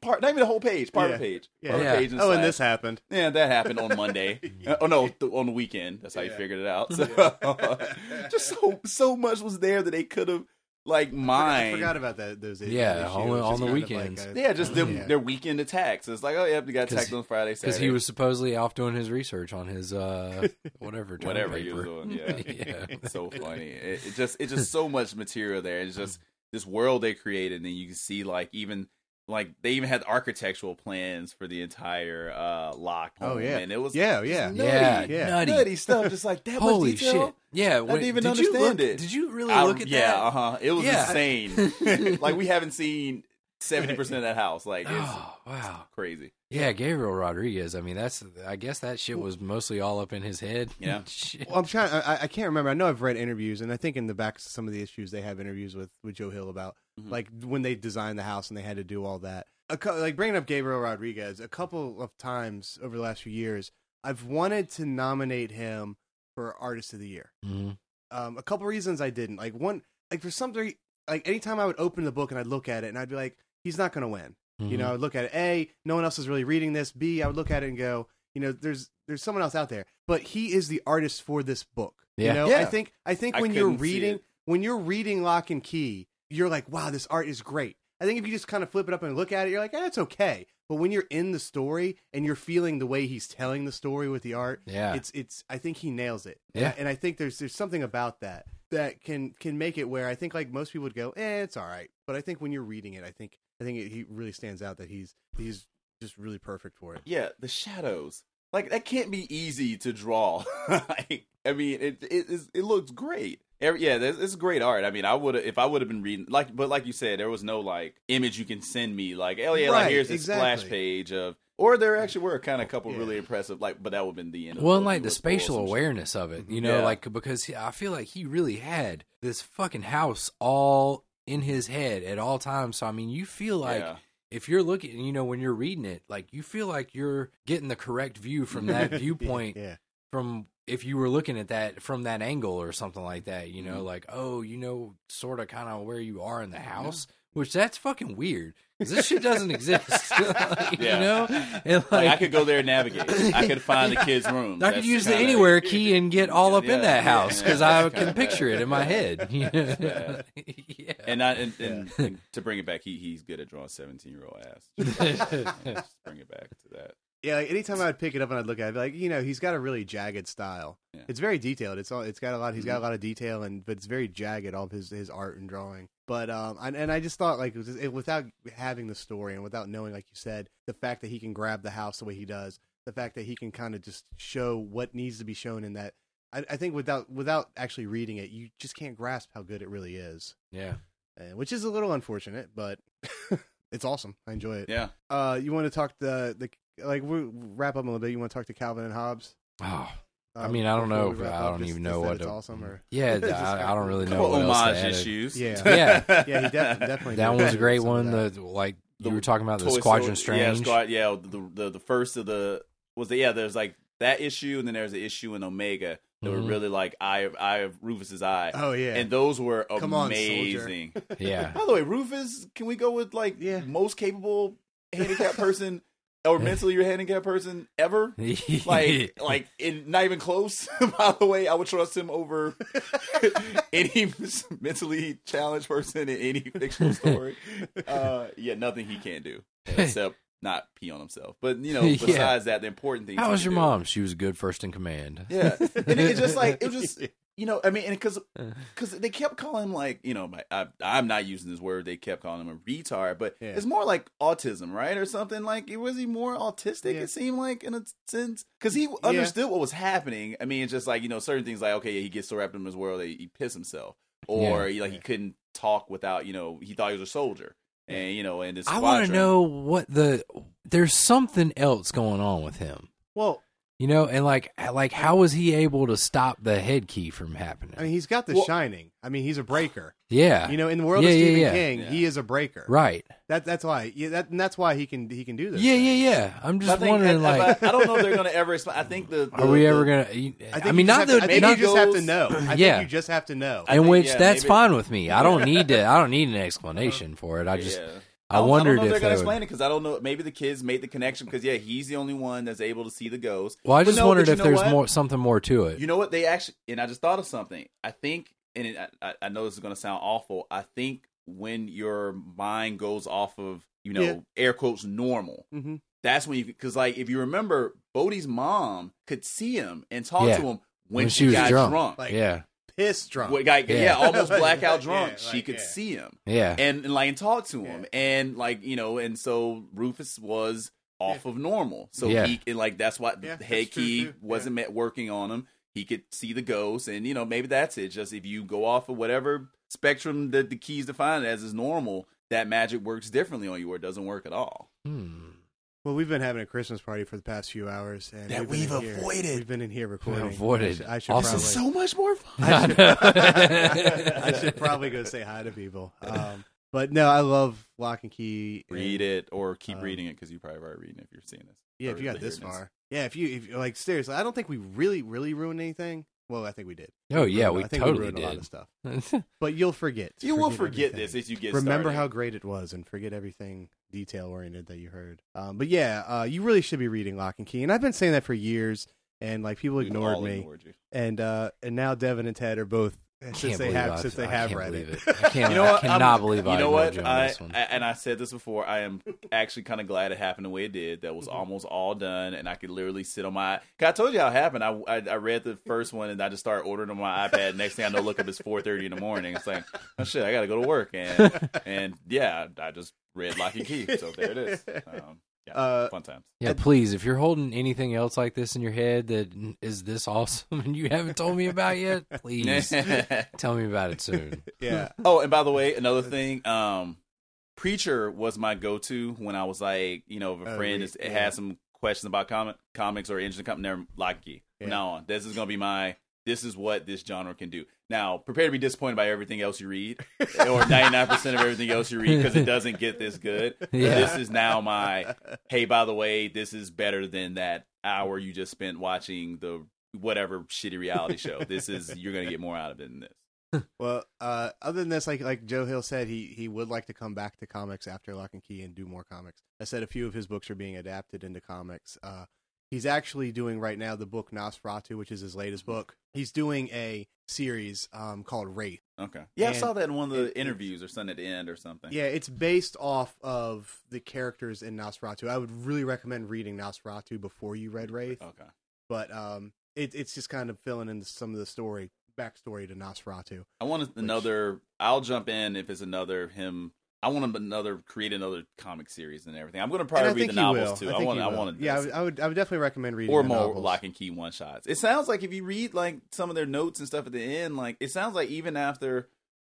Speaker 2: part, not even a whole page, part of a
Speaker 1: Yeah.
Speaker 2: page,
Speaker 1: Yeah.
Speaker 2: part of a
Speaker 3: Yeah.
Speaker 2: page. And
Speaker 1: oh,
Speaker 2: slash.
Speaker 1: and this happened.
Speaker 2: yeah, that happened on Monday. Uh, oh no, th- on the weekend. That's how you
Speaker 1: Yeah.
Speaker 2: figured it out. So, just so so much was there that they could have like
Speaker 1: I
Speaker 2: mined.
Speaker 1: forgot about that. Those
Speaker 3: Yeah,
Speaker 1: issues.
Speaker 3: on-
Speaker 1: It was
Speaker 3: on
Speaker 1: just
Speaker 3: the
Speaker 1: kind of
Speaker 3: weekends.
Speaker 1: like a-
Speaker 2: yeah, just them,
Speaker 1: Yeah.
Speaker 2: their weekend attacks. It's like, oh yeah, they got
Speaker 3: 'Cause-
Speaker 2: attacked on Friday,
Speaker 3: because
Speaker 2: Saturday.
Speaker 3: he was supposedly off doing his research on his uh whatever term
Speaker 2: whatever he
Speaker 3: paper.
Speaker 2: was doing. Yeah,
Speaker 3: yeah.
Speaker 2: It's so funny. It, it just it's just so much material there. It's just this world they created, and then you can see like even like they even had architectural plans for the entire uh lock.
Speaker 1: Oh,
Speaker 2: home,
Speaker 1: yeah.
Speaker 2: and it was
Speaker 1: Yeah, yeah.
Speaker 2: just
Speaker 3: yeah,
Speaker 2: nutty,
Speaker 1: yeah.
Speaker 3: nutty.
Speaker 2: nutty stuff. Just like that
Speaker 3: Holy
Speaker 2: much detail.
Speaker 3: shit! Yeah, when-
Speaker 2: even
Speaker 3: did you
Speaker 2: understand
Speaker 3: look-
Speaker 2: it.
Speaker 3: Did you really
Speaker 2: I-
Speaker 3: look at
Speaker 2: yeah,
Speaker 3: that? Oh,
Speaker 2: uh huh. It was
Speaker 3: Yeah.
Speaker 2: insane. like we haven't seen seventy percent of that house. Like it's
Speaker 3: Oh wow!
Speaker 2: crazy.
Speaker 3: Yeah, Gabriel Rodriguez. I mean, that's. I guess that shit was mostly all up in his head.
Speaker 2: Yeah.
Speaker 3: Shit.
Speaker 1: Well, I'm trying. I, I- I can't remember. I know I've read interviews, and I think in the back of some of the issues they have interviews with with Joe Hill about
Speaker 2: Mhm.
Speaker 1: like when they designed the house and they had to do all that. A cou- like bringing up Gabriel Rodriguez, a couple of times over the last few years, I've wanted to nominate him for Artist of the Year.
Speaker 3: Mhm.
Speaker 1: um, a couple reasons I didn't. Like one, like for some three, like anytime I would open the book and I'd look at it and I'd be like, he's not going to win. You
Speaker 3: Mhm.
Speaker 1: know, I would look at it. A, no one else is really reading this. B, I would look at it and go, you know, there's there's someone else out there, but he is the artist for this book.
Speaker 3: Yeah.
Speaker 1: You know, I
Speaker 2: Yeah.
Speaker 1: think I think
Speaker 2: I
Speaker 1: when you're
Speaker 2: couldn't see
Speaker 1: reading
Speaker 2: it.
Speaker 1: when you're reading Lock and Key, you're like, wow, this art is great. I think if you just kind of flip it up and look at it, you're like, eh, it's okay. But when you're in the story and you're feeling the way he's telling the story with the art,
Speaker 3: Yeah.
Speaker 1: it's it's I think he nails it.
Speaker 3: Yeah.
Speaker 1: And I think there's there's something about that that can can make it where I think like most people would go, eh, it's all right. But I think when you're reading it, I think I think it, he really stands out that he's he's just really perfect for it.
Speaker 2: Yeah, the shadows. Like that can't be easy to draw. like, I mean, it it is- it looks great. Every, yeah, this, this is great art. I mean, I would if I would have been reading like, but like you said, there was no like image you can send me. Like, oh yeah, like
Speaker 1: Right,
Speaker 2: here's this
Speaker 1: exactly.
Speaker 2: splash page of. Or there actually were kind of couple
Speaker 1: Yeah.
Speaker 2: really impressive. Like, but that would have been the end. of
Speaker 3: Well,
Speaker 2: book.
Speaker 3: and
Speaker 2: You
Speaker 3: like the
Speaker 2: would spoil
Speaker 3: spatial
Speaker 2: some shit.
Speaker 3: awareness of it, you know,
Speaker 2: Yeah.
Speaker 3: like because he, I feel like he really had this fucking house all in his head at all times. So I mean, you feel like
Speaker 2: Yeah.
Speaker 3: if you're looking, you know, when you're reading it, like you feel like you're getting the correct view from that viewpoint
Speaker 1: Yeah.
Speaker 3: from if you were looking at that from that angle or something like that, you know,
Speaker 2: Mhm.
Speaker 3: like oh, you know, sort of kind of where you are in the house, which that's fucking weird This shit doesn't exist. Like,
Speaker 2: Yeah.
Speaker 3: You know, and like,
Speaker 2: Like, I could go there and navigate. I could find the kids' room.
Speaker 3: I could use the anywhere key and get all up
Speaker 2: Yeah,
Speaker 3: in that
Speaker 2: yeah,
Speaker 3: house because
Speaker 2: yeah.
Speaker 3: I can picture it in my head. yeah.
Speaker 2: And, I, and, and, and to bring it back, he he's good at drawing seventeen year old ass. Just bring it back to that.
Speaker 1: Yeah, like anytime I would pick it up and I'd look at it, I'd be like, you know, he's got a really jagged style.
Speaker 2: Yeah.
Speaker 1: It's very detailed. It's all it's got a lot. He's got a lot of detail, and but it's very jagged. All of his his art and drawing. But um, and, and I just thought like it was- it, without having the story and without knowing, like you said, the fact that he can grab the house the way he does, the fact that he can kind of just show what needs to be shown in that. I, I think without without actually reading it, you just can't grasp how good it really is,
Speaker 3: yeah.
Speaker 1: uh, which is a little unfortunate, but it's awesome. I enjoy it.
Speaker 2: Yeah,
Speaker 1: Uh, you want to talk the the like we wrap up a little bit. You want to talk to Calvin and Hobbes?
Speaker 3: Oh,
Speaker 1: Uh,
Speaker 3: I mean, I don't
Speaker 1: before
Speaker 3: know.
Speaker 1: we wrap
Speaker 3: I
Speaker 1: up?
Speaker 3: don't
Speaker 1: Just-
Speaker 3: even
Speaker 1: just
Speaker 3: know
Speaker 1: that
Speaker 3: what.
Speaker 1: It's
Speaker 3: to-
Speaker 1: awesome, or
Speaker 3: Yeah,
Speaker 1: Just
Speaker 3: I, I don't really know
Speaker 2: couple
Speaker 3: what else
Speaker 2: homage
Speaker 3: to add.
Speaker 2: issues.
Speaker 1: Yeah.
Speaker 3: Yeah.
Speaker 1: yeah, he def- definitely.
Speaker 3: That
Speaker 1: did.
Speaker 3: one's a great
Speaker 1: Some of
Speaker 3: one.
Speaker 1: that.
Speaker 3: The like
Speaker 2: The
Speaker 3: you were talking about the
Speaker 2: Toy
Speaker 3: Squadron
Speaker 2: Soldier- Yeah,
Speaker 3: Strange.
Speaker 2: Squad, yeah, the, the the first of the was the yeah. There's like that issue, and then there's the issue in Omega that were
Speaker 3: Mhm.
Speaker 2: really like Eye of Eye of Rufus's eye,
Speaker 1: oh yeah,
Speaker 2: and those were
Speaker 1: Come on, soldier.
Speaker 2: amazing.
Speaker 3: yeah.
Speaker 2: By the way, Rufus, can we go with like
Speaker 1: Yeah.
Speaker 2: most capable handicapped person or mentally your handicapped person ever? Like, like, in, not even close. By the way, I would trust him over any mentally challenged person in any fictional story. Uh, yeah, nothing he can do except not pee on himself. But you know,
Speaker 3: Yeah.
Speaker 2: besides that, the important thing.
Speaker 3: how was your mom? She was a good first in command.
Speaker 2: Yeah, and it's just like it was just you know, I mean, and because because they kept calling him like you know, my, I, I'm not using this word. They kept calling him a retard, but
Speaker 1: Yeah.
Speaker 2: it's more like autism, right, or something like. It was he more autistic?
Speaker 1: Yeah.
Speaker 2: It seemed like in a sense because he understood what was happening. I mean, it's just like you know, certain things like okay, yeah, he gets so wrapped in his world that he, he pissed himself, or he, like he couldn't talk without you know, he thought he was a soldier, and you know, and this
Speaker 3: I want to
Speaker 2: squadron-
Speaker 3: know what the there's something else going on with him.
Speaker 1: well,
Speaker 3: You know, and like like how was he able to stop the head key from happening?
Speaker 1: I mean, he's got the
Speaker 2: Well-
Speaker 1: shining. I mean, he's a breaker.
Speaker 3: yeah.
Speaker 1: You know, in the world of
Speaker 3: Yeah, yeah,
Speaker 1: Stephen
Speaker 3: yeah.
Speaker 1: King, he is a breaker.
Speaker 3: right.
Speaker 1: That that's why. Yeah, that, and that's why he can he can do this.
Speaker 3: Yeah, yeah, yeah. I'm
Speaker 2: I
Speaker 3: just
Speaker 2: think,
Speaker 3: wondering
Speaker 2: and-
Speaker 3: like
Speaker 2: but I don't know if they're going to ever explain. I think the, the
Speaker 3: are we ever
Speaker 2: the-
Speaker 3: going to
Speaker 1: I,
Speaker 3: I,
Speaker 1: think
Speaker 3: mean
Speaker 1: you just
Speaker 3: not
Speaker 1: have
Speaker 3: the
Speaker 1: to, maybe
Speaker 3: not
Speaker 1: you just have to
Speaker 2: goes-
Speaker 1: know. I
Speaker 3: Yeah.
Speaker 1: think you just have to know.
Speaker 2: I
Speaker 3: in
Speaker 2: think,
Speaker 3: which
Speaker 2: yeah,
Speaker 3: that's
Speaker 2: maybe-
Speaker 3: fine with me. I don't need to. I don't need an explanation for it. I just
Speaker 2: Yeah.
Speaker 3: I
Speaker 2: don't-
Speaker 3: wondered
Speaker 2: I don't know
Speaker 3: if
Speaker 2: they're
Speaker 3: they
Speaker 2: gonna
Speaker 3: would-
Speaker 2: explain it because I don't know. Maybe the kids made the connection because yeah, he's the only one that's able to see the ghost.
Speaker 3: Well, I
Speaker 2: But
Speaker 3: just
Speaker 2: no, but
Speaker 3: wondered
Speaker 2: you
Speaker 3: if
Speaker 2: know
Speaker 3: there's
Speaker 2: what?
Speaker 3: more something more to it.
Speaker 2: You know what they actually? And I just thought of something. I think, and it, I- I, I know this is gonna sound awful. I think when your mind goes off of you know
Speaker 1: Yeah.
Speaker 2: air quotes normal,
Speaker 3: Mm-hmm.
Speaker 1: Mhm.
Speaker 2: that's when you because like if you remember, Bodie's mom could see him and talk
Speaker 3: Yeah.
Speaker 2: to him when,
Speaker 3: When
Speaker 2: she,
Speaker 3: she was
Speaker 2: got
Speaker 3: drunk.
Speaker 2: drunk.
Speaker 1: Like,
Speaker 3: yeah,
Speaker 1: Piss drunk.
Speaker 2: What guy? Yeah.
Speaker 3: Yeah.
Speaker 2: almost blackout
Speaker 1: Yeah,
Speaker 2: drunk.
Speaker 1: like,
Speaker 2: she could
Speaker 1: yeah.
Speaker 2: see him.
Speaker 3: yeah,
Speaker 2: and, and like and talk to him
Speaker 1: Yeah.
Speaker 2: and like you know and so rufus was off of normal so
Speaker 3: Yeah.
Speaker 2: he and like that's why the
Speaker 1: Yeah,
Speaker 2: head
Speaker 1: that's true,
Speaker 2: key
Speaker 1: too.
Speaker 2: wasn't met working on him he could see the ghost and you know maybe that's it just if you go off of whatever spectrum that the keys defined as is normal that magic works differently on you or it doesn't work at all
Speaker 3: Hmm.
Speaker 1: Well, we've been having a Christmas party for the past few hours, and
Speaker 2: That
Speaker 1: we've, been
Speaker 2: we've
Speaker 1: in
Speaker 2: avoided.
Speaker 1: Here, we've been in here recording.
Speaker 3: avoided.
Speaker 1: I should, I should
Speaker 3: Awesome.
Speaker 1: probably,
Speaker 2: so much more fun
Speaker 3: I know.
Speaker 1: I should probably go say hi to people. Um, but no, I love Lock and Key. and-
Speaker 2: read it or keep
Speaker 1: Um,
Speaker 2: reading it because you probably already reading it if you're seeing this
Speaker 1: Yeah, if
Speaker 2: Or
Speaker 1: you got this
Speaker 2: hearing
Speaker 1: far. Yeah, if you if like seriously, I don't think we really really ruined anything. Well, I think we did.
Speaker 3: Oh yeah,
Speaker 1: ruined-
Speaker 3: we
Speaker 1: I think
Speaker 3: totally
Speaker 1: ruined a lot of
Speaker 3: did.
Speaker 1: stuff. But you'll forget.
Speaker 2: you will forget
Speaker 1: everything.
Speaker 2: this if you get
Speaker 1: Remember
Speaker 2: started.
Speaker 1: how great it was, and forget everything detail oriented that you heard. Um, but yeah, uh, you really should be reading Lock and Key, and I've been saying that for years, and like people
Speaker 2: We've
Speaker 1: ignored
Speaker 2: all
Speaker 1: me.
Speaker 2: ignored you.
Speaker 1: and uh and now Devin and Ted are both since
Speaker 3: can't
Speaker 1: they
Speaker 3: believe
Speaker 1: have
Speaker 3: I've-
Speaker 1: since they
Speaker 3: I
Speaker 1: have
Speaker 3: can't
Speaker 1: read
Speaker 3: believe
Speaker 1: it.
Speaker 3: it. I can't-
Speaker 2: You know what?
Speaker 3: I cannot believe I
Speaker 2: You know what?
Speaker 3: ignored you on
Speaker 2: I,
Speaker 3: this one.
Speaker 2: I- and I said this before. I am actually kind of glad it happened the way it did. That was almost all done, and I could literally sit on my. 'cause I told you how it happened. I, I I read the first one, and I just started ordering on my iPad. Next thing I know, look up, it's four thirty in the morning. It's like, oh shit, I got to go to work, and and yeah, I just read Lock and Key. So there it is. Um, yeah,
Speaker 1: Uh,
Speaker 2: fun times.
Speaker 3: yeah, please, if you're holding anything else like this in your head that n- is this awesome and you haven't told me about yet, please tell me about it soon.
Speaker 1: Yeah.
Speaker 2: Oh, and by the way, another thing, um, Preacher was my go-to when I was like, you know, if a
Speaker 1: Oh,
Speaker 2: friend
Speaker 1: we-
Speaker 2: is,
Speaker 1: yeah.
Speaker 2: has some questions about comic comics or interesting comic, they're like, "Gee, from
Speaker 1: Yeah.
Speaker 2: now on, this is gonna be my. This is what this genre can do. Now, prepare to be disappointed by everything else you read, or ninety-nine percent of everything else you read, because it doesn't get this good.
Speaker 3: Yeah.
Speaker 2: This is now my. Hey, by the way, this is better than that hour you just spent watching the whatever shitty reality show. This is you're gonna get more out of it than this.
Speaker 1: Well, uh, other than this, like like Joe Hill said, he he would like to come back to comics after Lock and Key and do more comics. I said a few of his books are being adapted into comics. Uh, he's actually doing right now the book Nosferatu, which is his latest book. He's doing a series um, called Wraith.
Speaker 2: Okay. Yeah,
Speaker 1: And-
Speaker 2: I saw that in one of
Speaker 1: and
Speaker 2: the
Speaker 1: it's-
Speaker 2: interviews or something at the end or something.
Speaker 1: Yeah, it's based off of the characters in Nosferatu. I would really recommend reading Nosferatu before you read Wraith.
Speaker 2: Okay.
Speaker 1: but um, it, it's just kind of filling in some of the story backstory to Nosferatu.
Speaker 2: I want another. I'll jump in if it's another him. I want another create another comic series and everything. I'm going to
Speaker 1: And
Speaker 2: probably
Speaker 1: I
Speaker 2: read
Speaker 1: think
Speaker 2: the
Speaker 1: he
Speaker 2: novels
Speaker 1: will.
Speaker 2: too.
Speaker 1: I,
Speaker 2: I
Speaker 1: think
Speaker 2: want.
Speaker 1: he
Speaker 2: I
Speaker 1: will.
Speaker 2: want. to-
Speaker 1: Yeah, I would, I would. I would definitely recommend reading
Speaker 2: or
Speaker 1: the
Speaker 2: more
Speaker 1: novels.
Speaker 2: lock and key one shots. It sounds like if you read like some of their notes and stuff at the end, like it sounds like even after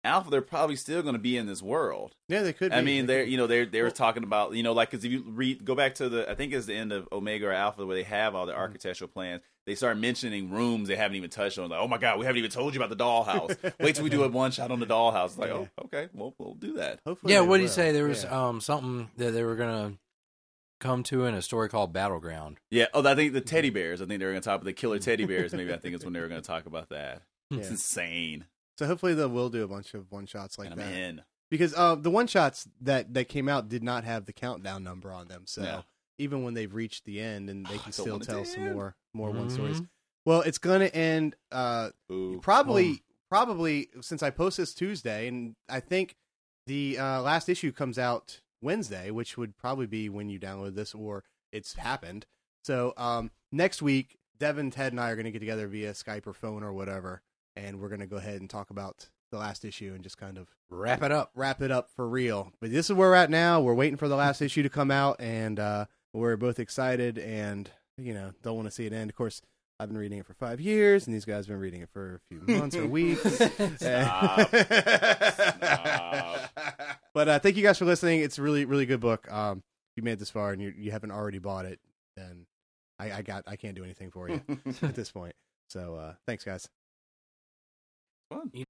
Speaker 2: Alpha, they're probably still going to be in this world.
Speaker 1: Yeah, they could.
Speaker 2: I
Speaker 1: be.
Speaker 2: mean,
Speaker 1: They
Speaker 2: they're
Speaker 1: could-
Speaker 2: you know they're they were
Speaker 1: Well-
Speaker 2: talking about you know like because if you read go back to the I think it's the end of Omega or Alpha where they have all the
Speaker 1: Mm-hmm.
Speaker 2: architectural plans. They start mentioning rooms they haven't even touched on. Like, oh my god, we haven't even told you about the dollhouse. Wait till we do a one shot on the dollhouse. Like, oh okay, well we'll do that.
Speaker 1: Hopefully
Speaker 3: Yeah,
Speaker 1: they
Speaker 3: what do you
Speaker 1: will.
Speaker 3: say? There was
Speaker 1: Yeah.
Speaker 3: um something that they were gonna come to in a story called Battleground.
Speaker 2: Yeah. Oh, I think the teddy
Speaker 1: Mm-hmm.
Speaker 2: bears. I think they were going to talk about the killer teddy bears. Maybe I think is when they were going to talk about that.
Speaker 1: Yeah.
Speaker 2: It's insane.
Speaker 1: So hopefully they will do a bunch of one shots like
Speaker 2: and I'm
Speaker 1: that
Speaker 2: in.
Speaker 1: because uh, the one shots that that came out did not have the countdown number on them. So
Speaker 2: No.
Speaker 1: even when they've reached the end, and
Speaker 2: Oh,
Speaker 1: they
Speaker 2: I
Speaker 1: can
Speaker 2: don't
Speaker 1: still
Speaker 2: want it
Speaker 1: tell
Speaker 2: to
Speaker 1: some
Speaker 2: end.
Speaker 1: more more one stories.
Speaker 3: Mhm.
Speaker 1: Well, it's gonna end. Uh,
Speaker 2: Ooh.
Speaker 1: probably
Speaker 3: Um,
Speaker 1: probably since I post this Tuesday, and I think the uh, last issue comes out Wednesday, which would probably be when you download this, or it's happened. So um, next week, Devin, Ted, and I are going to get together via Skype or phone or whatever, and we're going to go ahead and talk about the last issue and just kind of
Speaker 3: Wrap it up.
Speaker 1: wrap it up for real. But this is where we're at now. We're waiting for the last issue to come out, and uh, we're both excited and you know don't want to see it end. Of course, I've been reading it for five years, and these guys have been reading it for a few months or weeks.
Speaker 2: Stop.
Speaker 1: but uh, thank you guys for listening. It's a really really good book. Um, if you made it this far and you you haven't already bought it, then I, I got I can't do anything for you at this point. So uh, thanks, guys.
Speaker 2: Fun.